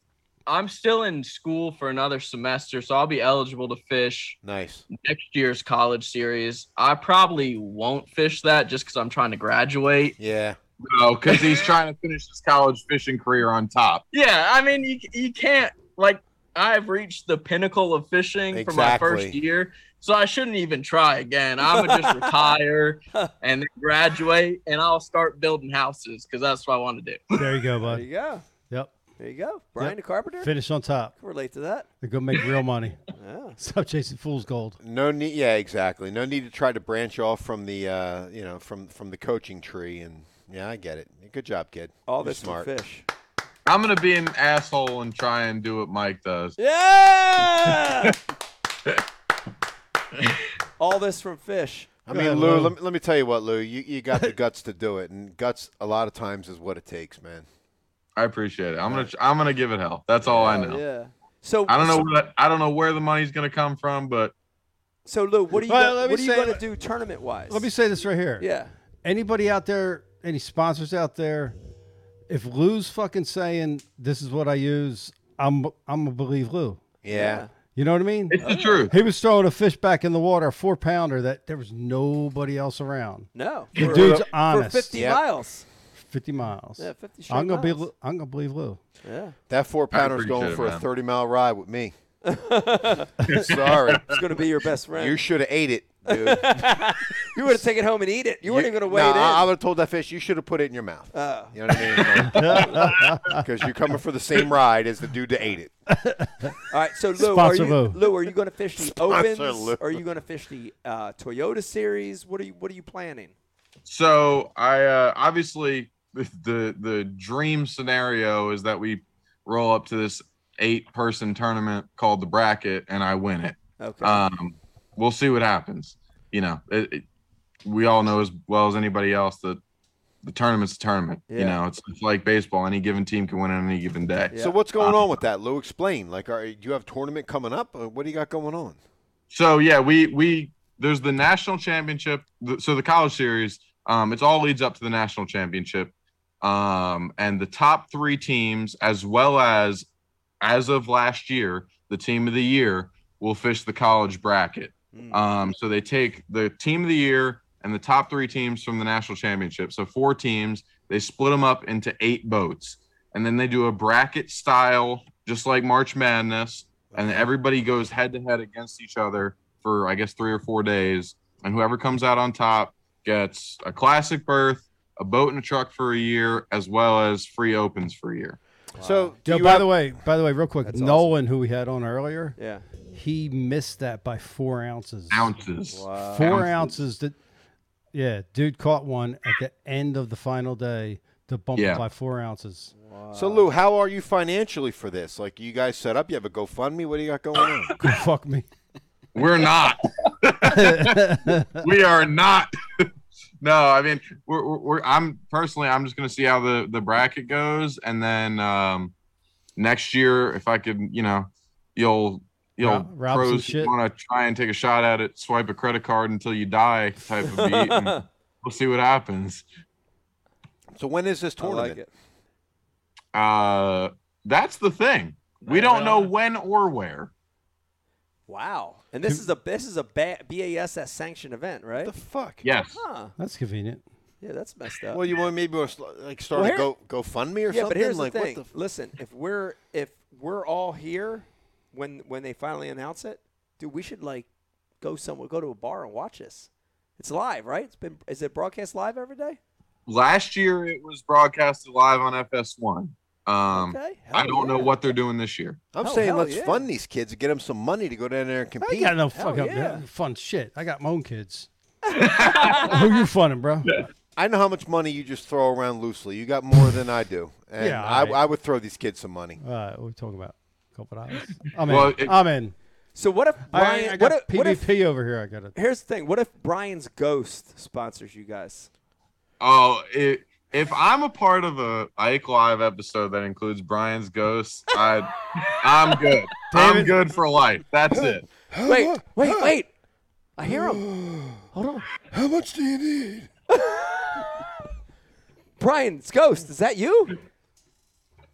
Speaker 7: I'm still in school for another semester, so I'll be eligible to fish
Speaker 1: Nice.
Speaker 7: next year's college series. I probably won't fish that just because I'm trying to graduate.
Speaker 1: Yeah.
Speaker 6: No, because Oh, he's trying to finish his college fishing career on top.
Speaker 7: Yeah, I mean, you you can't like I've reached the pinnacle of fishing for my first
Speaker 1: Exactly.
Speaker 7: year, so I shouldn't even try again. I'm gonna just retire and then graduate, and I'll start building houses because that's what I want to do.
Speaker 3: There you go,
Speaker 2: There
Speaker 3: bud.
Speaker 2: you go.
Speaker 3: Yep.
Speaker 2: There you go. Brian
Speaker 3: Yep.
Speaker 2: the Carpenter.
Speaker 3: Finish on top.
Speaker 2: Can relate to that.
Speaker 3: They're gonna make real money.
Speaker 2: Yeah.
Speaker 3: Stop chasing fool's gold.
Speaker 1: No need. Yeah, exactly. No need to try to branch off from the uh, you know from from the coaching tree. And yeah, I get it. Good job, kid.
Speaker 2: All
Speaker 1: You're
Speaker 2: this
Speaker 1: smart.
Speaker 2: for fish.
Speaker 6: I'm gonna be an asshole and try and do what Mike does.
Speaker 2: Yeah. All this from fish.
Speaker 1: I
Speaker 3: Go
Speaker 1: mean,
Speaker 3: ahead,
Speaker 1: Lou.
Speaker 3: Lou.
Speaker 1: Let me, let me tell you what, Lou. You, you got the guts to do it, and guts a lot of times is what it takes, man.
Speaker 6: I appreciate it. I'm gonna I'm gonna give it hell. That's
Speaker 1: Oh,
Speaker 6: all I know.
Speaker 2: Oh, Yeah. So
Speaker 6: I don't know what I don't know where the money's gonna come from, but
Speaker 2: So Lou, what are you gonna,
Speaker 3: Well, let me
Speaker 2: what are you
Speaker 3: say-
Speaker 2: going to do tournament wise?
Speaker 3: Let me say this right here.
Speaker 2: Yeah.
Speaker 3: Anybody out there, any sponsors out there, if Lou's fucking saying this is what I use, I'm I'm gonna believe Lou.
Speaker 1: Yeah.
Speaker 3: You know what I mean?
Speaker 6: it's the truth.
Speaker 3: He was throwing a fish back in the water, a four pounder that there was nobody else around.
Speaker 2: No.
Speaker 3: The
Speaker 2: For,
Speaker 3: dude's
Speaker 2: for
Speaker 3: honest.
Speaker 2: 50
Speaker 1: Yep.
Speaker 2: miles.
Speaker 3: 50 miles.
Speaker 2: Yeah, 50 straight
Speaker 3: I'm gonna be.
Speaker 2: miles.
Speaker 3: Lou- I'm gonna believe Lou.
Speaker 2: Yeah.
Speaker 1: That four pounder's
Speaker 6: appreciate
Speaker 1: going
Speaker 6: it,
Speaker 1: for a
Speaker 6: man.
Speaker 1: thirty mile ride with me. Sorry,
Speaker 2: It's going to be your best friend.
Speaker 1: you
Speaker 2: You,
Speaker 1: should have
Speaker 2: [laughs]
Speaker 1: ate it, dude.
Speaker 2: would have taken it home and eat it. You weren't
Speaker 1: You-
Speaker 2: even going to
Speaker 1: nah,
Speaker 2: wait
Speaker 1: I,
Speaker 2: in.
Speaker 1: would have told that fish you should have put it in your mouth.
Speaker 2: Oh.
Speaker 1: You know what I mean?
Speaker 2: [laughs]
Speaker 1: Because you're coming for the same ride as the dude that ate it.
Speaker 2: All right. So Lou, are
Speaker 3: Sponsor
Speaker 2: you
Speaker 3: Lou.
Speaker 2: Lou, are you going to fish the Opens?
Speaker 1: Lou.
Speaker 2: Are you going to fish the uh, Toyota Series? What are you What are you planning?
Speaker 6: So I uh, obviously the, the the dream scenario is that we roll up to this eight person tournament called the bracket and I win it.
Speaker 2: Okay.
Speaker 1: Uh,
Speaker 6: Um, we'll see what happens. You know, it, it- we all know as well as anybody else that the tournament's a tournament. You
Speaker 2: Yeah.
Speaker 6: know, it's, it's like baseball. Any given team can win on any given day.
Speaker 2: Yeah. Uh.
Speaker 1: So what's going on with that, Lou? Explain. Like, are, do you have a tournament coming up? Or what do you got going on?
Speaker 6: So yeah, we we there's the national championship. th- So the college series, um, it's all leads up to the national championship, um, and the top three teams, as well as as of last year, the team of the year will fish the college bracket.
Speaker 2: Mm.
Speaker 1: uh,
Speaker 6: Um, so they take the team of the year and the top three teams from the national championship. So four teams. They split them up into eight boats, and then they do a bracket style, just like March Madness and everybody goes head to head against each other for I guess three or four days, and whoever comes out on top gets a classic berth, a boat and a truck for a year, as well as free opens for a year.
Speaker 1: So, do
Speaker 3: Yo,
Speaker 1: you
Speaker 3: by
Speaker 1: have-
Speaker 3: the way, by the way, real quick,
Speaker 2: That's awesome.
Speaker 3: Nolan, who we had on earlier,
Speaker 2: yeah.
Speaker 3: he missed that by four ounces.
Speaker 6: Ounces.
Speaker 2: Wow.
Speaker 3: Four
Speaker 6: Ounces.
Speaker 3: ounces. That, yeah, dude caught one at the end of the final day to bump
Speaker 6: Yeah.
Speaker 3: it by four ounces.
Speaker 1: so Lou, how are you financially for this? Like, you guys set up? You have a GoFundMe? What do you got going on?
Speaker 2: [coughs] [laughs]
Speaker 3: Good fuck me. [laughs]
Speaker 6: We're not. we are not. [laughs] no, I mean, we're, we're, we're. I'm personally, I'm just gonna see how the the bracket goes, and then um, next year, if I could, you know, you'll you'll
Speaker 3: Rob- rob some shit.
Speaker 6: want to try and take a shot at it, swipe a credit card until you die type of beat. and we'll see what happens.
Speaker 1: so when is this
Speaker 2: I
Speaker 1: tournament?
Speaker 2: like it.
Speaker 6: Uh, that's the thing. We don't know when or where.
Speaker 2: Wow. And this is a this is a ba- BASS sanctioned event, right?
Speaker 1: What the fuck?
Speaker 6: Yes.
Speaker 2: Huh.
Speaker 3: That's convenient.
Speaker 2: Yeah, that's messed up.
Speaker 1: Well, you want maybe want to sl- like start
Speaker 2: Well,
Speaker 1: a
Speaker 2: here-
Speaker 1: Go GoFundMe or
Speaker 2: yeah,
Speaker 1: something?
Speaker 2: but here's
Speaker 1: like,
Speaker 2: the thing.
Speaker 1: What the f-
Speaker 2: Listen, if we're if we're all here when when they finally announce it, dude, we should like go somewhere, go to a bar and watch this. It's live, right? It's been is it broadcast live every day?
Speaker 6: Last year, it was broadcasted live on FS1. Um,
Speaker 2: okay.
Speaker 6: I don't know
Speaker 2: yeah.
Speaker 6: what they're doing this year.
Speaker 1: I'm
Speaker 2: Oh,
Speaker 1: saying
Speaker 2: hell
Speaker 1: let's
Speaker 2: yeah.
Speaker 1: fund these kids and get them some money to go down there and
Speaker 3: I ain't
Speaker 1: compete.
Speaker 3: got no fucking
Speaker 2: yeah.
Speaker 3: fun shit. I got my own kids. [laughs] Who you funning, bro?
Speaker 1: I know how much money you just throw around loosely. You got more than I do, and
Speaker 3: Yeah,
Speaker 1: I,
Speaker 3: I-
Speaker 1: I would throw these kids some money.
Speaker 3: All right, what are we talking about? Couple of hours. I'm in.
Speaker 6: Well, it-
Speaker 3: I'm in.
Speaker 2: So what if
Speaker 3: I-
Speaker 2: Brian?
Speaker 3: I,
Speaker 2: what,
Speaker 3: got
Speaker 2: if, what if-
Speaker 3: PvP over here. I got it.
Speaker 2: Here's the thing. What if Brian's ghost sponsors you
Speaker 1: [gasps]
Speaker 2: guys?
Speaker 6: Oh, it, if I'm a part of a Ike Live episode that includes Brian's ghost, I, I'm
Speaker 1: [laughs]
Speaker 6: good. I'm
Speaker 3: David-
Speaker 6: good for life. That's it.
Speaker 2: Wait, wait,
Speaker 1: [gasps]
Speaker 2: wait. I hear him. Hold on.
Speaker 1: How much do you need?
Speaker 2: Brian's ghost. Is that you?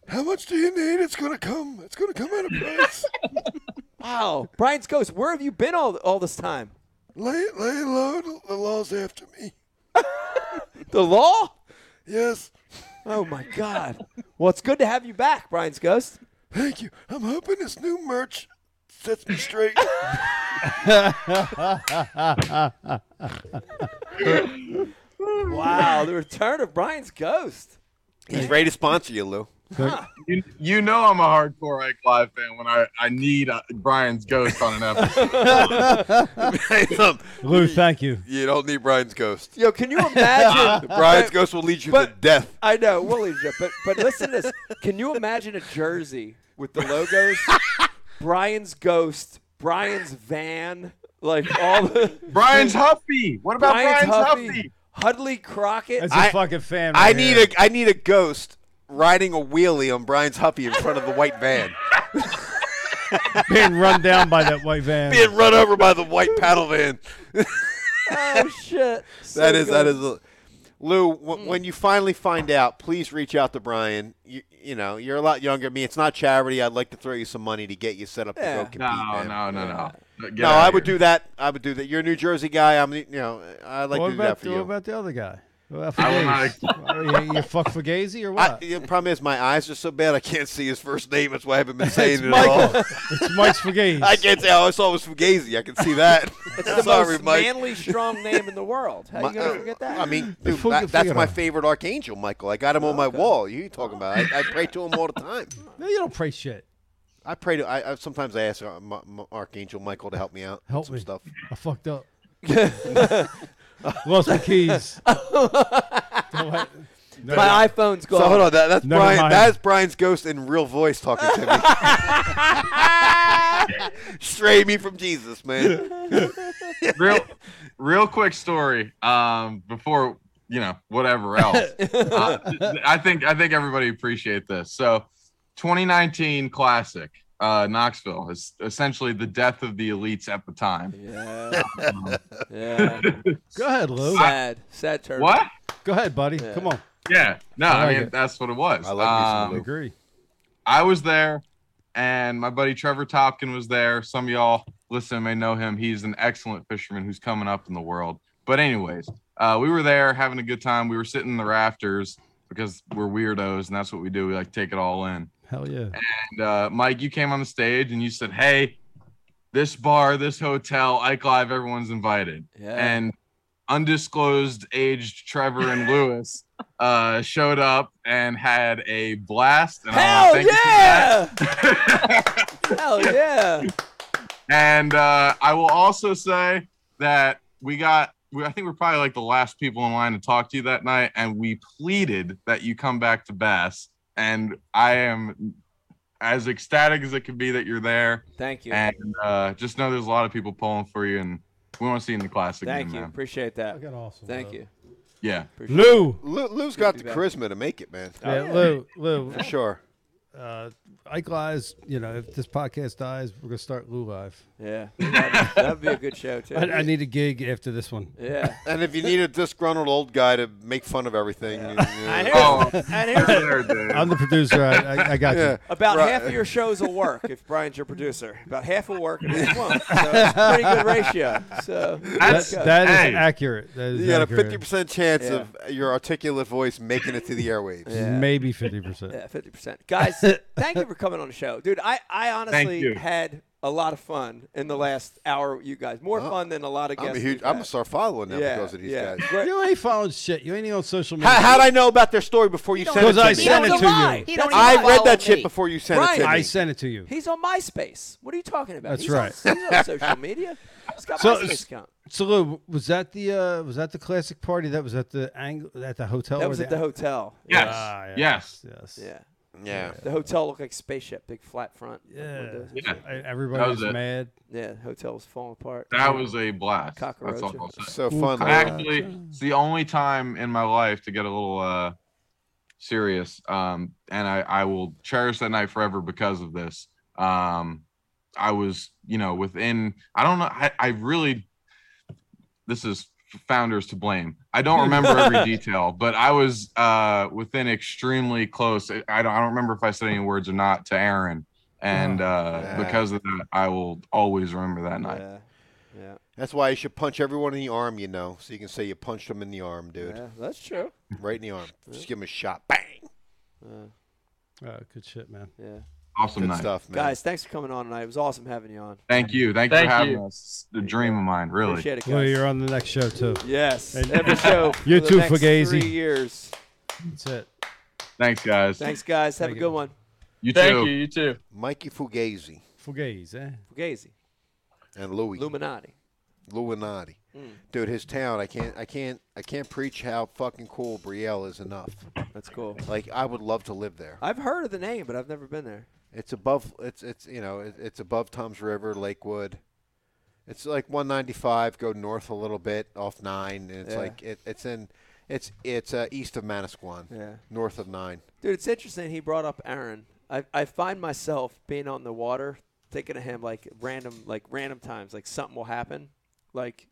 Speaker 9: How much do you need? It's gonna come. It's gonna come at a
Speaker 2: [laughs]
Speaker 9: price.
Speaker 2: Wow, Brian's ghost. Where have you been all all this time?
Speaker 9: lay, lay low. The law's after me.
Speaker 2: The law?
Speaker 9: Yes.
Speaker 2: Oh my God. Well, it's good to have you back, Brian's ghost.
Speaker 9: Thank you. I'm hoping this new merch sets me straight. [laughs]
Speaker 2: Wow, the return of Brian's ghost.
Speaker 1: He's ready to sponsor you, Lou.
Speaker 6: You, you know I'm a hardcore Ike Live fan when I, I need uh, Brian's ghost on an episode.
Speaker 1: [laughs]
Speaker 3: Lou, thank you.
Speaker 9: you don't need Brian's ghost.
Speaker 2: Yo, can you
Speaker 1: [laughs]
Speaker 2: imagine?
Speaker 9: Brian's ghost will lead you to
Speaker 2: but-
Speaker 9: death.
Speaker 2: I know, we'll leave you, but but listen to this. Can you imagine a jersey with the logos? Brian's ghost, Brian's van, like all the
Speaker 6: Brian's Huffy. What about
Speaker 2: Brian's
Speaker 6: Brian's,
Speaker 2: Huffy,
Speaker 6: Huffy?
Speaker 2: Hudley Crockett.
Speaker 3: That's a
Speaker 1: I-
Speaker 3: fucking fan.
Speaker 1: I
Speaker 3: right
Speaker 1: need
Speaker 3: here.
Speaker 1: a I need a ghost riding a wheelie on Brian's Huffy in front of the white van.
Speaker 3: [laughs] being run down by that white
Speaker 9: [laughs]
Speaker 3: van.
Speaker 9: Being run over by the white paddle van.
Speaker 2: oh shit! So
Speaker 1: That is that
Speaker 2: good.
Speaker 1: is a, Lou. W-
Speaker 9: Mm.
Speaker 1: When you finally find out, please reach out to Brian. You, you know you're a lot younger than me. It's not charity. I'd like to throw you some money to get you set up to
Speaker 2: Yeah.
Speaker 1: go compete.
Speaker 6: No,
Speaker 1: man.
Speaker 6: no, no, no. Get
Speaker 1: No,
Speaker 6: out of
Speaker 1: I would
Speaker 6: here.
Speaker 1: do that. I would do that. You're a New Jersey guy. I'm, you know, I'd like
Speaker 3: what
Speaker 1: to do
Speaker 3: about
Speaker 1: that for
Speaker 3: what
Speaker 1: you.
Speaker 3: about the other guy? Well,
Speaker 6: I will not
Speaker 3: Fugazi. [laughs] you, you fuck Fugazi or
Speaker 1: I,
Speaker 3: what?
Speaker 1: the problem is my eyes are so bad I can't see his first name. That's why
Speaker 2: [laughs]
Speaker 1: I haven't been saying it at all.
Speaker 3: Michael.
Speaker 1: [laughs]
Speaker 3: it's Mike Fugazi.
Speaker 1: I can't say. All I saw was Fugazi. I
Speaker 2: [laughs]
Speaker 1: can see that.
Speaker 2: It's the
Speaker 1: [laughs] Sorry,
Speaker 2: most
Speaker 1: Mike.
Speaker 2: manly,
Speaker 1: [laughs]
Speaker 2: strong name in the world. How
Speaker 1: My- uh,
Speaker 2: you gonna forget that?
Speaker 1: I mean, dude,
Speaker 3: Fuga-
Speaker 1: that- that's
Speaker 3: Figaro.
Speaker 1: my favorite archangel, Michael. I got him on my wall. You talking about? I, I pray to him all the time.
Speaker 3: No, you don't pray shit.
Speaker 1: I pray to. I, I sometimes I ask uh, my, my Archangel Michael to help me out. with
Speaker 3: Help
Speaker 1: some
Speaker 3: me.
Speaker 1: stuff.
Speaker 3: I fucked
Speaker 1: [laughs]
Speaker 3: up. Lost my keys. Don't wa- no,
Speaker 2: my iPhone's gone.
Speaker 1: So hold on, that, that's
Speaker 3: Never
Speaker 1: Brian.
Speaker 3: mind.
Speaker 1: That's Brian's ghost in real voice talking to [laughs] me. Stray me from Jesus, [laughs] man.
Speaker 6: real real quick story um before you know whatever
Speaker 1: [laughs]
Speaker 6: else Uh, i think i think everybody appreciate this so 2019 classic uh knoxville is essentially the death of the elites at the time
Speaker 2: [laughs] Yeah. yeah.
Speaker 3: Go ahead, Lou.
Speaker 2: Sad. Sad turn.
Speaker 6: what
Speaker 3: Go ahead, buddy. Come on.
Speaker 6: yeah no i,
Speaker 3: I like
Speaker 6: mean
Speaker 3: it.
Speaker 6: that's what it was
Speaker 1: I love
Speaker 3: I
Speaker 1: you,
Speaker 6: Um,
Speaker 1: Luke.
Speaker 3: agree.
Speaker 6: I was there, and my buddy Trevor Topkin was there. Some of y'all listen may know him. He's an excellent fisherman who's coming up in the world. But anyways, uh, we were there having a good time. We were sitting in the rafters because we're weirdos, and that's what we do. We like take it all in.
Speaker 3: Hell yeah.
Speaker 6: And uh, Mike, you came on the stage and you said, "Hey, this bar, this hotel, Ike Live, everyone's invited."
Speaker 2: Yeah.
Speaker 6: And undisclosed aged
Speaker 2: [laughs]
Speaker 6: Trevor and Lewis uh, showed up and had a blast. And I wanna
Speaker 2: Hell
Speaker 6: uh, thank you for that.
Speaker 2: yeah! [laughs] Hell yeah!
Speaker 6: And uh, I will also say that we got, we, I think we're probably like the last people in line to talk to you that night. And we pleaded that you come back to Bass. And I am as ecstatic as it could be that you're there.
Speaker 2: Thank you.
Speaker 6: And uh, just know there's a lot of people pulling for you. And we want to see you in the classic.
Speaker 2: Thank
Speaker 6: game,
Speaker 2: you.
Speaker 6: Man.
Speaker 2: Appreciate that.
Speaker 3: Fucking awesome.
Speaker 2: Thank
Speaker 3: bro.
Speaker 2: you.
Speaker 6: Yeah.
Speaker 3: Lou.
Speaker 1: Lou, Lou's got
Speaker 2: be
Speaker 1: the
Speaker 2: back.
Speaker 1: charisma to make it, man.
Speaker 3: Yeah, Lou. Lou.
Speaker 1: For sure.
Speaker 3: Uh, Ike Lies, you know, if this podcast dies, we're going to start Lou Live.
Speaker 2: Yeah. That'd, that'd be a good show too.
Speaker 3: [laughs] I, I need a gig after this one.
Speaker 6: [laughs]
Speaker 2: yeah.
Speaker 1: And if you need a disgruntled old guy to make fun of everything, [laughs] you know,
Speaker 2: I hear
Speaker 6: Oh,
Speaker 2: And
Speaker 6: you're
Speaker 2: here's
Speaker 6: there, dude.
Speaker 3: I'm the producer. I, I, I got you.
Speaker 1: Yeah.
Speaker 2: about
Speaker 1: Right.
Speaker 2: half of your shows will work if Brian's your producer. About half will work and
Speaker 1: [laughs]
Speaker 2: half won't. So it's a pretty good ratio. So
Speaker 3: That's,
Speaker 6: That's-
Speaker 2: good.
Speaker 3: that is
Speaker 6: Hey.
Speaker 3: accurate. That is
Speaker 1: you got a
Speaker 3: accurate.
Speaker 1: fifty percent chance
Speaker 2: Yeah.
Speaker 1: of your articulate voice making it to the airwaves.
Speaker 2: Yeah.
Speaker 3: Maybe 50%.
Speaker 2: Yeah, fifty percent, guys. thank you for coming on the show, dude. I, I honestly
Speaker 6: you.
Speaker 2: had a lot of fun in the last hour. with You guys more fun than a lot of guests.
Speaker 1: I'm a huge.
Speaker 2: we've
Speaker 1: I'm
Speaker 2: had.
Speaker 1: gonna start following them
Speaker 2: yeah,
Speaker 1: because of these
Speaker 2: yeah.
Speaker 1: guys.
Speaker 2: Great.
Speaker 3: You ain't following shit. You ain't even on social media.
Speaker 1: How, how'd I know about their story before you sent it
Speaker 3: Because
Speaker 1: to
Speaker 3: I
Speaker 1: me?
Speaker 3: sent it
Speaker 4: don't
Speaker 3: to
Speaker 4: lie.
Speaker 3: you.
Speaker 4: He don't
Speaker 1: I
Speaker 4: even
Speaker 1: read
Speaker 4: follow
Speaker 1: that shit
Speaker 4: me.
Speaker 1: before you sent it to me.
Speaker 3: I sent it to you.
Speaker 2: He's on MySpace. What are you talking about?
Speaker 3: That's
Speaker 2: he's On,
Speaker 3: right.
Speaker 2: he's on social media. He's got
Speaker 3: So-
Speaker 2: MySpace account.
Speaker 3: So Lou, was that the uh, was that the classic party that was at the angle at the hotel?
Speaker 2: That
Speaker 3: or
Speaker 2: was at the hotel.
Speaker 6: Yes.
Speaker 3: Ah,
Speaker 6: Yes.
Speaker 3: Yes.
Speaker 2: Yeah.
Speaker 1: Yeah.
Speaker 2: The hotel looked like a spaceship, big flat front. with windows.
Speaker 3: Yeah.
Speaker 6: Yeah.
Speaker 3: E- Everybody
Speaker 6: That
Speaker 3: was,
Speaker 6: was it.
Speaker 3: mad.
Speaker 2: Yeah, the hotel was falling apart.
Speaker 6: That was a blast. That's all
Speaker 2: Cockroach.
Speaker 6: I'll say.
Speaker 1: So fun.
Speaker 6: I
Speaker 1: Lou.
Speaker 6: actually it's the only time in my life to get a little uh serious um and i i will cherish that night forever because of this um i was you know within i don't know i, I really this is founders to blame. I don't remember
Speaker 1: [laughs]
Speaker 6: every detail, but I was uh, within extremely close. I I don't, I don't remember if I said any words or not to Aaron, and uh,
Speaker 1: Oh, Yeah.
Speaker 6: because of that, I will always remember that night.
Speaker 2: Yeah. Yeah.
Speaker 1: That's why you should punch everyone in the arm, you know, so you can say you punched them in the arm, dude.
Speaker 2: yeah. That's true.
Speaker 1: Right in the arm. Just give them a shot. Bang.
Speaker 2: Uh,
Speaker 3: Oh, good shit, man.
Speaker 2: yeah.
Speaker 6: Awesome
Speaker 1: Good
Speaker 6: night,
Speaker 1: stuff, man.
Speaker 2: Guys, thanks for coming on tonight. It was awesome having you on.
Speaker 6: Thank you, thank, you
Speaker 7: Thank
Speaker 6: for having
Speaker 7: you.
Speaker 6: us. It's a dream of mine, really.
Speaker 2: Appreciate it, guys.
Speaker 3: Well, you're on the next show too.
Speaker 2: Yes.
Speaker 3: And-
Speaker 2: Every show.
Speaker 3: You
Speaker 2: for
Speaker 3: too,
Speaker 2: the next
Speaker 3: Fugazi.
Speaker 2: Three years.
Speaker 3: That's it.
Speaker 6: Thanks, guys.
Speaker 2: Thanks, guys. Have a good one.
Speaker 6: You too.
Speaker 7: Thank you. You too.
Speaker 1: Mikey Fugazi
Speaker 3: Fugazi, eh?
Speaker 2: Fugazi.
Speaker 1: and Louis.
Speaker 2: Illuminati.
Speaker 1: Luminati.
Speaker 2: Hmm.
Speaker 1: Dude, his town, I can't I can't I can't preach how fucking cool Brielle is enough.
Speaker 2: That's cool.
Speaker 1: Like I would love to live there.
Speaker 2: I've heard of the name, but I've never been there.
Speaker 1: It's above it's it's you know, it, it's above Tom's River, Lakewood. It's like 195 go north a little bit off 9 and it's
Speaker 2: Yeah.
Speaker 1: like it, it's in it's it's uh, east of Manasquan,
Speaker 2: Yeah.
Speaker 1: north of 9.
Speaker 2: Dude, it's interesting. He brought up Aaron. I, I find myself being on the water, thinking of him like random, like random times, like something will happen. Like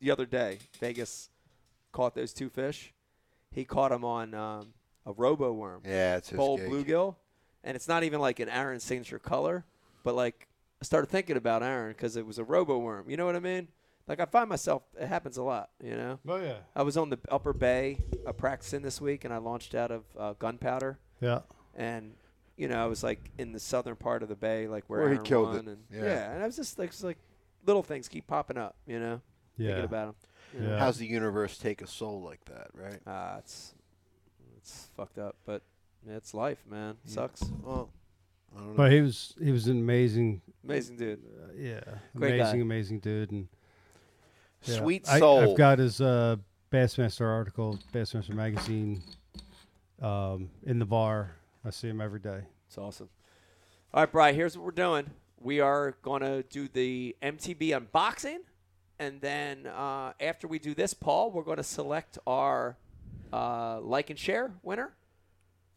Speaker 2: the other day, Vegas caught those two fish. He caught them on um, a robo worm,
Speaker 1: Yeah, it's his
Speaker 2: bowl
Speaker 1: gig.
Speaker 2: bluegill, and it's not even like an Aaron signature color, but like I started thinking about Aaron because it was a robo worm. You know what I mean? Like I find myself, it happens a lot. You know.
Speaker 3: Oh yeah.
Speaker 2: I was on the upper bay uh, practicing this week, and I launched out of uh, Gunpowder,
Speaker 3: Yeah.
Speaker 2: and you know I was like in the southern part of the bay, like where,
Speaker 1: Where he
Speaker 2: Aaron
Speaker 1: killed
Speaker 2: won,
Speaker 1: it.
Speaker 2: and
Speaker 1: Yeah.
Speaker 2: and I was just like, just like little things keep popping up, you know, thinking
Speaker 3: Yeah.
Speaker 2: about them.
Speaker 3: Yeah.
Speaker 1: How's the universe take a soul like that, right?
Speaker 2: Ah, it's it's fucked up, but it's life, man.
Speaker 1: Mm.
Speaker 2: Sucks.
Speaker 1: Well, I don't know.
Speaker 3: But he was he was an amazing,
Speaker 2: Amazing dude.
Speaker 3: uh, yeah,
Speaker 2: Great guy.
Speaker 3: amazing, amazing dude, and yeah.
Speaker 1: Sweet
Speaker 3: I,
Speaker 1: soul.
Speaker 3: I've got his uh, Bassmaster article, Bassmaster magazine, um, in the bar. I see him every day.
Speaker 2: It's awesome. All right, Bry, here's what we're doing. We are going to do the MTB unboxing. And then uh, after we do this, Paul, we're going to select our uh, like and share winner,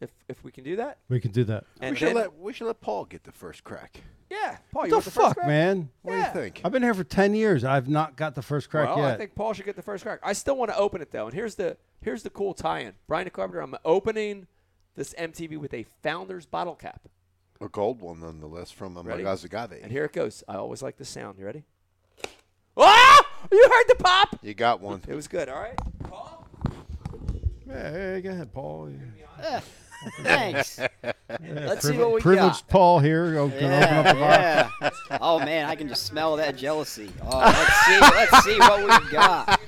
Speaker 2: if, if we can do that.
Speaker 3: We can do that.
Speaker 2: And
Speaker 1: we should
Speaker 2: then-
Speaker 1: let we should let Paul get the first crack.
Speaker 2: yeah, Paul, you
Speaker 3: the
Speaker 2: want the first
Speaker 3: fuck,
Speaker 2: crack?
Speaker 3: man?
Speaker 1: What
Speaker 2: Yeah.
Speaker 1: do you think?
Speaker 3: I've been here for ten years. I've not got the first crack
Speaker 2: Well,
Speaker 3: yet.
Speaker 2: I think Paul should get the first crack. I still want to open it though, and here's the here's the cool tie-in. Brian Carpenter, I'm opening this MTB with a Founder's bottle cap,
Speaker 1: A gold one, nonetheless, from
Speaker 2: Ready? and
Speaker 1: Amagazagave.
Speaker 2: here it goes. I always like the sound. You ready? Oh! You heard the pop?
Speaker 1: You got one.
Speaker 2: It was good. All right, Paul.
Speaker 3: yeah, yeah, go ahead, Paul.
Speaker 1: [laughs]
Speaker 4: Thanks. Let's see
Speaker 3: Privi-
Speaker 4: what we
Speaker 3: privileged
Speaker 4: got.
Speaker 3: Paul here. Oh, gonna open up the bar.
Speaker 4: Yeah, yeah. Oh man, I can just smell that jealousy. Oh, let's see, let's see what
Speaker 1: [laughs]
Speaker 4: we've got.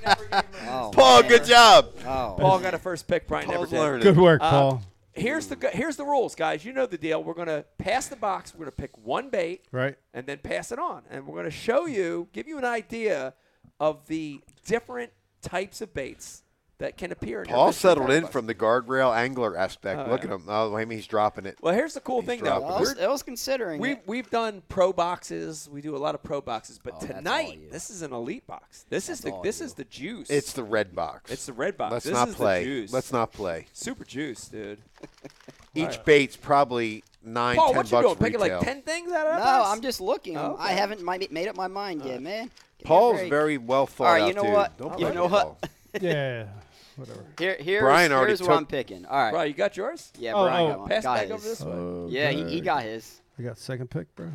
Speaker 4: Oh,
Speaker 1: Paul,
Speaker 4: man.
Speaker 1: good job.
Speaker 4: Oh,
Speaker 2: Paul got a first pick. Brian never
Speaker 1: Paul's
Speaker 2: did.
Speaker 1: learning.
Speaker 3: Good work,
Speaker 2: Uh,
Speaker 3: Paul.
Speaker 2: Here's the gu- here's the rules, guys. You know the deal. We're gonna pass the box. We're gonna pick one bait
Speaker 3: Right.
Speaker 2: and then pass it on, and we're gonna show you, give you an idea of the different types of baits that can appear. In your
Speaker 1: Paul
Speaker 2: mystery
Speaker 1: settled
Speaker 2: tackle
Speaker 1: in
Speaker 2: box.
Speaker 1: from the guardrail angler aspect. Look at him. Oh, I mean, he's dropping it.
Speaker 2: Well, here's the cool thing, though.
Speaker 1: dropping
Speaker 4: I was,
Speaker 2: We're,
Speaker 4: I was considering.
Speaker 2: we
Speaker 4: it.
Speaker 2: we've done pro boxes. We do a lot of pro boxes, but
Speaker 4: Oh, that's all
Speaker 2: tonight
Speaker 4: you.
Speaker 2: this is an elite box. This is
Speaker 4: That's
Speaker 2: the
Speaker 4: all
Speaker 2: this
Speaker 4: you.
Speaker 2: is the juice.
Speaker 1: It's the red box.
Speaker 2: it's the red box.
Speaker 1: Let's
Speaker 2: this
Speaker 1: not
Speaker 2: is
Speaker 1: play.
Speaker 2: The juice.
Speaker 1: Let's not play.
Speaker 2: Super juice, dude.
Speaker 1: Each bait's probably nine,
Speaker 2: Paul,
Speaker 1: ten
Speaker 2: what you
Speaker 1: bucks
Speaker 2: doing? Picking
Speaker 1: retail.
Speaker 2: like ten things out of that?
Speaker 4: No,
Speaker 2: box? Oh,
Speaker 4: I'm just looking. I'm- I
Speaker 2: Okay.
Speaker 4: haven't mi- made up my mind yet, man. Give me a
Speaker 1: Paul's
Speaker 4: break.
Speaker 1: very well thought
Speaker 4: All right,
Speaker 1: out,
Speaker 4: you know
Speaker 1: dude.
Speaker 4: what?
Speaker 1: Don't
Speaker 4: You
Speaker 1: play
Speaker 4: know
Speaker 1: with
Speaker 4: what?
Speaker 1: Paul.
Speaker 3: Yeah. Whatever.
Speaker 4: Here, here's,
Speaker 1: Brian already
Speaker 4: here's what
Speaker 1: took-
Speaker 4: I'm picking. All right.
Speaker 2: Bro, you got yours?
Speaker 4: Yeah,
Speaker 3: Oh,
Speaker 4: Brian
Speaker 3: oh,
Speaker 4: got one.
Speaker 2: Pass it
Speaker 4: got
Speaker 2: back
Speaker 4: his.
Speaker 2: over this way.
Speaker 1: Uh,
Speaker 4: Yeah, he, he
Speaker 3: Okay.
Speaker 4: got his.
Speaker 3: I got second pick, bro.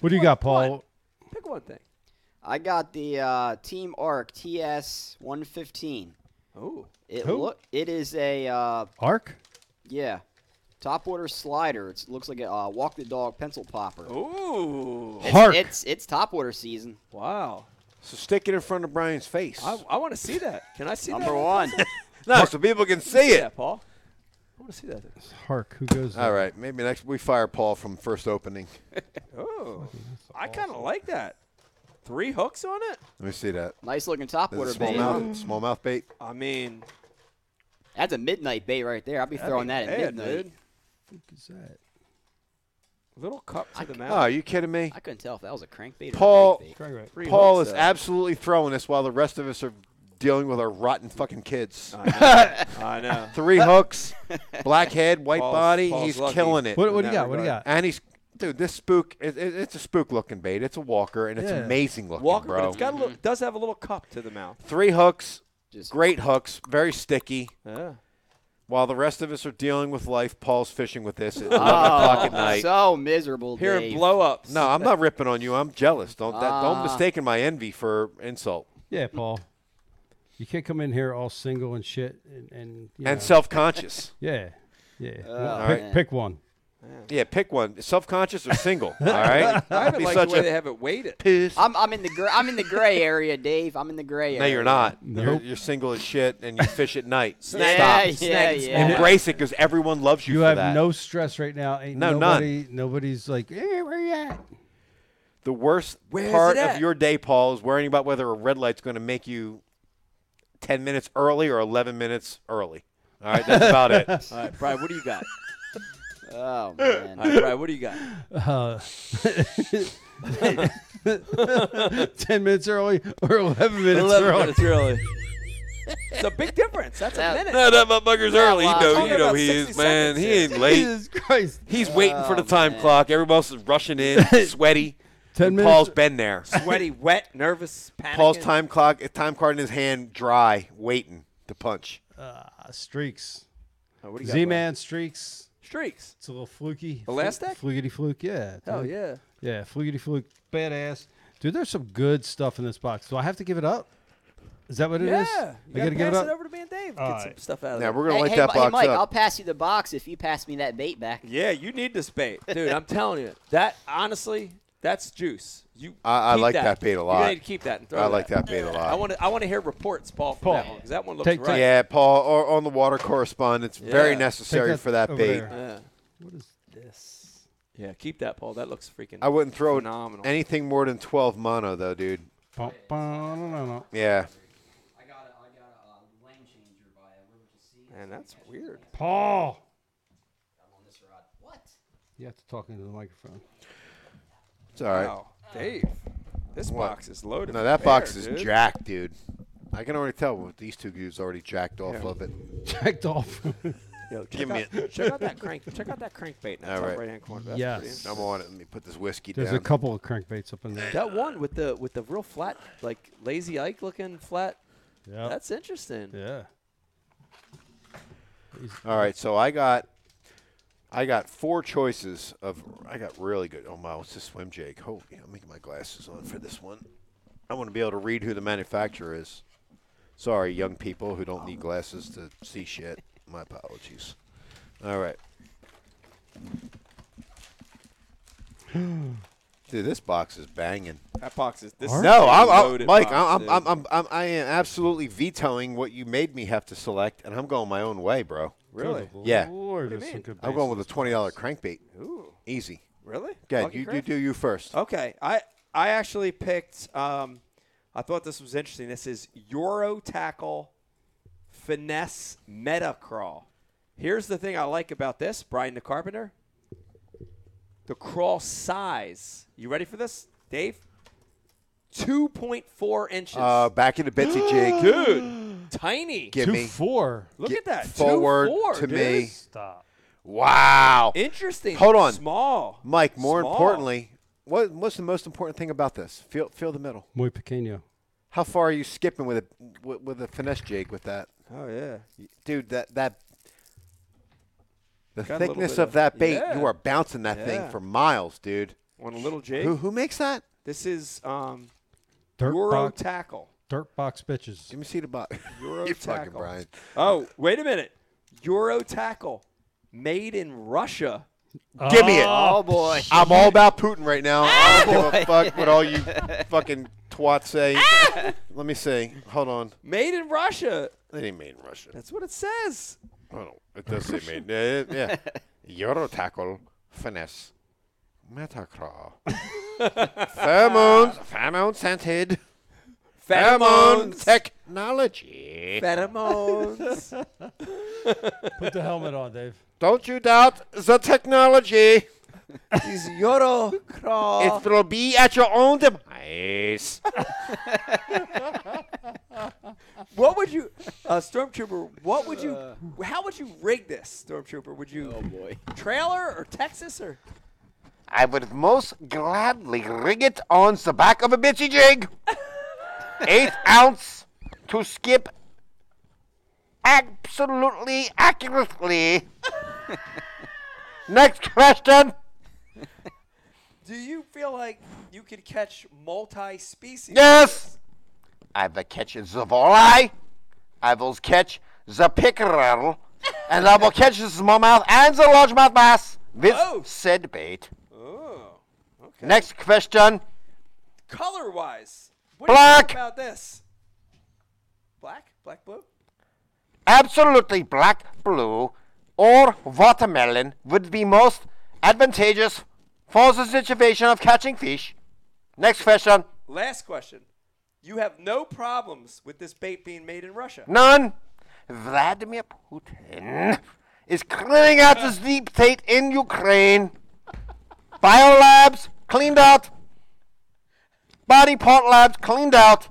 Speaker 3: What do you got,
Speaker 2: Come on.
Speaker 3: Paul?
Speaker 2: Pick one thing.
Speaker 4: I got the uh, Team Arc TS 115.
Speaker 2: Oh,
Speaker 4: It
Speaker 3: Who?
Speaker 4: look it is a uh,
Speaker 3: Arc?
Speaker 4: yeah, top water slider. It's, looks like a uh, walk the dog pencil popper.
Speaker 1: Oh.
Speaker 2: ooh,
Speaker 4: It's,
Speaker 3: Hark.
Speaker 4: it's it's top water season.
Speaker 2: wow!
Speaker 1: So stick it in front of Brian's face.
Speaker 2: I, I want to see that. Can I see that?
Speaker 4: Number one.
Speaker 1: [laughs] no, so people can see
Speaker 2: Yeah,
Speaker 1: it.
Speaker 2: Paul. I want to see that.
Speaker 3: Hark. Who goes?
Speaker 1: All right, maybe next we fire Paul from first opening.
Speaker 2: Oh, I kind of like that. Three hooks on it.
Speaker 1: Let me see that.
Speaker 4: nice looking top
Speaker 1: Is it
Speaker 4: water
Speaker 1: small
Speaker 4: bait.
Speaker 1: mouth,
Speaker 4: huh?
Speaker 1: small mouth bait.
Speaker 2: I mean,
Speaker 4: That's a midnight bait right there. I'll be
Speaker 2: that'd be
Speaker 4: throwing that at
Speaker 2: bad,
Speaker 4: midnight.
Speaker 2: dude.
Speaker 3: Is that?
Speaker 2: Little cup to the mouth.
Speaker 1: Oh, are you kidding me?
Speaker 4: I couldn't tell if that was a crankbait or
Speaker 1: Paul-
Speaker 4: a bait.
Speaker 3: Right, right.
Speaker 2: Three
Speaker 1: Oh, Paul
Speaker 2: hooks,
Speaker 1: is
Speaker 2: though.
Speaker 1: absolutely throwing us while the rest of us are dealing with our rotten fucking
Speaker 2: Uh. [laughs]
Speaker 1: kids.
Speaker 2: I know.
Speaker 1: [laughs] Three hooks, black head, white
Speaker 2: Paul's-
Speaker 1: body.
Speaker 2: Paul's
Speaker 1: he's
Speaker 2: lucky.
Speaker 1: killing it.
Speaker 3: What, what do
Speaker 2: that
Speaker 3: you got? What do you
Speaker 2: regard.
Speaker 3: got?
Speaker 1: And he's Dude, this spook, it, it, it's a spook looking bait. It's a walker, and it's
Speaker 3: Yeah.
Speaker 1: amazing looking,
Speaker 2: Walker,
Speaker 1: bro.
Speaker 2: but it's got a little, does have a little cup to the mouth.
Speaker 1: Three hooks,
Speaker 4: Just
Speaker 1: great hooks, very sticky.
Speaker 2: Yeah.
Speaker 1: While the rest of us are dealing with life, Paul's fishing with this at 11
Speaker 4: Oh,
Speaker 1: o'clock at night.
Speaker 4: So miserable.
Speaker 2: Here
Speaker 4: Dave.
Speaker 2: are blow ups.
Speaker 1: no, I'm not ripping on you. I'm jealous. Don't that, don't
Speaker 4: Ah.
Speaker 1: mistaken my envy for insult
Speaker 3: Yeah, Paul.
Speaker 5: You can't come in here all single and shit and, and you know.
Speaker 1: and self conscious.
Speaker 5: yeah, yeah.
Speaker 4: Oh,
Speaker 5: pick,
Speaker 4: man.
Speaker 5: pick one.
Speaker 1: yeah, pick one. Self conscious or single. All right.
Speaker 2: I
Speaker 1: Don't
Speaker 2: haven't
Speaker 1: be
Speaker 2: liked the
Speaker 1: such
Speaker 2: way
Speaker 1: a
Speaker 2: they have it weighted.
Speaker 1: piss.
Speaker 4: I'm, I'm in the gr- I'm in the gray area, Dave. I'm in the gray area.
Speaker 1: No, you're not. You're,
Speaker 5: Nope.
Speaker 1: you're single as shit, and you fish at night.
Speaker 4: Yeah,
Speaker 1: Stop.
Speaker 4: yeah,
Speaker 2: Snag-
Speaker 4: yeah.
Speaker 1: Embrace it, because everyone loves you,
Speaker 5: You
Speaker 1: for
Speaker 5: have
Speaker 1: that.
Speaker 5: no stress right now. Ain't
Speaker 1: No, none.
Speaker 5: nobody, Nobody's like, hey, where you at?
Speaker 1: the worst
Speaker 2: Where's
Speaker 1: part
Speaker 2: it
Speaker 1: of
Speaker 2: at?
Speaker 1: your day, Paul, is worrying about whether a red light's going to make you ten minutes early or eleven minutes early. All right, that's about it.
Speaker 2: All right, Brian, what do you got?
Speaker 1: [laughs]
Speaker 4: Oh
Speaker 2: All
Speaker 4: man.
Speaker 2: right, Brian, what do you got?
Speaker 5: Uh, [laughs] Ten minutes early or eleven minutes early?
Speaker 2: minutes early. it's a big difference. That's a minute.
Speaker 8: No, that motherfucker's early. You
Speaker 4: wow.
Speaker 8: know,
Speaker 4: Talking
Speaker 8: you know
Speaker 2: about
Speaker 8: he
Speaker 2: 60
Speaker 8: is, man.
Speaker 2: seconds
Speaker 8: He
Speaker 2: here.
Speaker 3: [laughs]
Speaker 8: ain't late.
Speaker 5: Jesus Christ!
Speaker 1: He's waiting for the
Speaker 4: Oh,
Speaker 1: time
Speaker 4: man.
Speaker 1: clock. Everybody else is rushing in, sweaty.
Speaker 5: Ten
Speaker 1: And
Speaker 5: minutes.
Speaker 1: Paul's been there.
Speaker 2: Sweaty, wet, nervous, panicking.
Speaker 1: Paul's time clock, time card in his hand, dry, waiting to punch.
Speaker 5: Uh, streaks.
Speaker 2: Oh, what do you got, Brian?
Speaker 5: Z-man streaks.
Speaker 2: Streaks.
Speaker 5: It's a little fluky. Flu-
Speaker 2: Elastic?
Speaker 5: Flukity fluke. Yeah.
Speaker 2: Oh,
Speaker 5: dude.
Speaker 2: yeah.
Speaker 5: Yeah. Flukity fluke. Badass. Dude, there's some good stuff in this box. Do I have to give it up? Is that what it is?
Speaker 2: Yeah. You
Speaker 5: I gotta
Speaker 2: pass
Speaker 5: give it up.
Speaker 2: over to me and Dave. Get
Speaker 5: All
Speaker 2: some
Speaker 5: right.
Speaker 2: stuff out of
Speaker 1: Now
Speaker 2: there.
Speaker 1: we're gonna
Speaker 4: hey,
Speaker 1: light
Speaker 4: hey,
Speaker 1: that
Speaker 4: Mi-
Speaker 1: box
Speaker 4: hey, Mike,
Speaker 1: up.
Speaker 4: I'll pass you the box if you pass me that bait back.
Speaker 2: Yeah, you need this bait, [laughs] dude. I'm telling you, that honestly, that's juice. You,
Speaker 1: I- I
Speaker 2: keep
Speaker 1: like that bait a lot.
Speaker 2: You need to keep that and throw
Speaker 1: I like that bait a lot.
Speaker 2: I want to, I want to hear reports, Paul, from that one because that one looks
Speaker 5: take-
Speaker 2: right.
Speaker 1: Yeah, Paul, or on the water correspondence, very
Speaker 2: Yeah.
Speaker 1: necessary
Speaker 5: Take that
Speaker 1: for that
Speaker 5: over
Speaker 1: bait.
Speaker 5: there.
Speaker 2: yeah,
Speaker 5: What is this?
Speaker 2: yeah, keep that, Paul. That looks freaking.
Speaker 1: I wouldn't throw it
Speaker 2: phenomenal.
Speaker 1: anything more than 12 mono, though, dude.
Speaker 5: Bum, bum, no, no, no.
Speaker 1: Yeah.
Speaker 4: I got a, I got a uh, lane changer by a river to sea.
Speaker 2: Man, that's weird.
Speaker 5: Paul.
Speaker 4: on this rod. What?
Speaker 5: You have to talk into the microphone. [laughs]
Speaker 1: It's all right.
Speaker 2: Wow, Dave, this
Speaker 1: What?
Speaker 2: box is loaded.
Speaker 1: No,
Speaker 2: with
Speaker 1: that box
Speaker 2: bear,
Speaker 1: is
Speaker 2: dude.
Speaker 1: jacked, dude. I can already tell what these two dudes already jacked off of it.
Speaker 5: Checked off.
Speaker 2: Yo, check
Speaker 1: Give me
Speaker 2: out, [laughs] check out that crank. Check out that crankbait in that
Speaker 1: All right.
Speaker 2: right hand corner. That's
Speaker 5: Yes.
Speaker 2: pretty-
Speaker 1: I'm on it. Let me put this whiskey
Speaker 5: There's
Speaker 1: down.
Speaker 5: a couple of crankbaits up in there.
Speaker 2: That one with the with the real flat, like lazy Ike looking flat.
Speaker 5: Yeah.
Speaker 2: That's interesting.
Speaker 5: yeah.
Speaker 1: all right, so I got I got four choices of I got really good. Oh my, what's this swim jig? Holy, I'm making my glasses on for this one. I want to be able to read who the manufacturer is. Sorry, young people who don't need glasses to see shit. My apologies.
Speaker 2: [gasps]
Speaker 1: All right. Dude, this box is banging.
Speaker 2: That box is this. is
Speaker 1: No,
Speaker 2: a
Speaker 1: I'm, I'm
Speaker 2: loaded
Speaker 1: Mike.
Speaker 2: box,
Speaker 1: I'm,
Speaker 2: dude.
Speaker 1: I'm, I'm, I'm, I am absolutely vetoing what you made me have to select, and I'm going my own way, bro.
Speaker 2: really.
Speaker 1: Yeah.
Speaker 3: Lord,
Speaker 2: do you
Speaker 3: there's some
Speaker 2: mean?
Speaker 3: good
Speaker 1: I'm
Speaker 3: bases.
Speaker 1: going with a twenty dollar crankbait.
Speaker 2: Ooh,
Speaker 1: Easy.
Speaker 2: really?
Speaker 1: Good.
Speaker 2: Lucky Oh,
Speaker 1: You, you
Speaker 2: crank?
Speaker 1: do you first.
Speaker 2: Okay, I I actually picked. Um, I thought this was interesting. This is Euro tackle, finesse meta crawl. Here's the thing I like about this, Brian the Carpenter. The crawl size. You ready for this, Dave? Two point four inches.
Speaker 1: Uh, back into Bitsy jig.
Speaker 2: dude, tiny.
Speaker 1: Give
Speaker 5: Two
Speaker 1: me.
Speaker 5: four.
Speaker 2: Look
Speaker 1: get
Speaker 2: at that.
Speaker 1: forward
Speaker 2: Two, four,
Speaker 1: to
Speaker 2: dude.
Speaker 1: me.
Speaker 5: Stop.
Speaker 1: Wow.
Speaker 2: Interesting.
Speaker 1: Hold on.
Speaker 2: Small.
Speaker 1: Mike. More
Speaker 2: Small.
Speaker 1: importantly, what what's the most important thing about this? Feel feel the middle.
Speaker 5: Muy pequeño.
Speaker 1: How far are you skipping with a with, with a finesse jig with that?
Speaker 2: Oh yeah.
Speaker 1: dude that that the
Speaker 2: Got a little
Speaker 1: thickness
Speaker 2: bit
Speaker 1: of
Speaker 2: of-
Speaker 1: that bait
Speaker 2: yeah.
Speaker 1: you are bouncing that thing
Speaker 2: Yeah.
Speaker 1: for miles dude
Speaker 2: On a little jig.
Speaker 1: who who makes that
Speaker 2: This is um,
Speaker 5: Dirt
Speaker 2: Euro
Speaker 5: box.
Speaker 2: tackle.
Speaker 5: dirt box bitches.
Speaker 1: let me see the box [laughs]
Speaker 2: Euro
Speaker 1: you fucking
Speaker 2: tackle.
Speaker 1: brian
Speaker 2: Oh, wait a minute. Euro tackle, made in Russia.
Speaker 1: give me it
Speaker 4: Oh boy.
Speaker 1: i'm all about putin right now i don't give a fuck what all you fucking twats say let me see hold on
Speaker 2: Made in Russia.
Speaker 1: they didn't mean russian
Speaker 2: That's what it says.
Speaker 1: hold on it does say made yeah, yeah euro tackle finesse metacraw pheromones pheromone scented pheromone
Speaker 2: Pheromones.
Speaker 1: technology
Speaker 2: Pheromones.
Speaker 5: [laughs] Put the helmet on, Dave.
Speaker 1: Don't you doubt the technology.
Speaker 2: These Euro crawl.
Speaker 1: It will be at your own demise.
Speaker 2: What would you, uh, Stormtrooper? What would you? How would you rig this, Stormtrooper? Would you
Speaker 4: Oh boy.
Speaker 2: trailer or Texas or?
Speaker 8: I would most gladly rig it on the back of a bitchy jig. Eighth ounce to skip absolutely accurately. Next question.
Speaker 2: Do you feel like you could catch multi-species?
Speaker 8: Yes. I will catch the walleye. I will catch the pickerel. And I will catch the smallmouth and the largemouth bass with
Speaker 2: Oh.
Speaker 8: said bait.
Speaker 2: Oh, okay.
Speaker 8: Next question.
Speaker 2: Color-wise, what do you think
Speaker 8: Black.
Speaker 2: about this? Black, black, blue.
Speaker 8: Absolutely black, blue, or watermelon would be most advantageous for the situation of catching fish. Next question.
Speaker 2: Last question. You have no problems with this bait being made in Russia.
Speaker 8: None. Vladimir Putin is clearing out this deep state in Ukraine. Biolabs cleaned out. Body part labs cleaned out.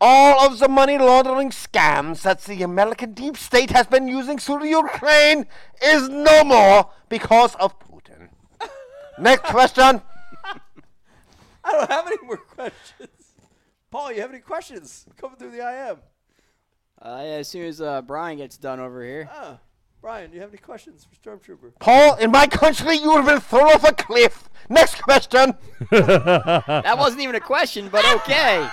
Speaker 8: All of the money laundering scams that the American deep state has been using through Ukraine is no more because of Putin. Next question.
Speaker 2: I don't have any more questions. Paul, you have any questions? Coming through the IM.
Speaker 4: Uh, yeah, as soon as uh, Brian gets done over here.
Speaker 2: Ah, Brian, you have any questions for Stormtrooper?
Speaker 8: Paul, in my country, you have been thrown off a cliff. Next question.
Speaker 4: That wasn't even a question, but [laughs] okay.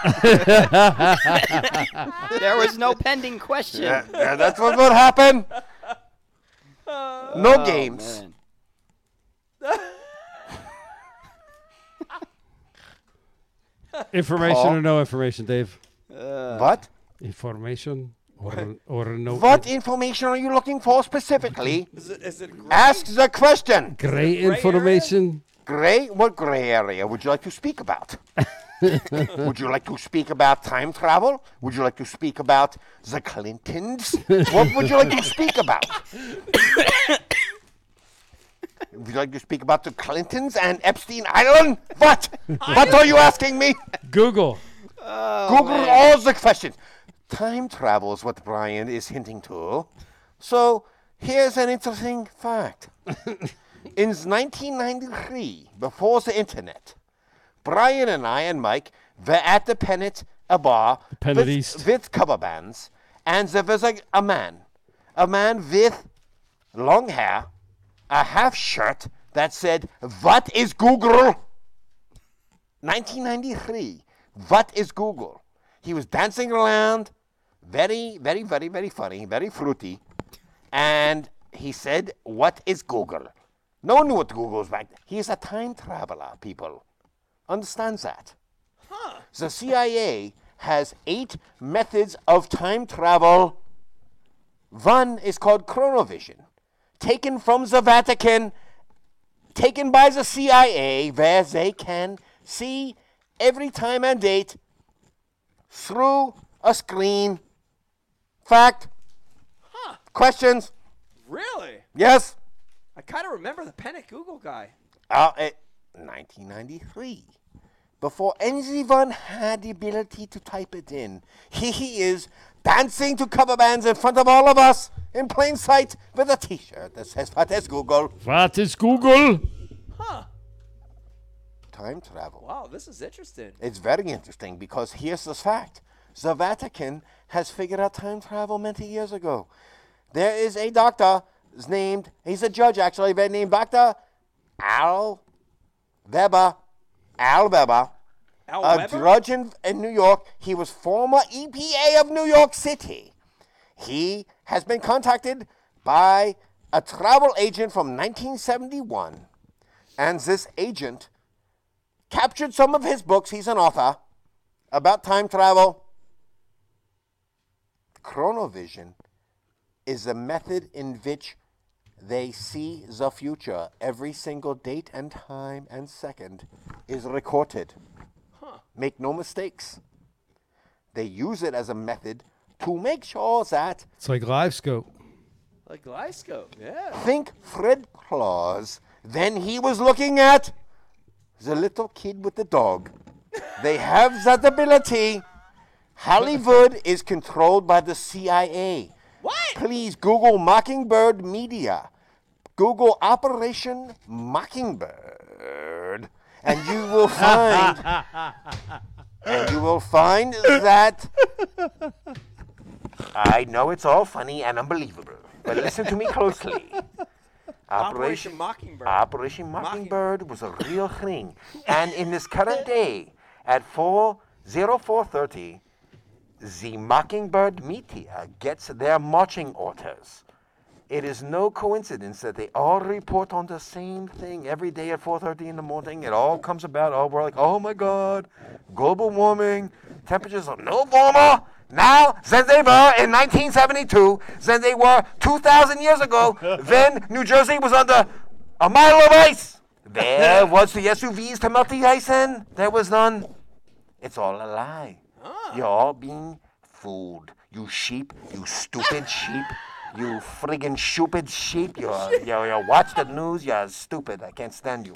Speaker 4: there was no pending question.
Speaker 8: Yeah, yeah, that's what would happen. No games.
Speaker 4: Man.
Speaker 3: Information
Speaker 8: Paul?
Speaker 3: or no information, Dave?
Speaker 8: What?
Speaker 3: Information or, or no?
Speaker 8: What information are you looking for specifically?
Speaker 2: Is it, is it great?
Speaker 8: Ask the question.
Speaker 3: Gray
Speaker 2: area?
Speaker 3: information.
Speaker 8: Gray, what gray area would you like to speak about? would you like to speak about time travel? Would you like to speak about the Clintons? what would you like to speak about? would you like to speak about the Clintons and Epstein Island? What? what are you asking me?
Speaker 3: Google.
Speaker 8: Google all the questions. Time travel is what Brian is hinting to. So here's an interesting
Speaker 3: [laughs]
Speaker 8: fact. In 1993, before the internet, Brian and I and Mike were at the Pennant, a bar
Speaker 3: Pennant
Speaker 8: with,
Speaker 3: East.
Speaker 8: with cover bands, and there was a, a man, a man with long hair, a half shirt that said, "What is Google?" 1993. What is Google? He was dancing around, very, very, very, very funny, very fruity, and he said, "What is Google?" No one knew what Google was back then. He is a time traveler. People understand that. The CIA has eight methods of time travel. One is called chronovision, taken from the Vatican taken by the CIA where they can see every time and date through a screen. Fact? Questions?
Speaker 2: Really?
Speaker 8: Yes?
Speaker 2: I kind of remember the Panic Google guy.
Speaker 8: Uh, eh, 1993. Before anyone had the ability to type it in, here he is dancing to cover bands in front of all of us in plain sight with a t shirt that says, What is Google?
Speaker 3: What is Google?
Speaker 8: Time travel.
Speaker 2: Wow, this is interesting.
Speaker 8: It's very interesting because here's this fact the Vatican has figured out time travel many years ago. There is a doctor is named, he's a judge actually, but named Dr. Al Weber. Al Weber.
Speaker 2: Al
Speaker 8: A
Speaker 2: Weber?
Speaker 8: judge in, in New York. He was former EPA of New York City. He has been contacted by a travel agent from 1971. And this agent captured some of his books. He's an author about time travel. Chronovision is a method in which they see the future. Every single date and time and second is recorded. Make no mistakes. They use it as a method to make sure that
Speaker 3: It's like live scope.
Speaker 2: Like Glyscope. Yeah.
Speaker 8: think Fred Claus. Then he was looking at the little kid with the dog. They have that ability. Hollywood is controlled by the CIA.
Speaker 2: What?
Speaker 8: Please Google Mockingbird Media. Google Operation Mockingbird. and you will find and you will find that I know it's all funny and unbelievable, but listen to me closely.
Speaker 2: Operation Mockingbird.
Speaker 8: Operation Mockingbird was a real thing. And in this current day, at 4 0430, the Mockingbird meteor gets their marching orders. It is no coincidence that they all report on the same thing every day at 4:30 in the morning. It all comes about. All we're like, oh my God, global warming, temperatures are no warmer now than they were in 1972, than they were 2,000 years ago. then New Jersey was under a mile of ice. There was the SUVs to melt the ice in. There was none. It's all a lie. You're all being fooled. You sheep, you stupid sheep, you friggin' stupid sheep. You you you watch the news. You're stupid. I can't stand you.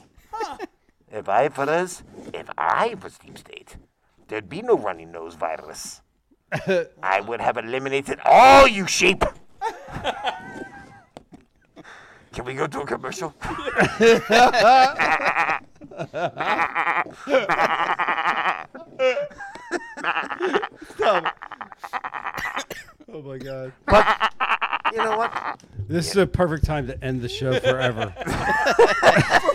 Speaker 8: if I for this, if I was deep state, there'd be no runny nose virus. I would have eliminated all you sheep. Can we go to a commercial?
Speaker 5: Oh my god.
Speaker 8: You know what?
Speaker 3: This is a perfect time to end the show forever. [laughs]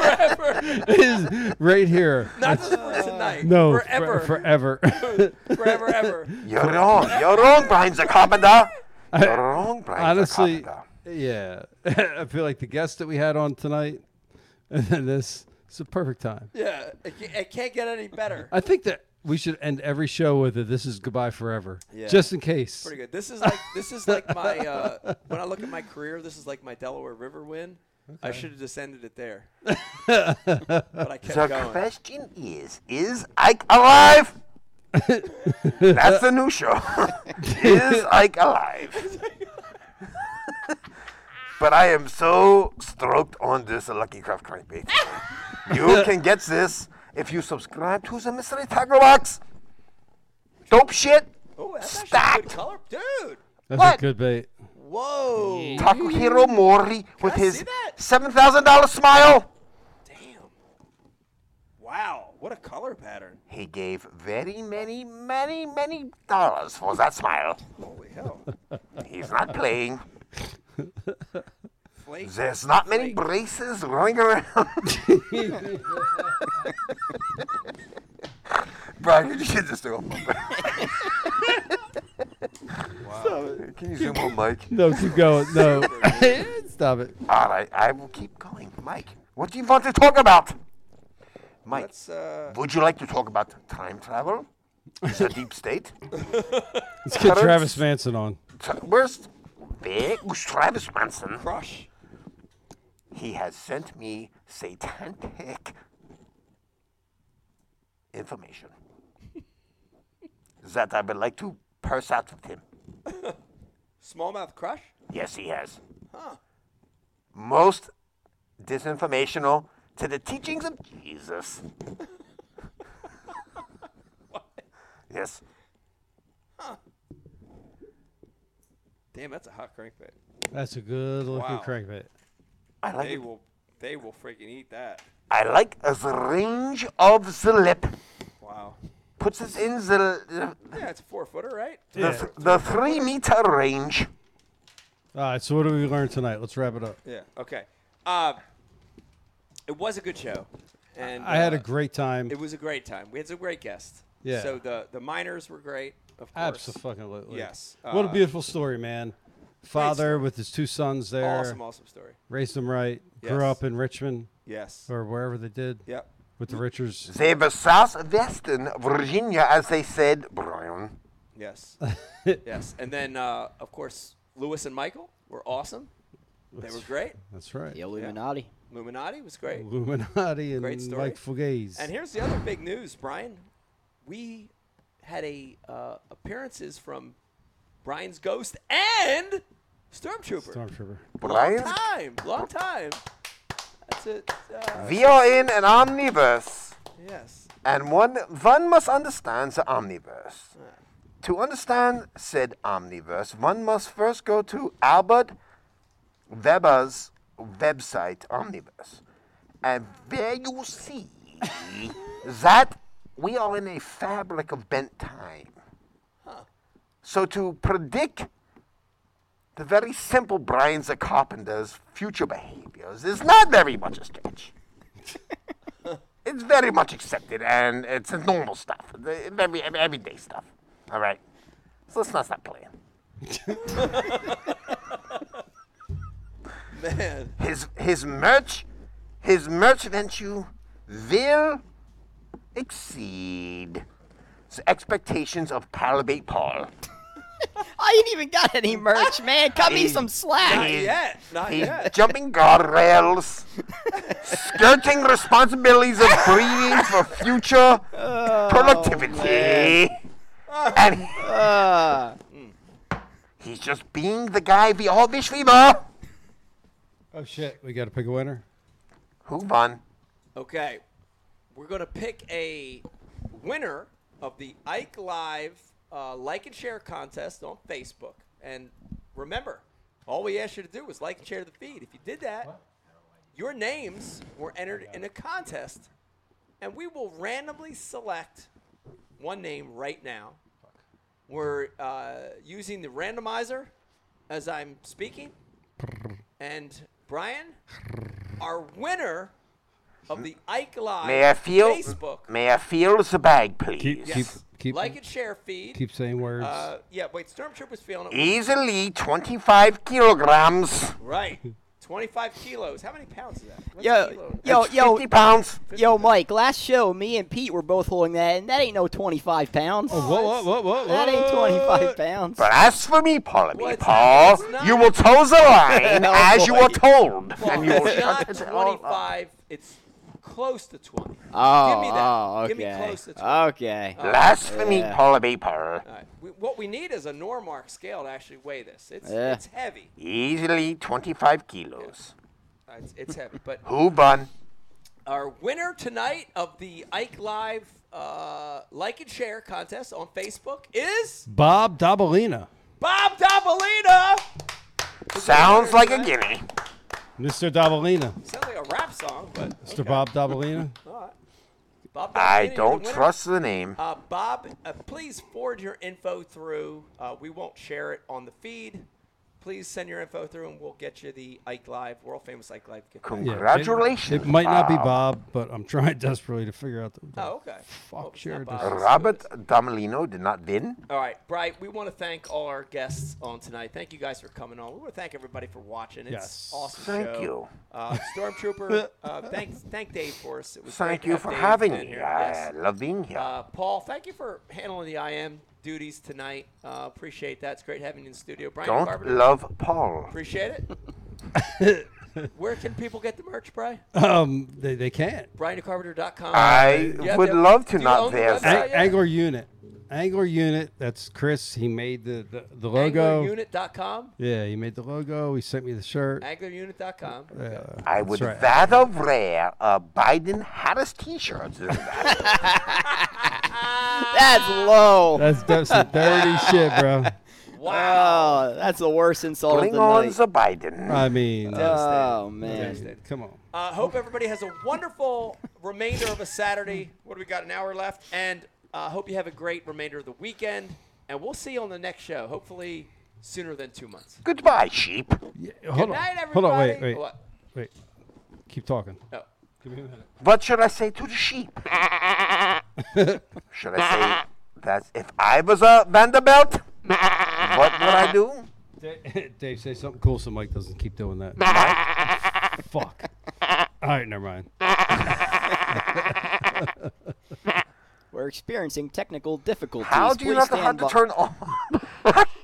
Speaker 3: It is right here.
Speaker 2: Not just for
Speaker 3: [laughs]
Speaker 2: tonight.
Speaker 3: No, for-
Speaker 2: forever,
Speaker 3: forever. [laughs]
Speaker 2: forever, ever. [laughs]
Speaker 8: You're wrong. You're wrong, Brian Zacabanda. You're wrong, Brian
Speaker 3: honestly,
Speaker 8: Zacabanda.
Speaker 3: yeah. [laughs] I feel like the guests that we had on tonight, [laughs] and then this, it's a perfect time.
Speaker 2: Yeah, it, ca- it can't get any better.
Speaker 3: I think that we should end every show with a "This is goodbye forever,"
Speaker 2: Yeah.
Speaker 3: just in case.
Speaker 2: Pretty good. This is like this is like my
Speaker 3: [laughs]
Speaker 2: uh, when I look at my career. This is like my Delaware River win. I should have just ended it there,
Speaker 3: [laughs]
Speaker 2: but I kept
Speaker 8: The
Speaker 2: going.
Speaker 8: question is, is Ike
Speaker 2: [laughs]
Speaker 8: alive? That's the new show. is Ike alive? but I am so stoked on this Lucky Craft crankbait.
Speaker 2: [laughs]
Speaker 8: you can get this if you subscribe to the Mystery Tackle Box. Dope shit.
Speaker 2: Oh, that's actually a
Speaker 8: Stacked.
Speaker 2: good color, dude.
Speaker 3: That's
Speaker 8: What?
Speaker 3: a good bait.
Speaker 2: Whoa,
Speaker 8: Takuhiro Mori with
Speaker 2: I
Speaker 8: his
Speaker 2: see that?
Speaker 8: $7,000 smile.
Speaker 2: damn! Wow, what a color pattern.
Speaker 8: He gave very many, many, many dollars for that smile.
Speaker 2: Holy hell,
Speaker 8: He's not playing.
Speaker 2: flake.
Speaker 8: There's not many braces running around. [laughs] Brian, could you get this to him? Can you zoom on Mike?
Speaker 3: No, keep going.
Speaker 2: [laughs]
Speaker 3: No, [laughs] stop it.
Speaker 8: All right, I will keep going. Mike, what do you want to talk about? Mike,
Speaker 2: Let's uh,
Speaker 8: would you like to talk about time travel? The deep
Speaker 2: [laughs]
Speaker 8: state?
Speaker 3: Let's get
Speaker 8: Cutters?
Speaker 3: Travis Manson on.
Speaker 8: Tra- Where's Big Travis Manson?
Speaker 2: crush.
Speaker 8: he has sent me satanic information [laughs] that I would like to purse out with him.
Speaker 2: Smallmouth crush.
Speaker 8: Yes, he has. Most disinformational to the teachings of Jesus. [laughs] Yes.
Speaker 2: Damn, that's a hot crankbait.
Speaker 3: That's a good looking
Speaker 2: Wow.
Speaker 3: crankbait.
Speaker 8: I like
Speaker 2: They
Speaker 8: it.
Speaker 2: will, they will freaking eat that.
Speaker 8: I like uh, the range of the lip.
Speaker 2: Wow.
Speaker 8: Puts us in the
Speaker 2: Yeah, it's a four footer, right?
Speaker 8: the, the three meter range.
Speaker 3: All right, so what did we learn tonight? Let's wrap it up.
Speaker 2: Yeah. Okay. Uh, it was a good show, and
Speaker 3: I had a
Speaker 2: uh,
Speaker 3: great time.
Speaker 2: It was a great time. We had some great guests.
Speaker 3: Yeah.
Speaker 2: So the the miners were great, of course.
Speaker 3: Absolutely.
Speaker 2: Yes.
Speaker 3: what a
Speaker 2: Uh,
Speaker 3: beautiful story, man. Father with his two sons there,
Speaker 2: Awesome, awesome story.
Speaker 3: raised them right, grew
Speaker 2: Yes.
Speaker 3: up in Richmond
Speaker 2: Yes.
Speaker 3: or wherever they did
Speaker 2: Yep.
Speaker 3: with the Richards.
Speaker 8: They were southwestern Virginia, as they said, Brian.
Speaker 2: Yes. yes. And then uh, of course Lewis and Michael were awesome. They were great.
Speaker 3: That's right.
Speaker 4: The Illuminati.
Speaker 2: Luminati was great.
Speaker 3: Illuminati and
Speaker 2: Great story.
Speaker 3: Mike Fugazi.
Speaker 2: And here's the other big news, Brian. We had a uh, appearances from Brian's Ghost and Stormtrooper.
Speaker 3: Stormtrooper.
Speaker 8: Brian,
Speaker 2: time, long time. That's it. Uh,
Speaker 8: we are in an omniverse,
Speaker 2: yes.
Speaker 8: and one one must understand the omniverse. To understand said omniverse, one must first go to Albert Weber's website, Omniverse, and there you will see that we are in a fabric of bent time. So to predict the very simple Brian the Carpenter's future behaviors is not very much a stretch. it's very much accepted, and it's normal stuff, the- every, every- everyday stuff. All right, so let's not stop playing.
Speaker 2: Man,
Speaker 8: His his merch, his merch venture will exceed the expectations of Palabate Paul.
Speaker 4: I ain't even got any merch, man. Cut me some slack.
Speaker 8: He's-
Speaker 2: yet, not
Speaker 8: He's
Speaker 2: yet.
Speaker 8: jumping guardrails, skirting responsibilities of breeding for future productivity. [laughs] And he- he's just being the guy we all wish we were.
Speaker 5: Oh shit, we got to pick a winner.
Speaker 8: Who won?
Speaker 2: Okay, we're gonna pick a winner of the Ike Live uh, like and share contest on Facebook. And remember, all we asked you to do was like and share the feed. If you did that, your names were entered in a contest, and we will randomly select one name right now. We're uh, using the randomizer as I'm speaking, and Brian, our winner of the Ike Live
Speaker 8: May I feel?
Speaker 2: Facebook.
Speaker 8: May I feel the bag, please?
Speaker 5: Keep
Speaker 2: Yes.
Speaker 5: keep keep
Speaker 2: like and share feed.
Speaker 5: keep saying words.
Speaker 2: Uh, yeah, wait, Stormtrooper's feeling it.
Speaker 8: Easily 25 kilograms.
Speaker 2: Right. 25 kilos. How many pounds is that? What's a
Speaker 4: Yo,
Speaker 2: kilo?
Speaker 4: yo,
Speaker 8: It's
Speaker 4: yo,
Speaker 8: 50 pounds.
Speaker 4: yo, Mike. Last show, me and Pete were both holding that, and that ain't no 25 pounds.
Speaker 5: Oh, whoa, whoa, whoa, whoa,
Speaker 4: That ain't 25 pounds.
Speaker 8: But as for me, Polly,
Speaker 2: What's-
Speaker 8: Paul,
Speaker 2: it's not-
Speaker 8: you will toe
Speaker 2: [laughs]
Speaker 8: the line
Speaker 4: Oh,
Speaker 8: as you
Speaker 4: boy.
Speaker 8: are told. and you
Speaker 2: Well,
Speaker 8: will
Speaker 2: it's
Speaker 8: shut
Speaker 2: not
Speaker 8: it all up.
Speaker 2: 25. It's close to 20.
Speaker 4: Oh,
Speaker 2: Give me that.
Speaker 4: oh, okay.
Speaker 2: Give me close to 20.
Speaker 4: okay.
Speaker 8: Blasphemy,
Speaker 4: Yeah.
Speaker 8: Polly, Paul.
Speaker 2: All right. we, what we need is a Normark scale to actually weigh this. It's,
Speaker 4: Yeah.
Speaker 2: it's heavy.
Speaker 8: Easily 25 kilos.
Speaker 2: Uh, It's, it's heavy. But
Speaker 8: Who won?
Speaker 2: our winner tonight of the Ike Live uh, like and share contest on Facebook is
Speaker 5: Bob Dabalina,
Speaker 2: Bob Dabalina.
Speaker 8: Sounds like a guinea.
Speaker 5: Mr. Dabalina,
Speaker 2: Sounds like a rap song, but
Speaker 5: Mr. Bob
Speaker 2: [laughs]
Speaker 5: Dabalina.
Speaker 2: Bob Dabalina,
Speaker 8: I
Speaker 2: you're the
Speaker 8: don't
Speaker 2: winner.
Speaker 8: trust the name.
Speaker 2: Uh, Bob, uh, please forward your info through. Uh, we won't share it on the feed. Please send your info through, and we'll get you the Ike Live, world famous Ike Live gift.
Speaker 5: Yeah, it-
Speaker 8: Congratulations.
Speaker 5: It, might not be Bob, but I'm trying [laughs] desperately to figure out the. the
Speaker 2: Oh, okay.
Speaker 5: Fuck,
Speaker 2: Well, it's
Speaker 5: sure.
Speaker 2: not
Speaker 5: it
Speaker 2: Bob.
Speaker 5: is.
Speaker 8: Robert Domolino did not win.
Speaker 2: All right, Bright, we want to thank all our guests on tonight. Thank you guys for coming on. We want to thank everybody for watching. It's
Speaker 5: Yes.
Speaker 2: awesome
Speaker 8: Thank
Speaker 2: show.
Speaker 8: you.
Speaker 2: Uh, Stormtrooper,
Speaker 8: [laughs]
Speaker 2: uh, thank, thank Dave for us. It was great
Speaker 8: Thank
Speaker 2: to
Speaker 8: you
Speaker 2: have
Speaker 8: for
Speaker 2: Dave
Speaker 8: having
Speaker 2: in
Speaker 8: me.
Speaker 2: here.
Speaker 8: I
Speaker 2: Yes.
Speaker 8: love being here.
Speaker 2: Uh, Paul, thank you for handling the IM duties tonight. Uh, appreciate that. It's great having you in the studio. Brian
Speaker 8: Don't
Speaker 2: Carpenter.
Speaker 8: love Paul.
Speaker 2: Appreciate it.
Speaker 5: [laughs]
Speaker 2: Where can people get the merch, Bry?
Speaker 5: Um, they, they can't.
Speaker 2: BrianCarpenter.com.
Speaker 8: I
Speaker 2: You have
Speaker 8: would
Speaker 2: the-
Speaker 8: love to
Speaker 2: do you
Speaker 8: not
Speaker 2: own the
Speaker 8: wear
Speaker 2: website
Speaker 8: that.
Speaker 5: Ang-
Speaker 2: yet?
Speaker 5: Angler unit, angler unit. That's Chris. He made the the, the logo.
Speaker 2: AnglerUnit.com.
Speaker 5: Yeah, he made the logo. He sent me the shirt.
Speaker 2: AnglerUnit.com. Okay.
Speaker 8: I would
Speaker 5: right.
Speaker 8: rather wear a Biden Harris T-shirt than that.
Speaker 2: Ah.
Speaker 4: That's low.
Speaker 5: That's that's
Speaker 2: [laughs]
Speaker 5: some dirty shit, bro.
Speaker 2: Wow.
Speaker 4: Oh, that's the worst insult
Speaker 8: Bring on
Speaker 4: of the
Speaker 8: the Biden.
Speaker 5: I mean,
Speaker 4: night. Oh man.
Speaker 5: that's- come on.
Speaker 2: Uh, hope everybody has a wonderful remainder of a Saturday. What do we got? An hour left. And uh, hope you have a great remainder of the weekend. And we'll see you on the next show. Hopefully sooner than two months.
Speaker 8: Goodbye, sheep.
Speaker 5: Yeah, hold on.
Speaker 2: Good night, everybody.
Speaker 5: Hold on. Wait, wait,
Speaker 2: What? Oh.
Speaker 5: wait. Keep talking.
Speaker 2: No.
Speaker 8: What should I say to the sheep? should I say that if I was a Vanderbilt, what would I do?
Speaker 5: Dave, Dave, say something cool so Mike doesn't keep doing that. [laughs] Fuck. All right, never mind.
Speaker 4: We're experiencing technical difficulties.
Speaker 8: How do you
Speaker 4: Please
Speaker 8: not know how
Speaker 4: stand
Speaker 8: to
Speaker 4: by-
Speaker 8: turn on?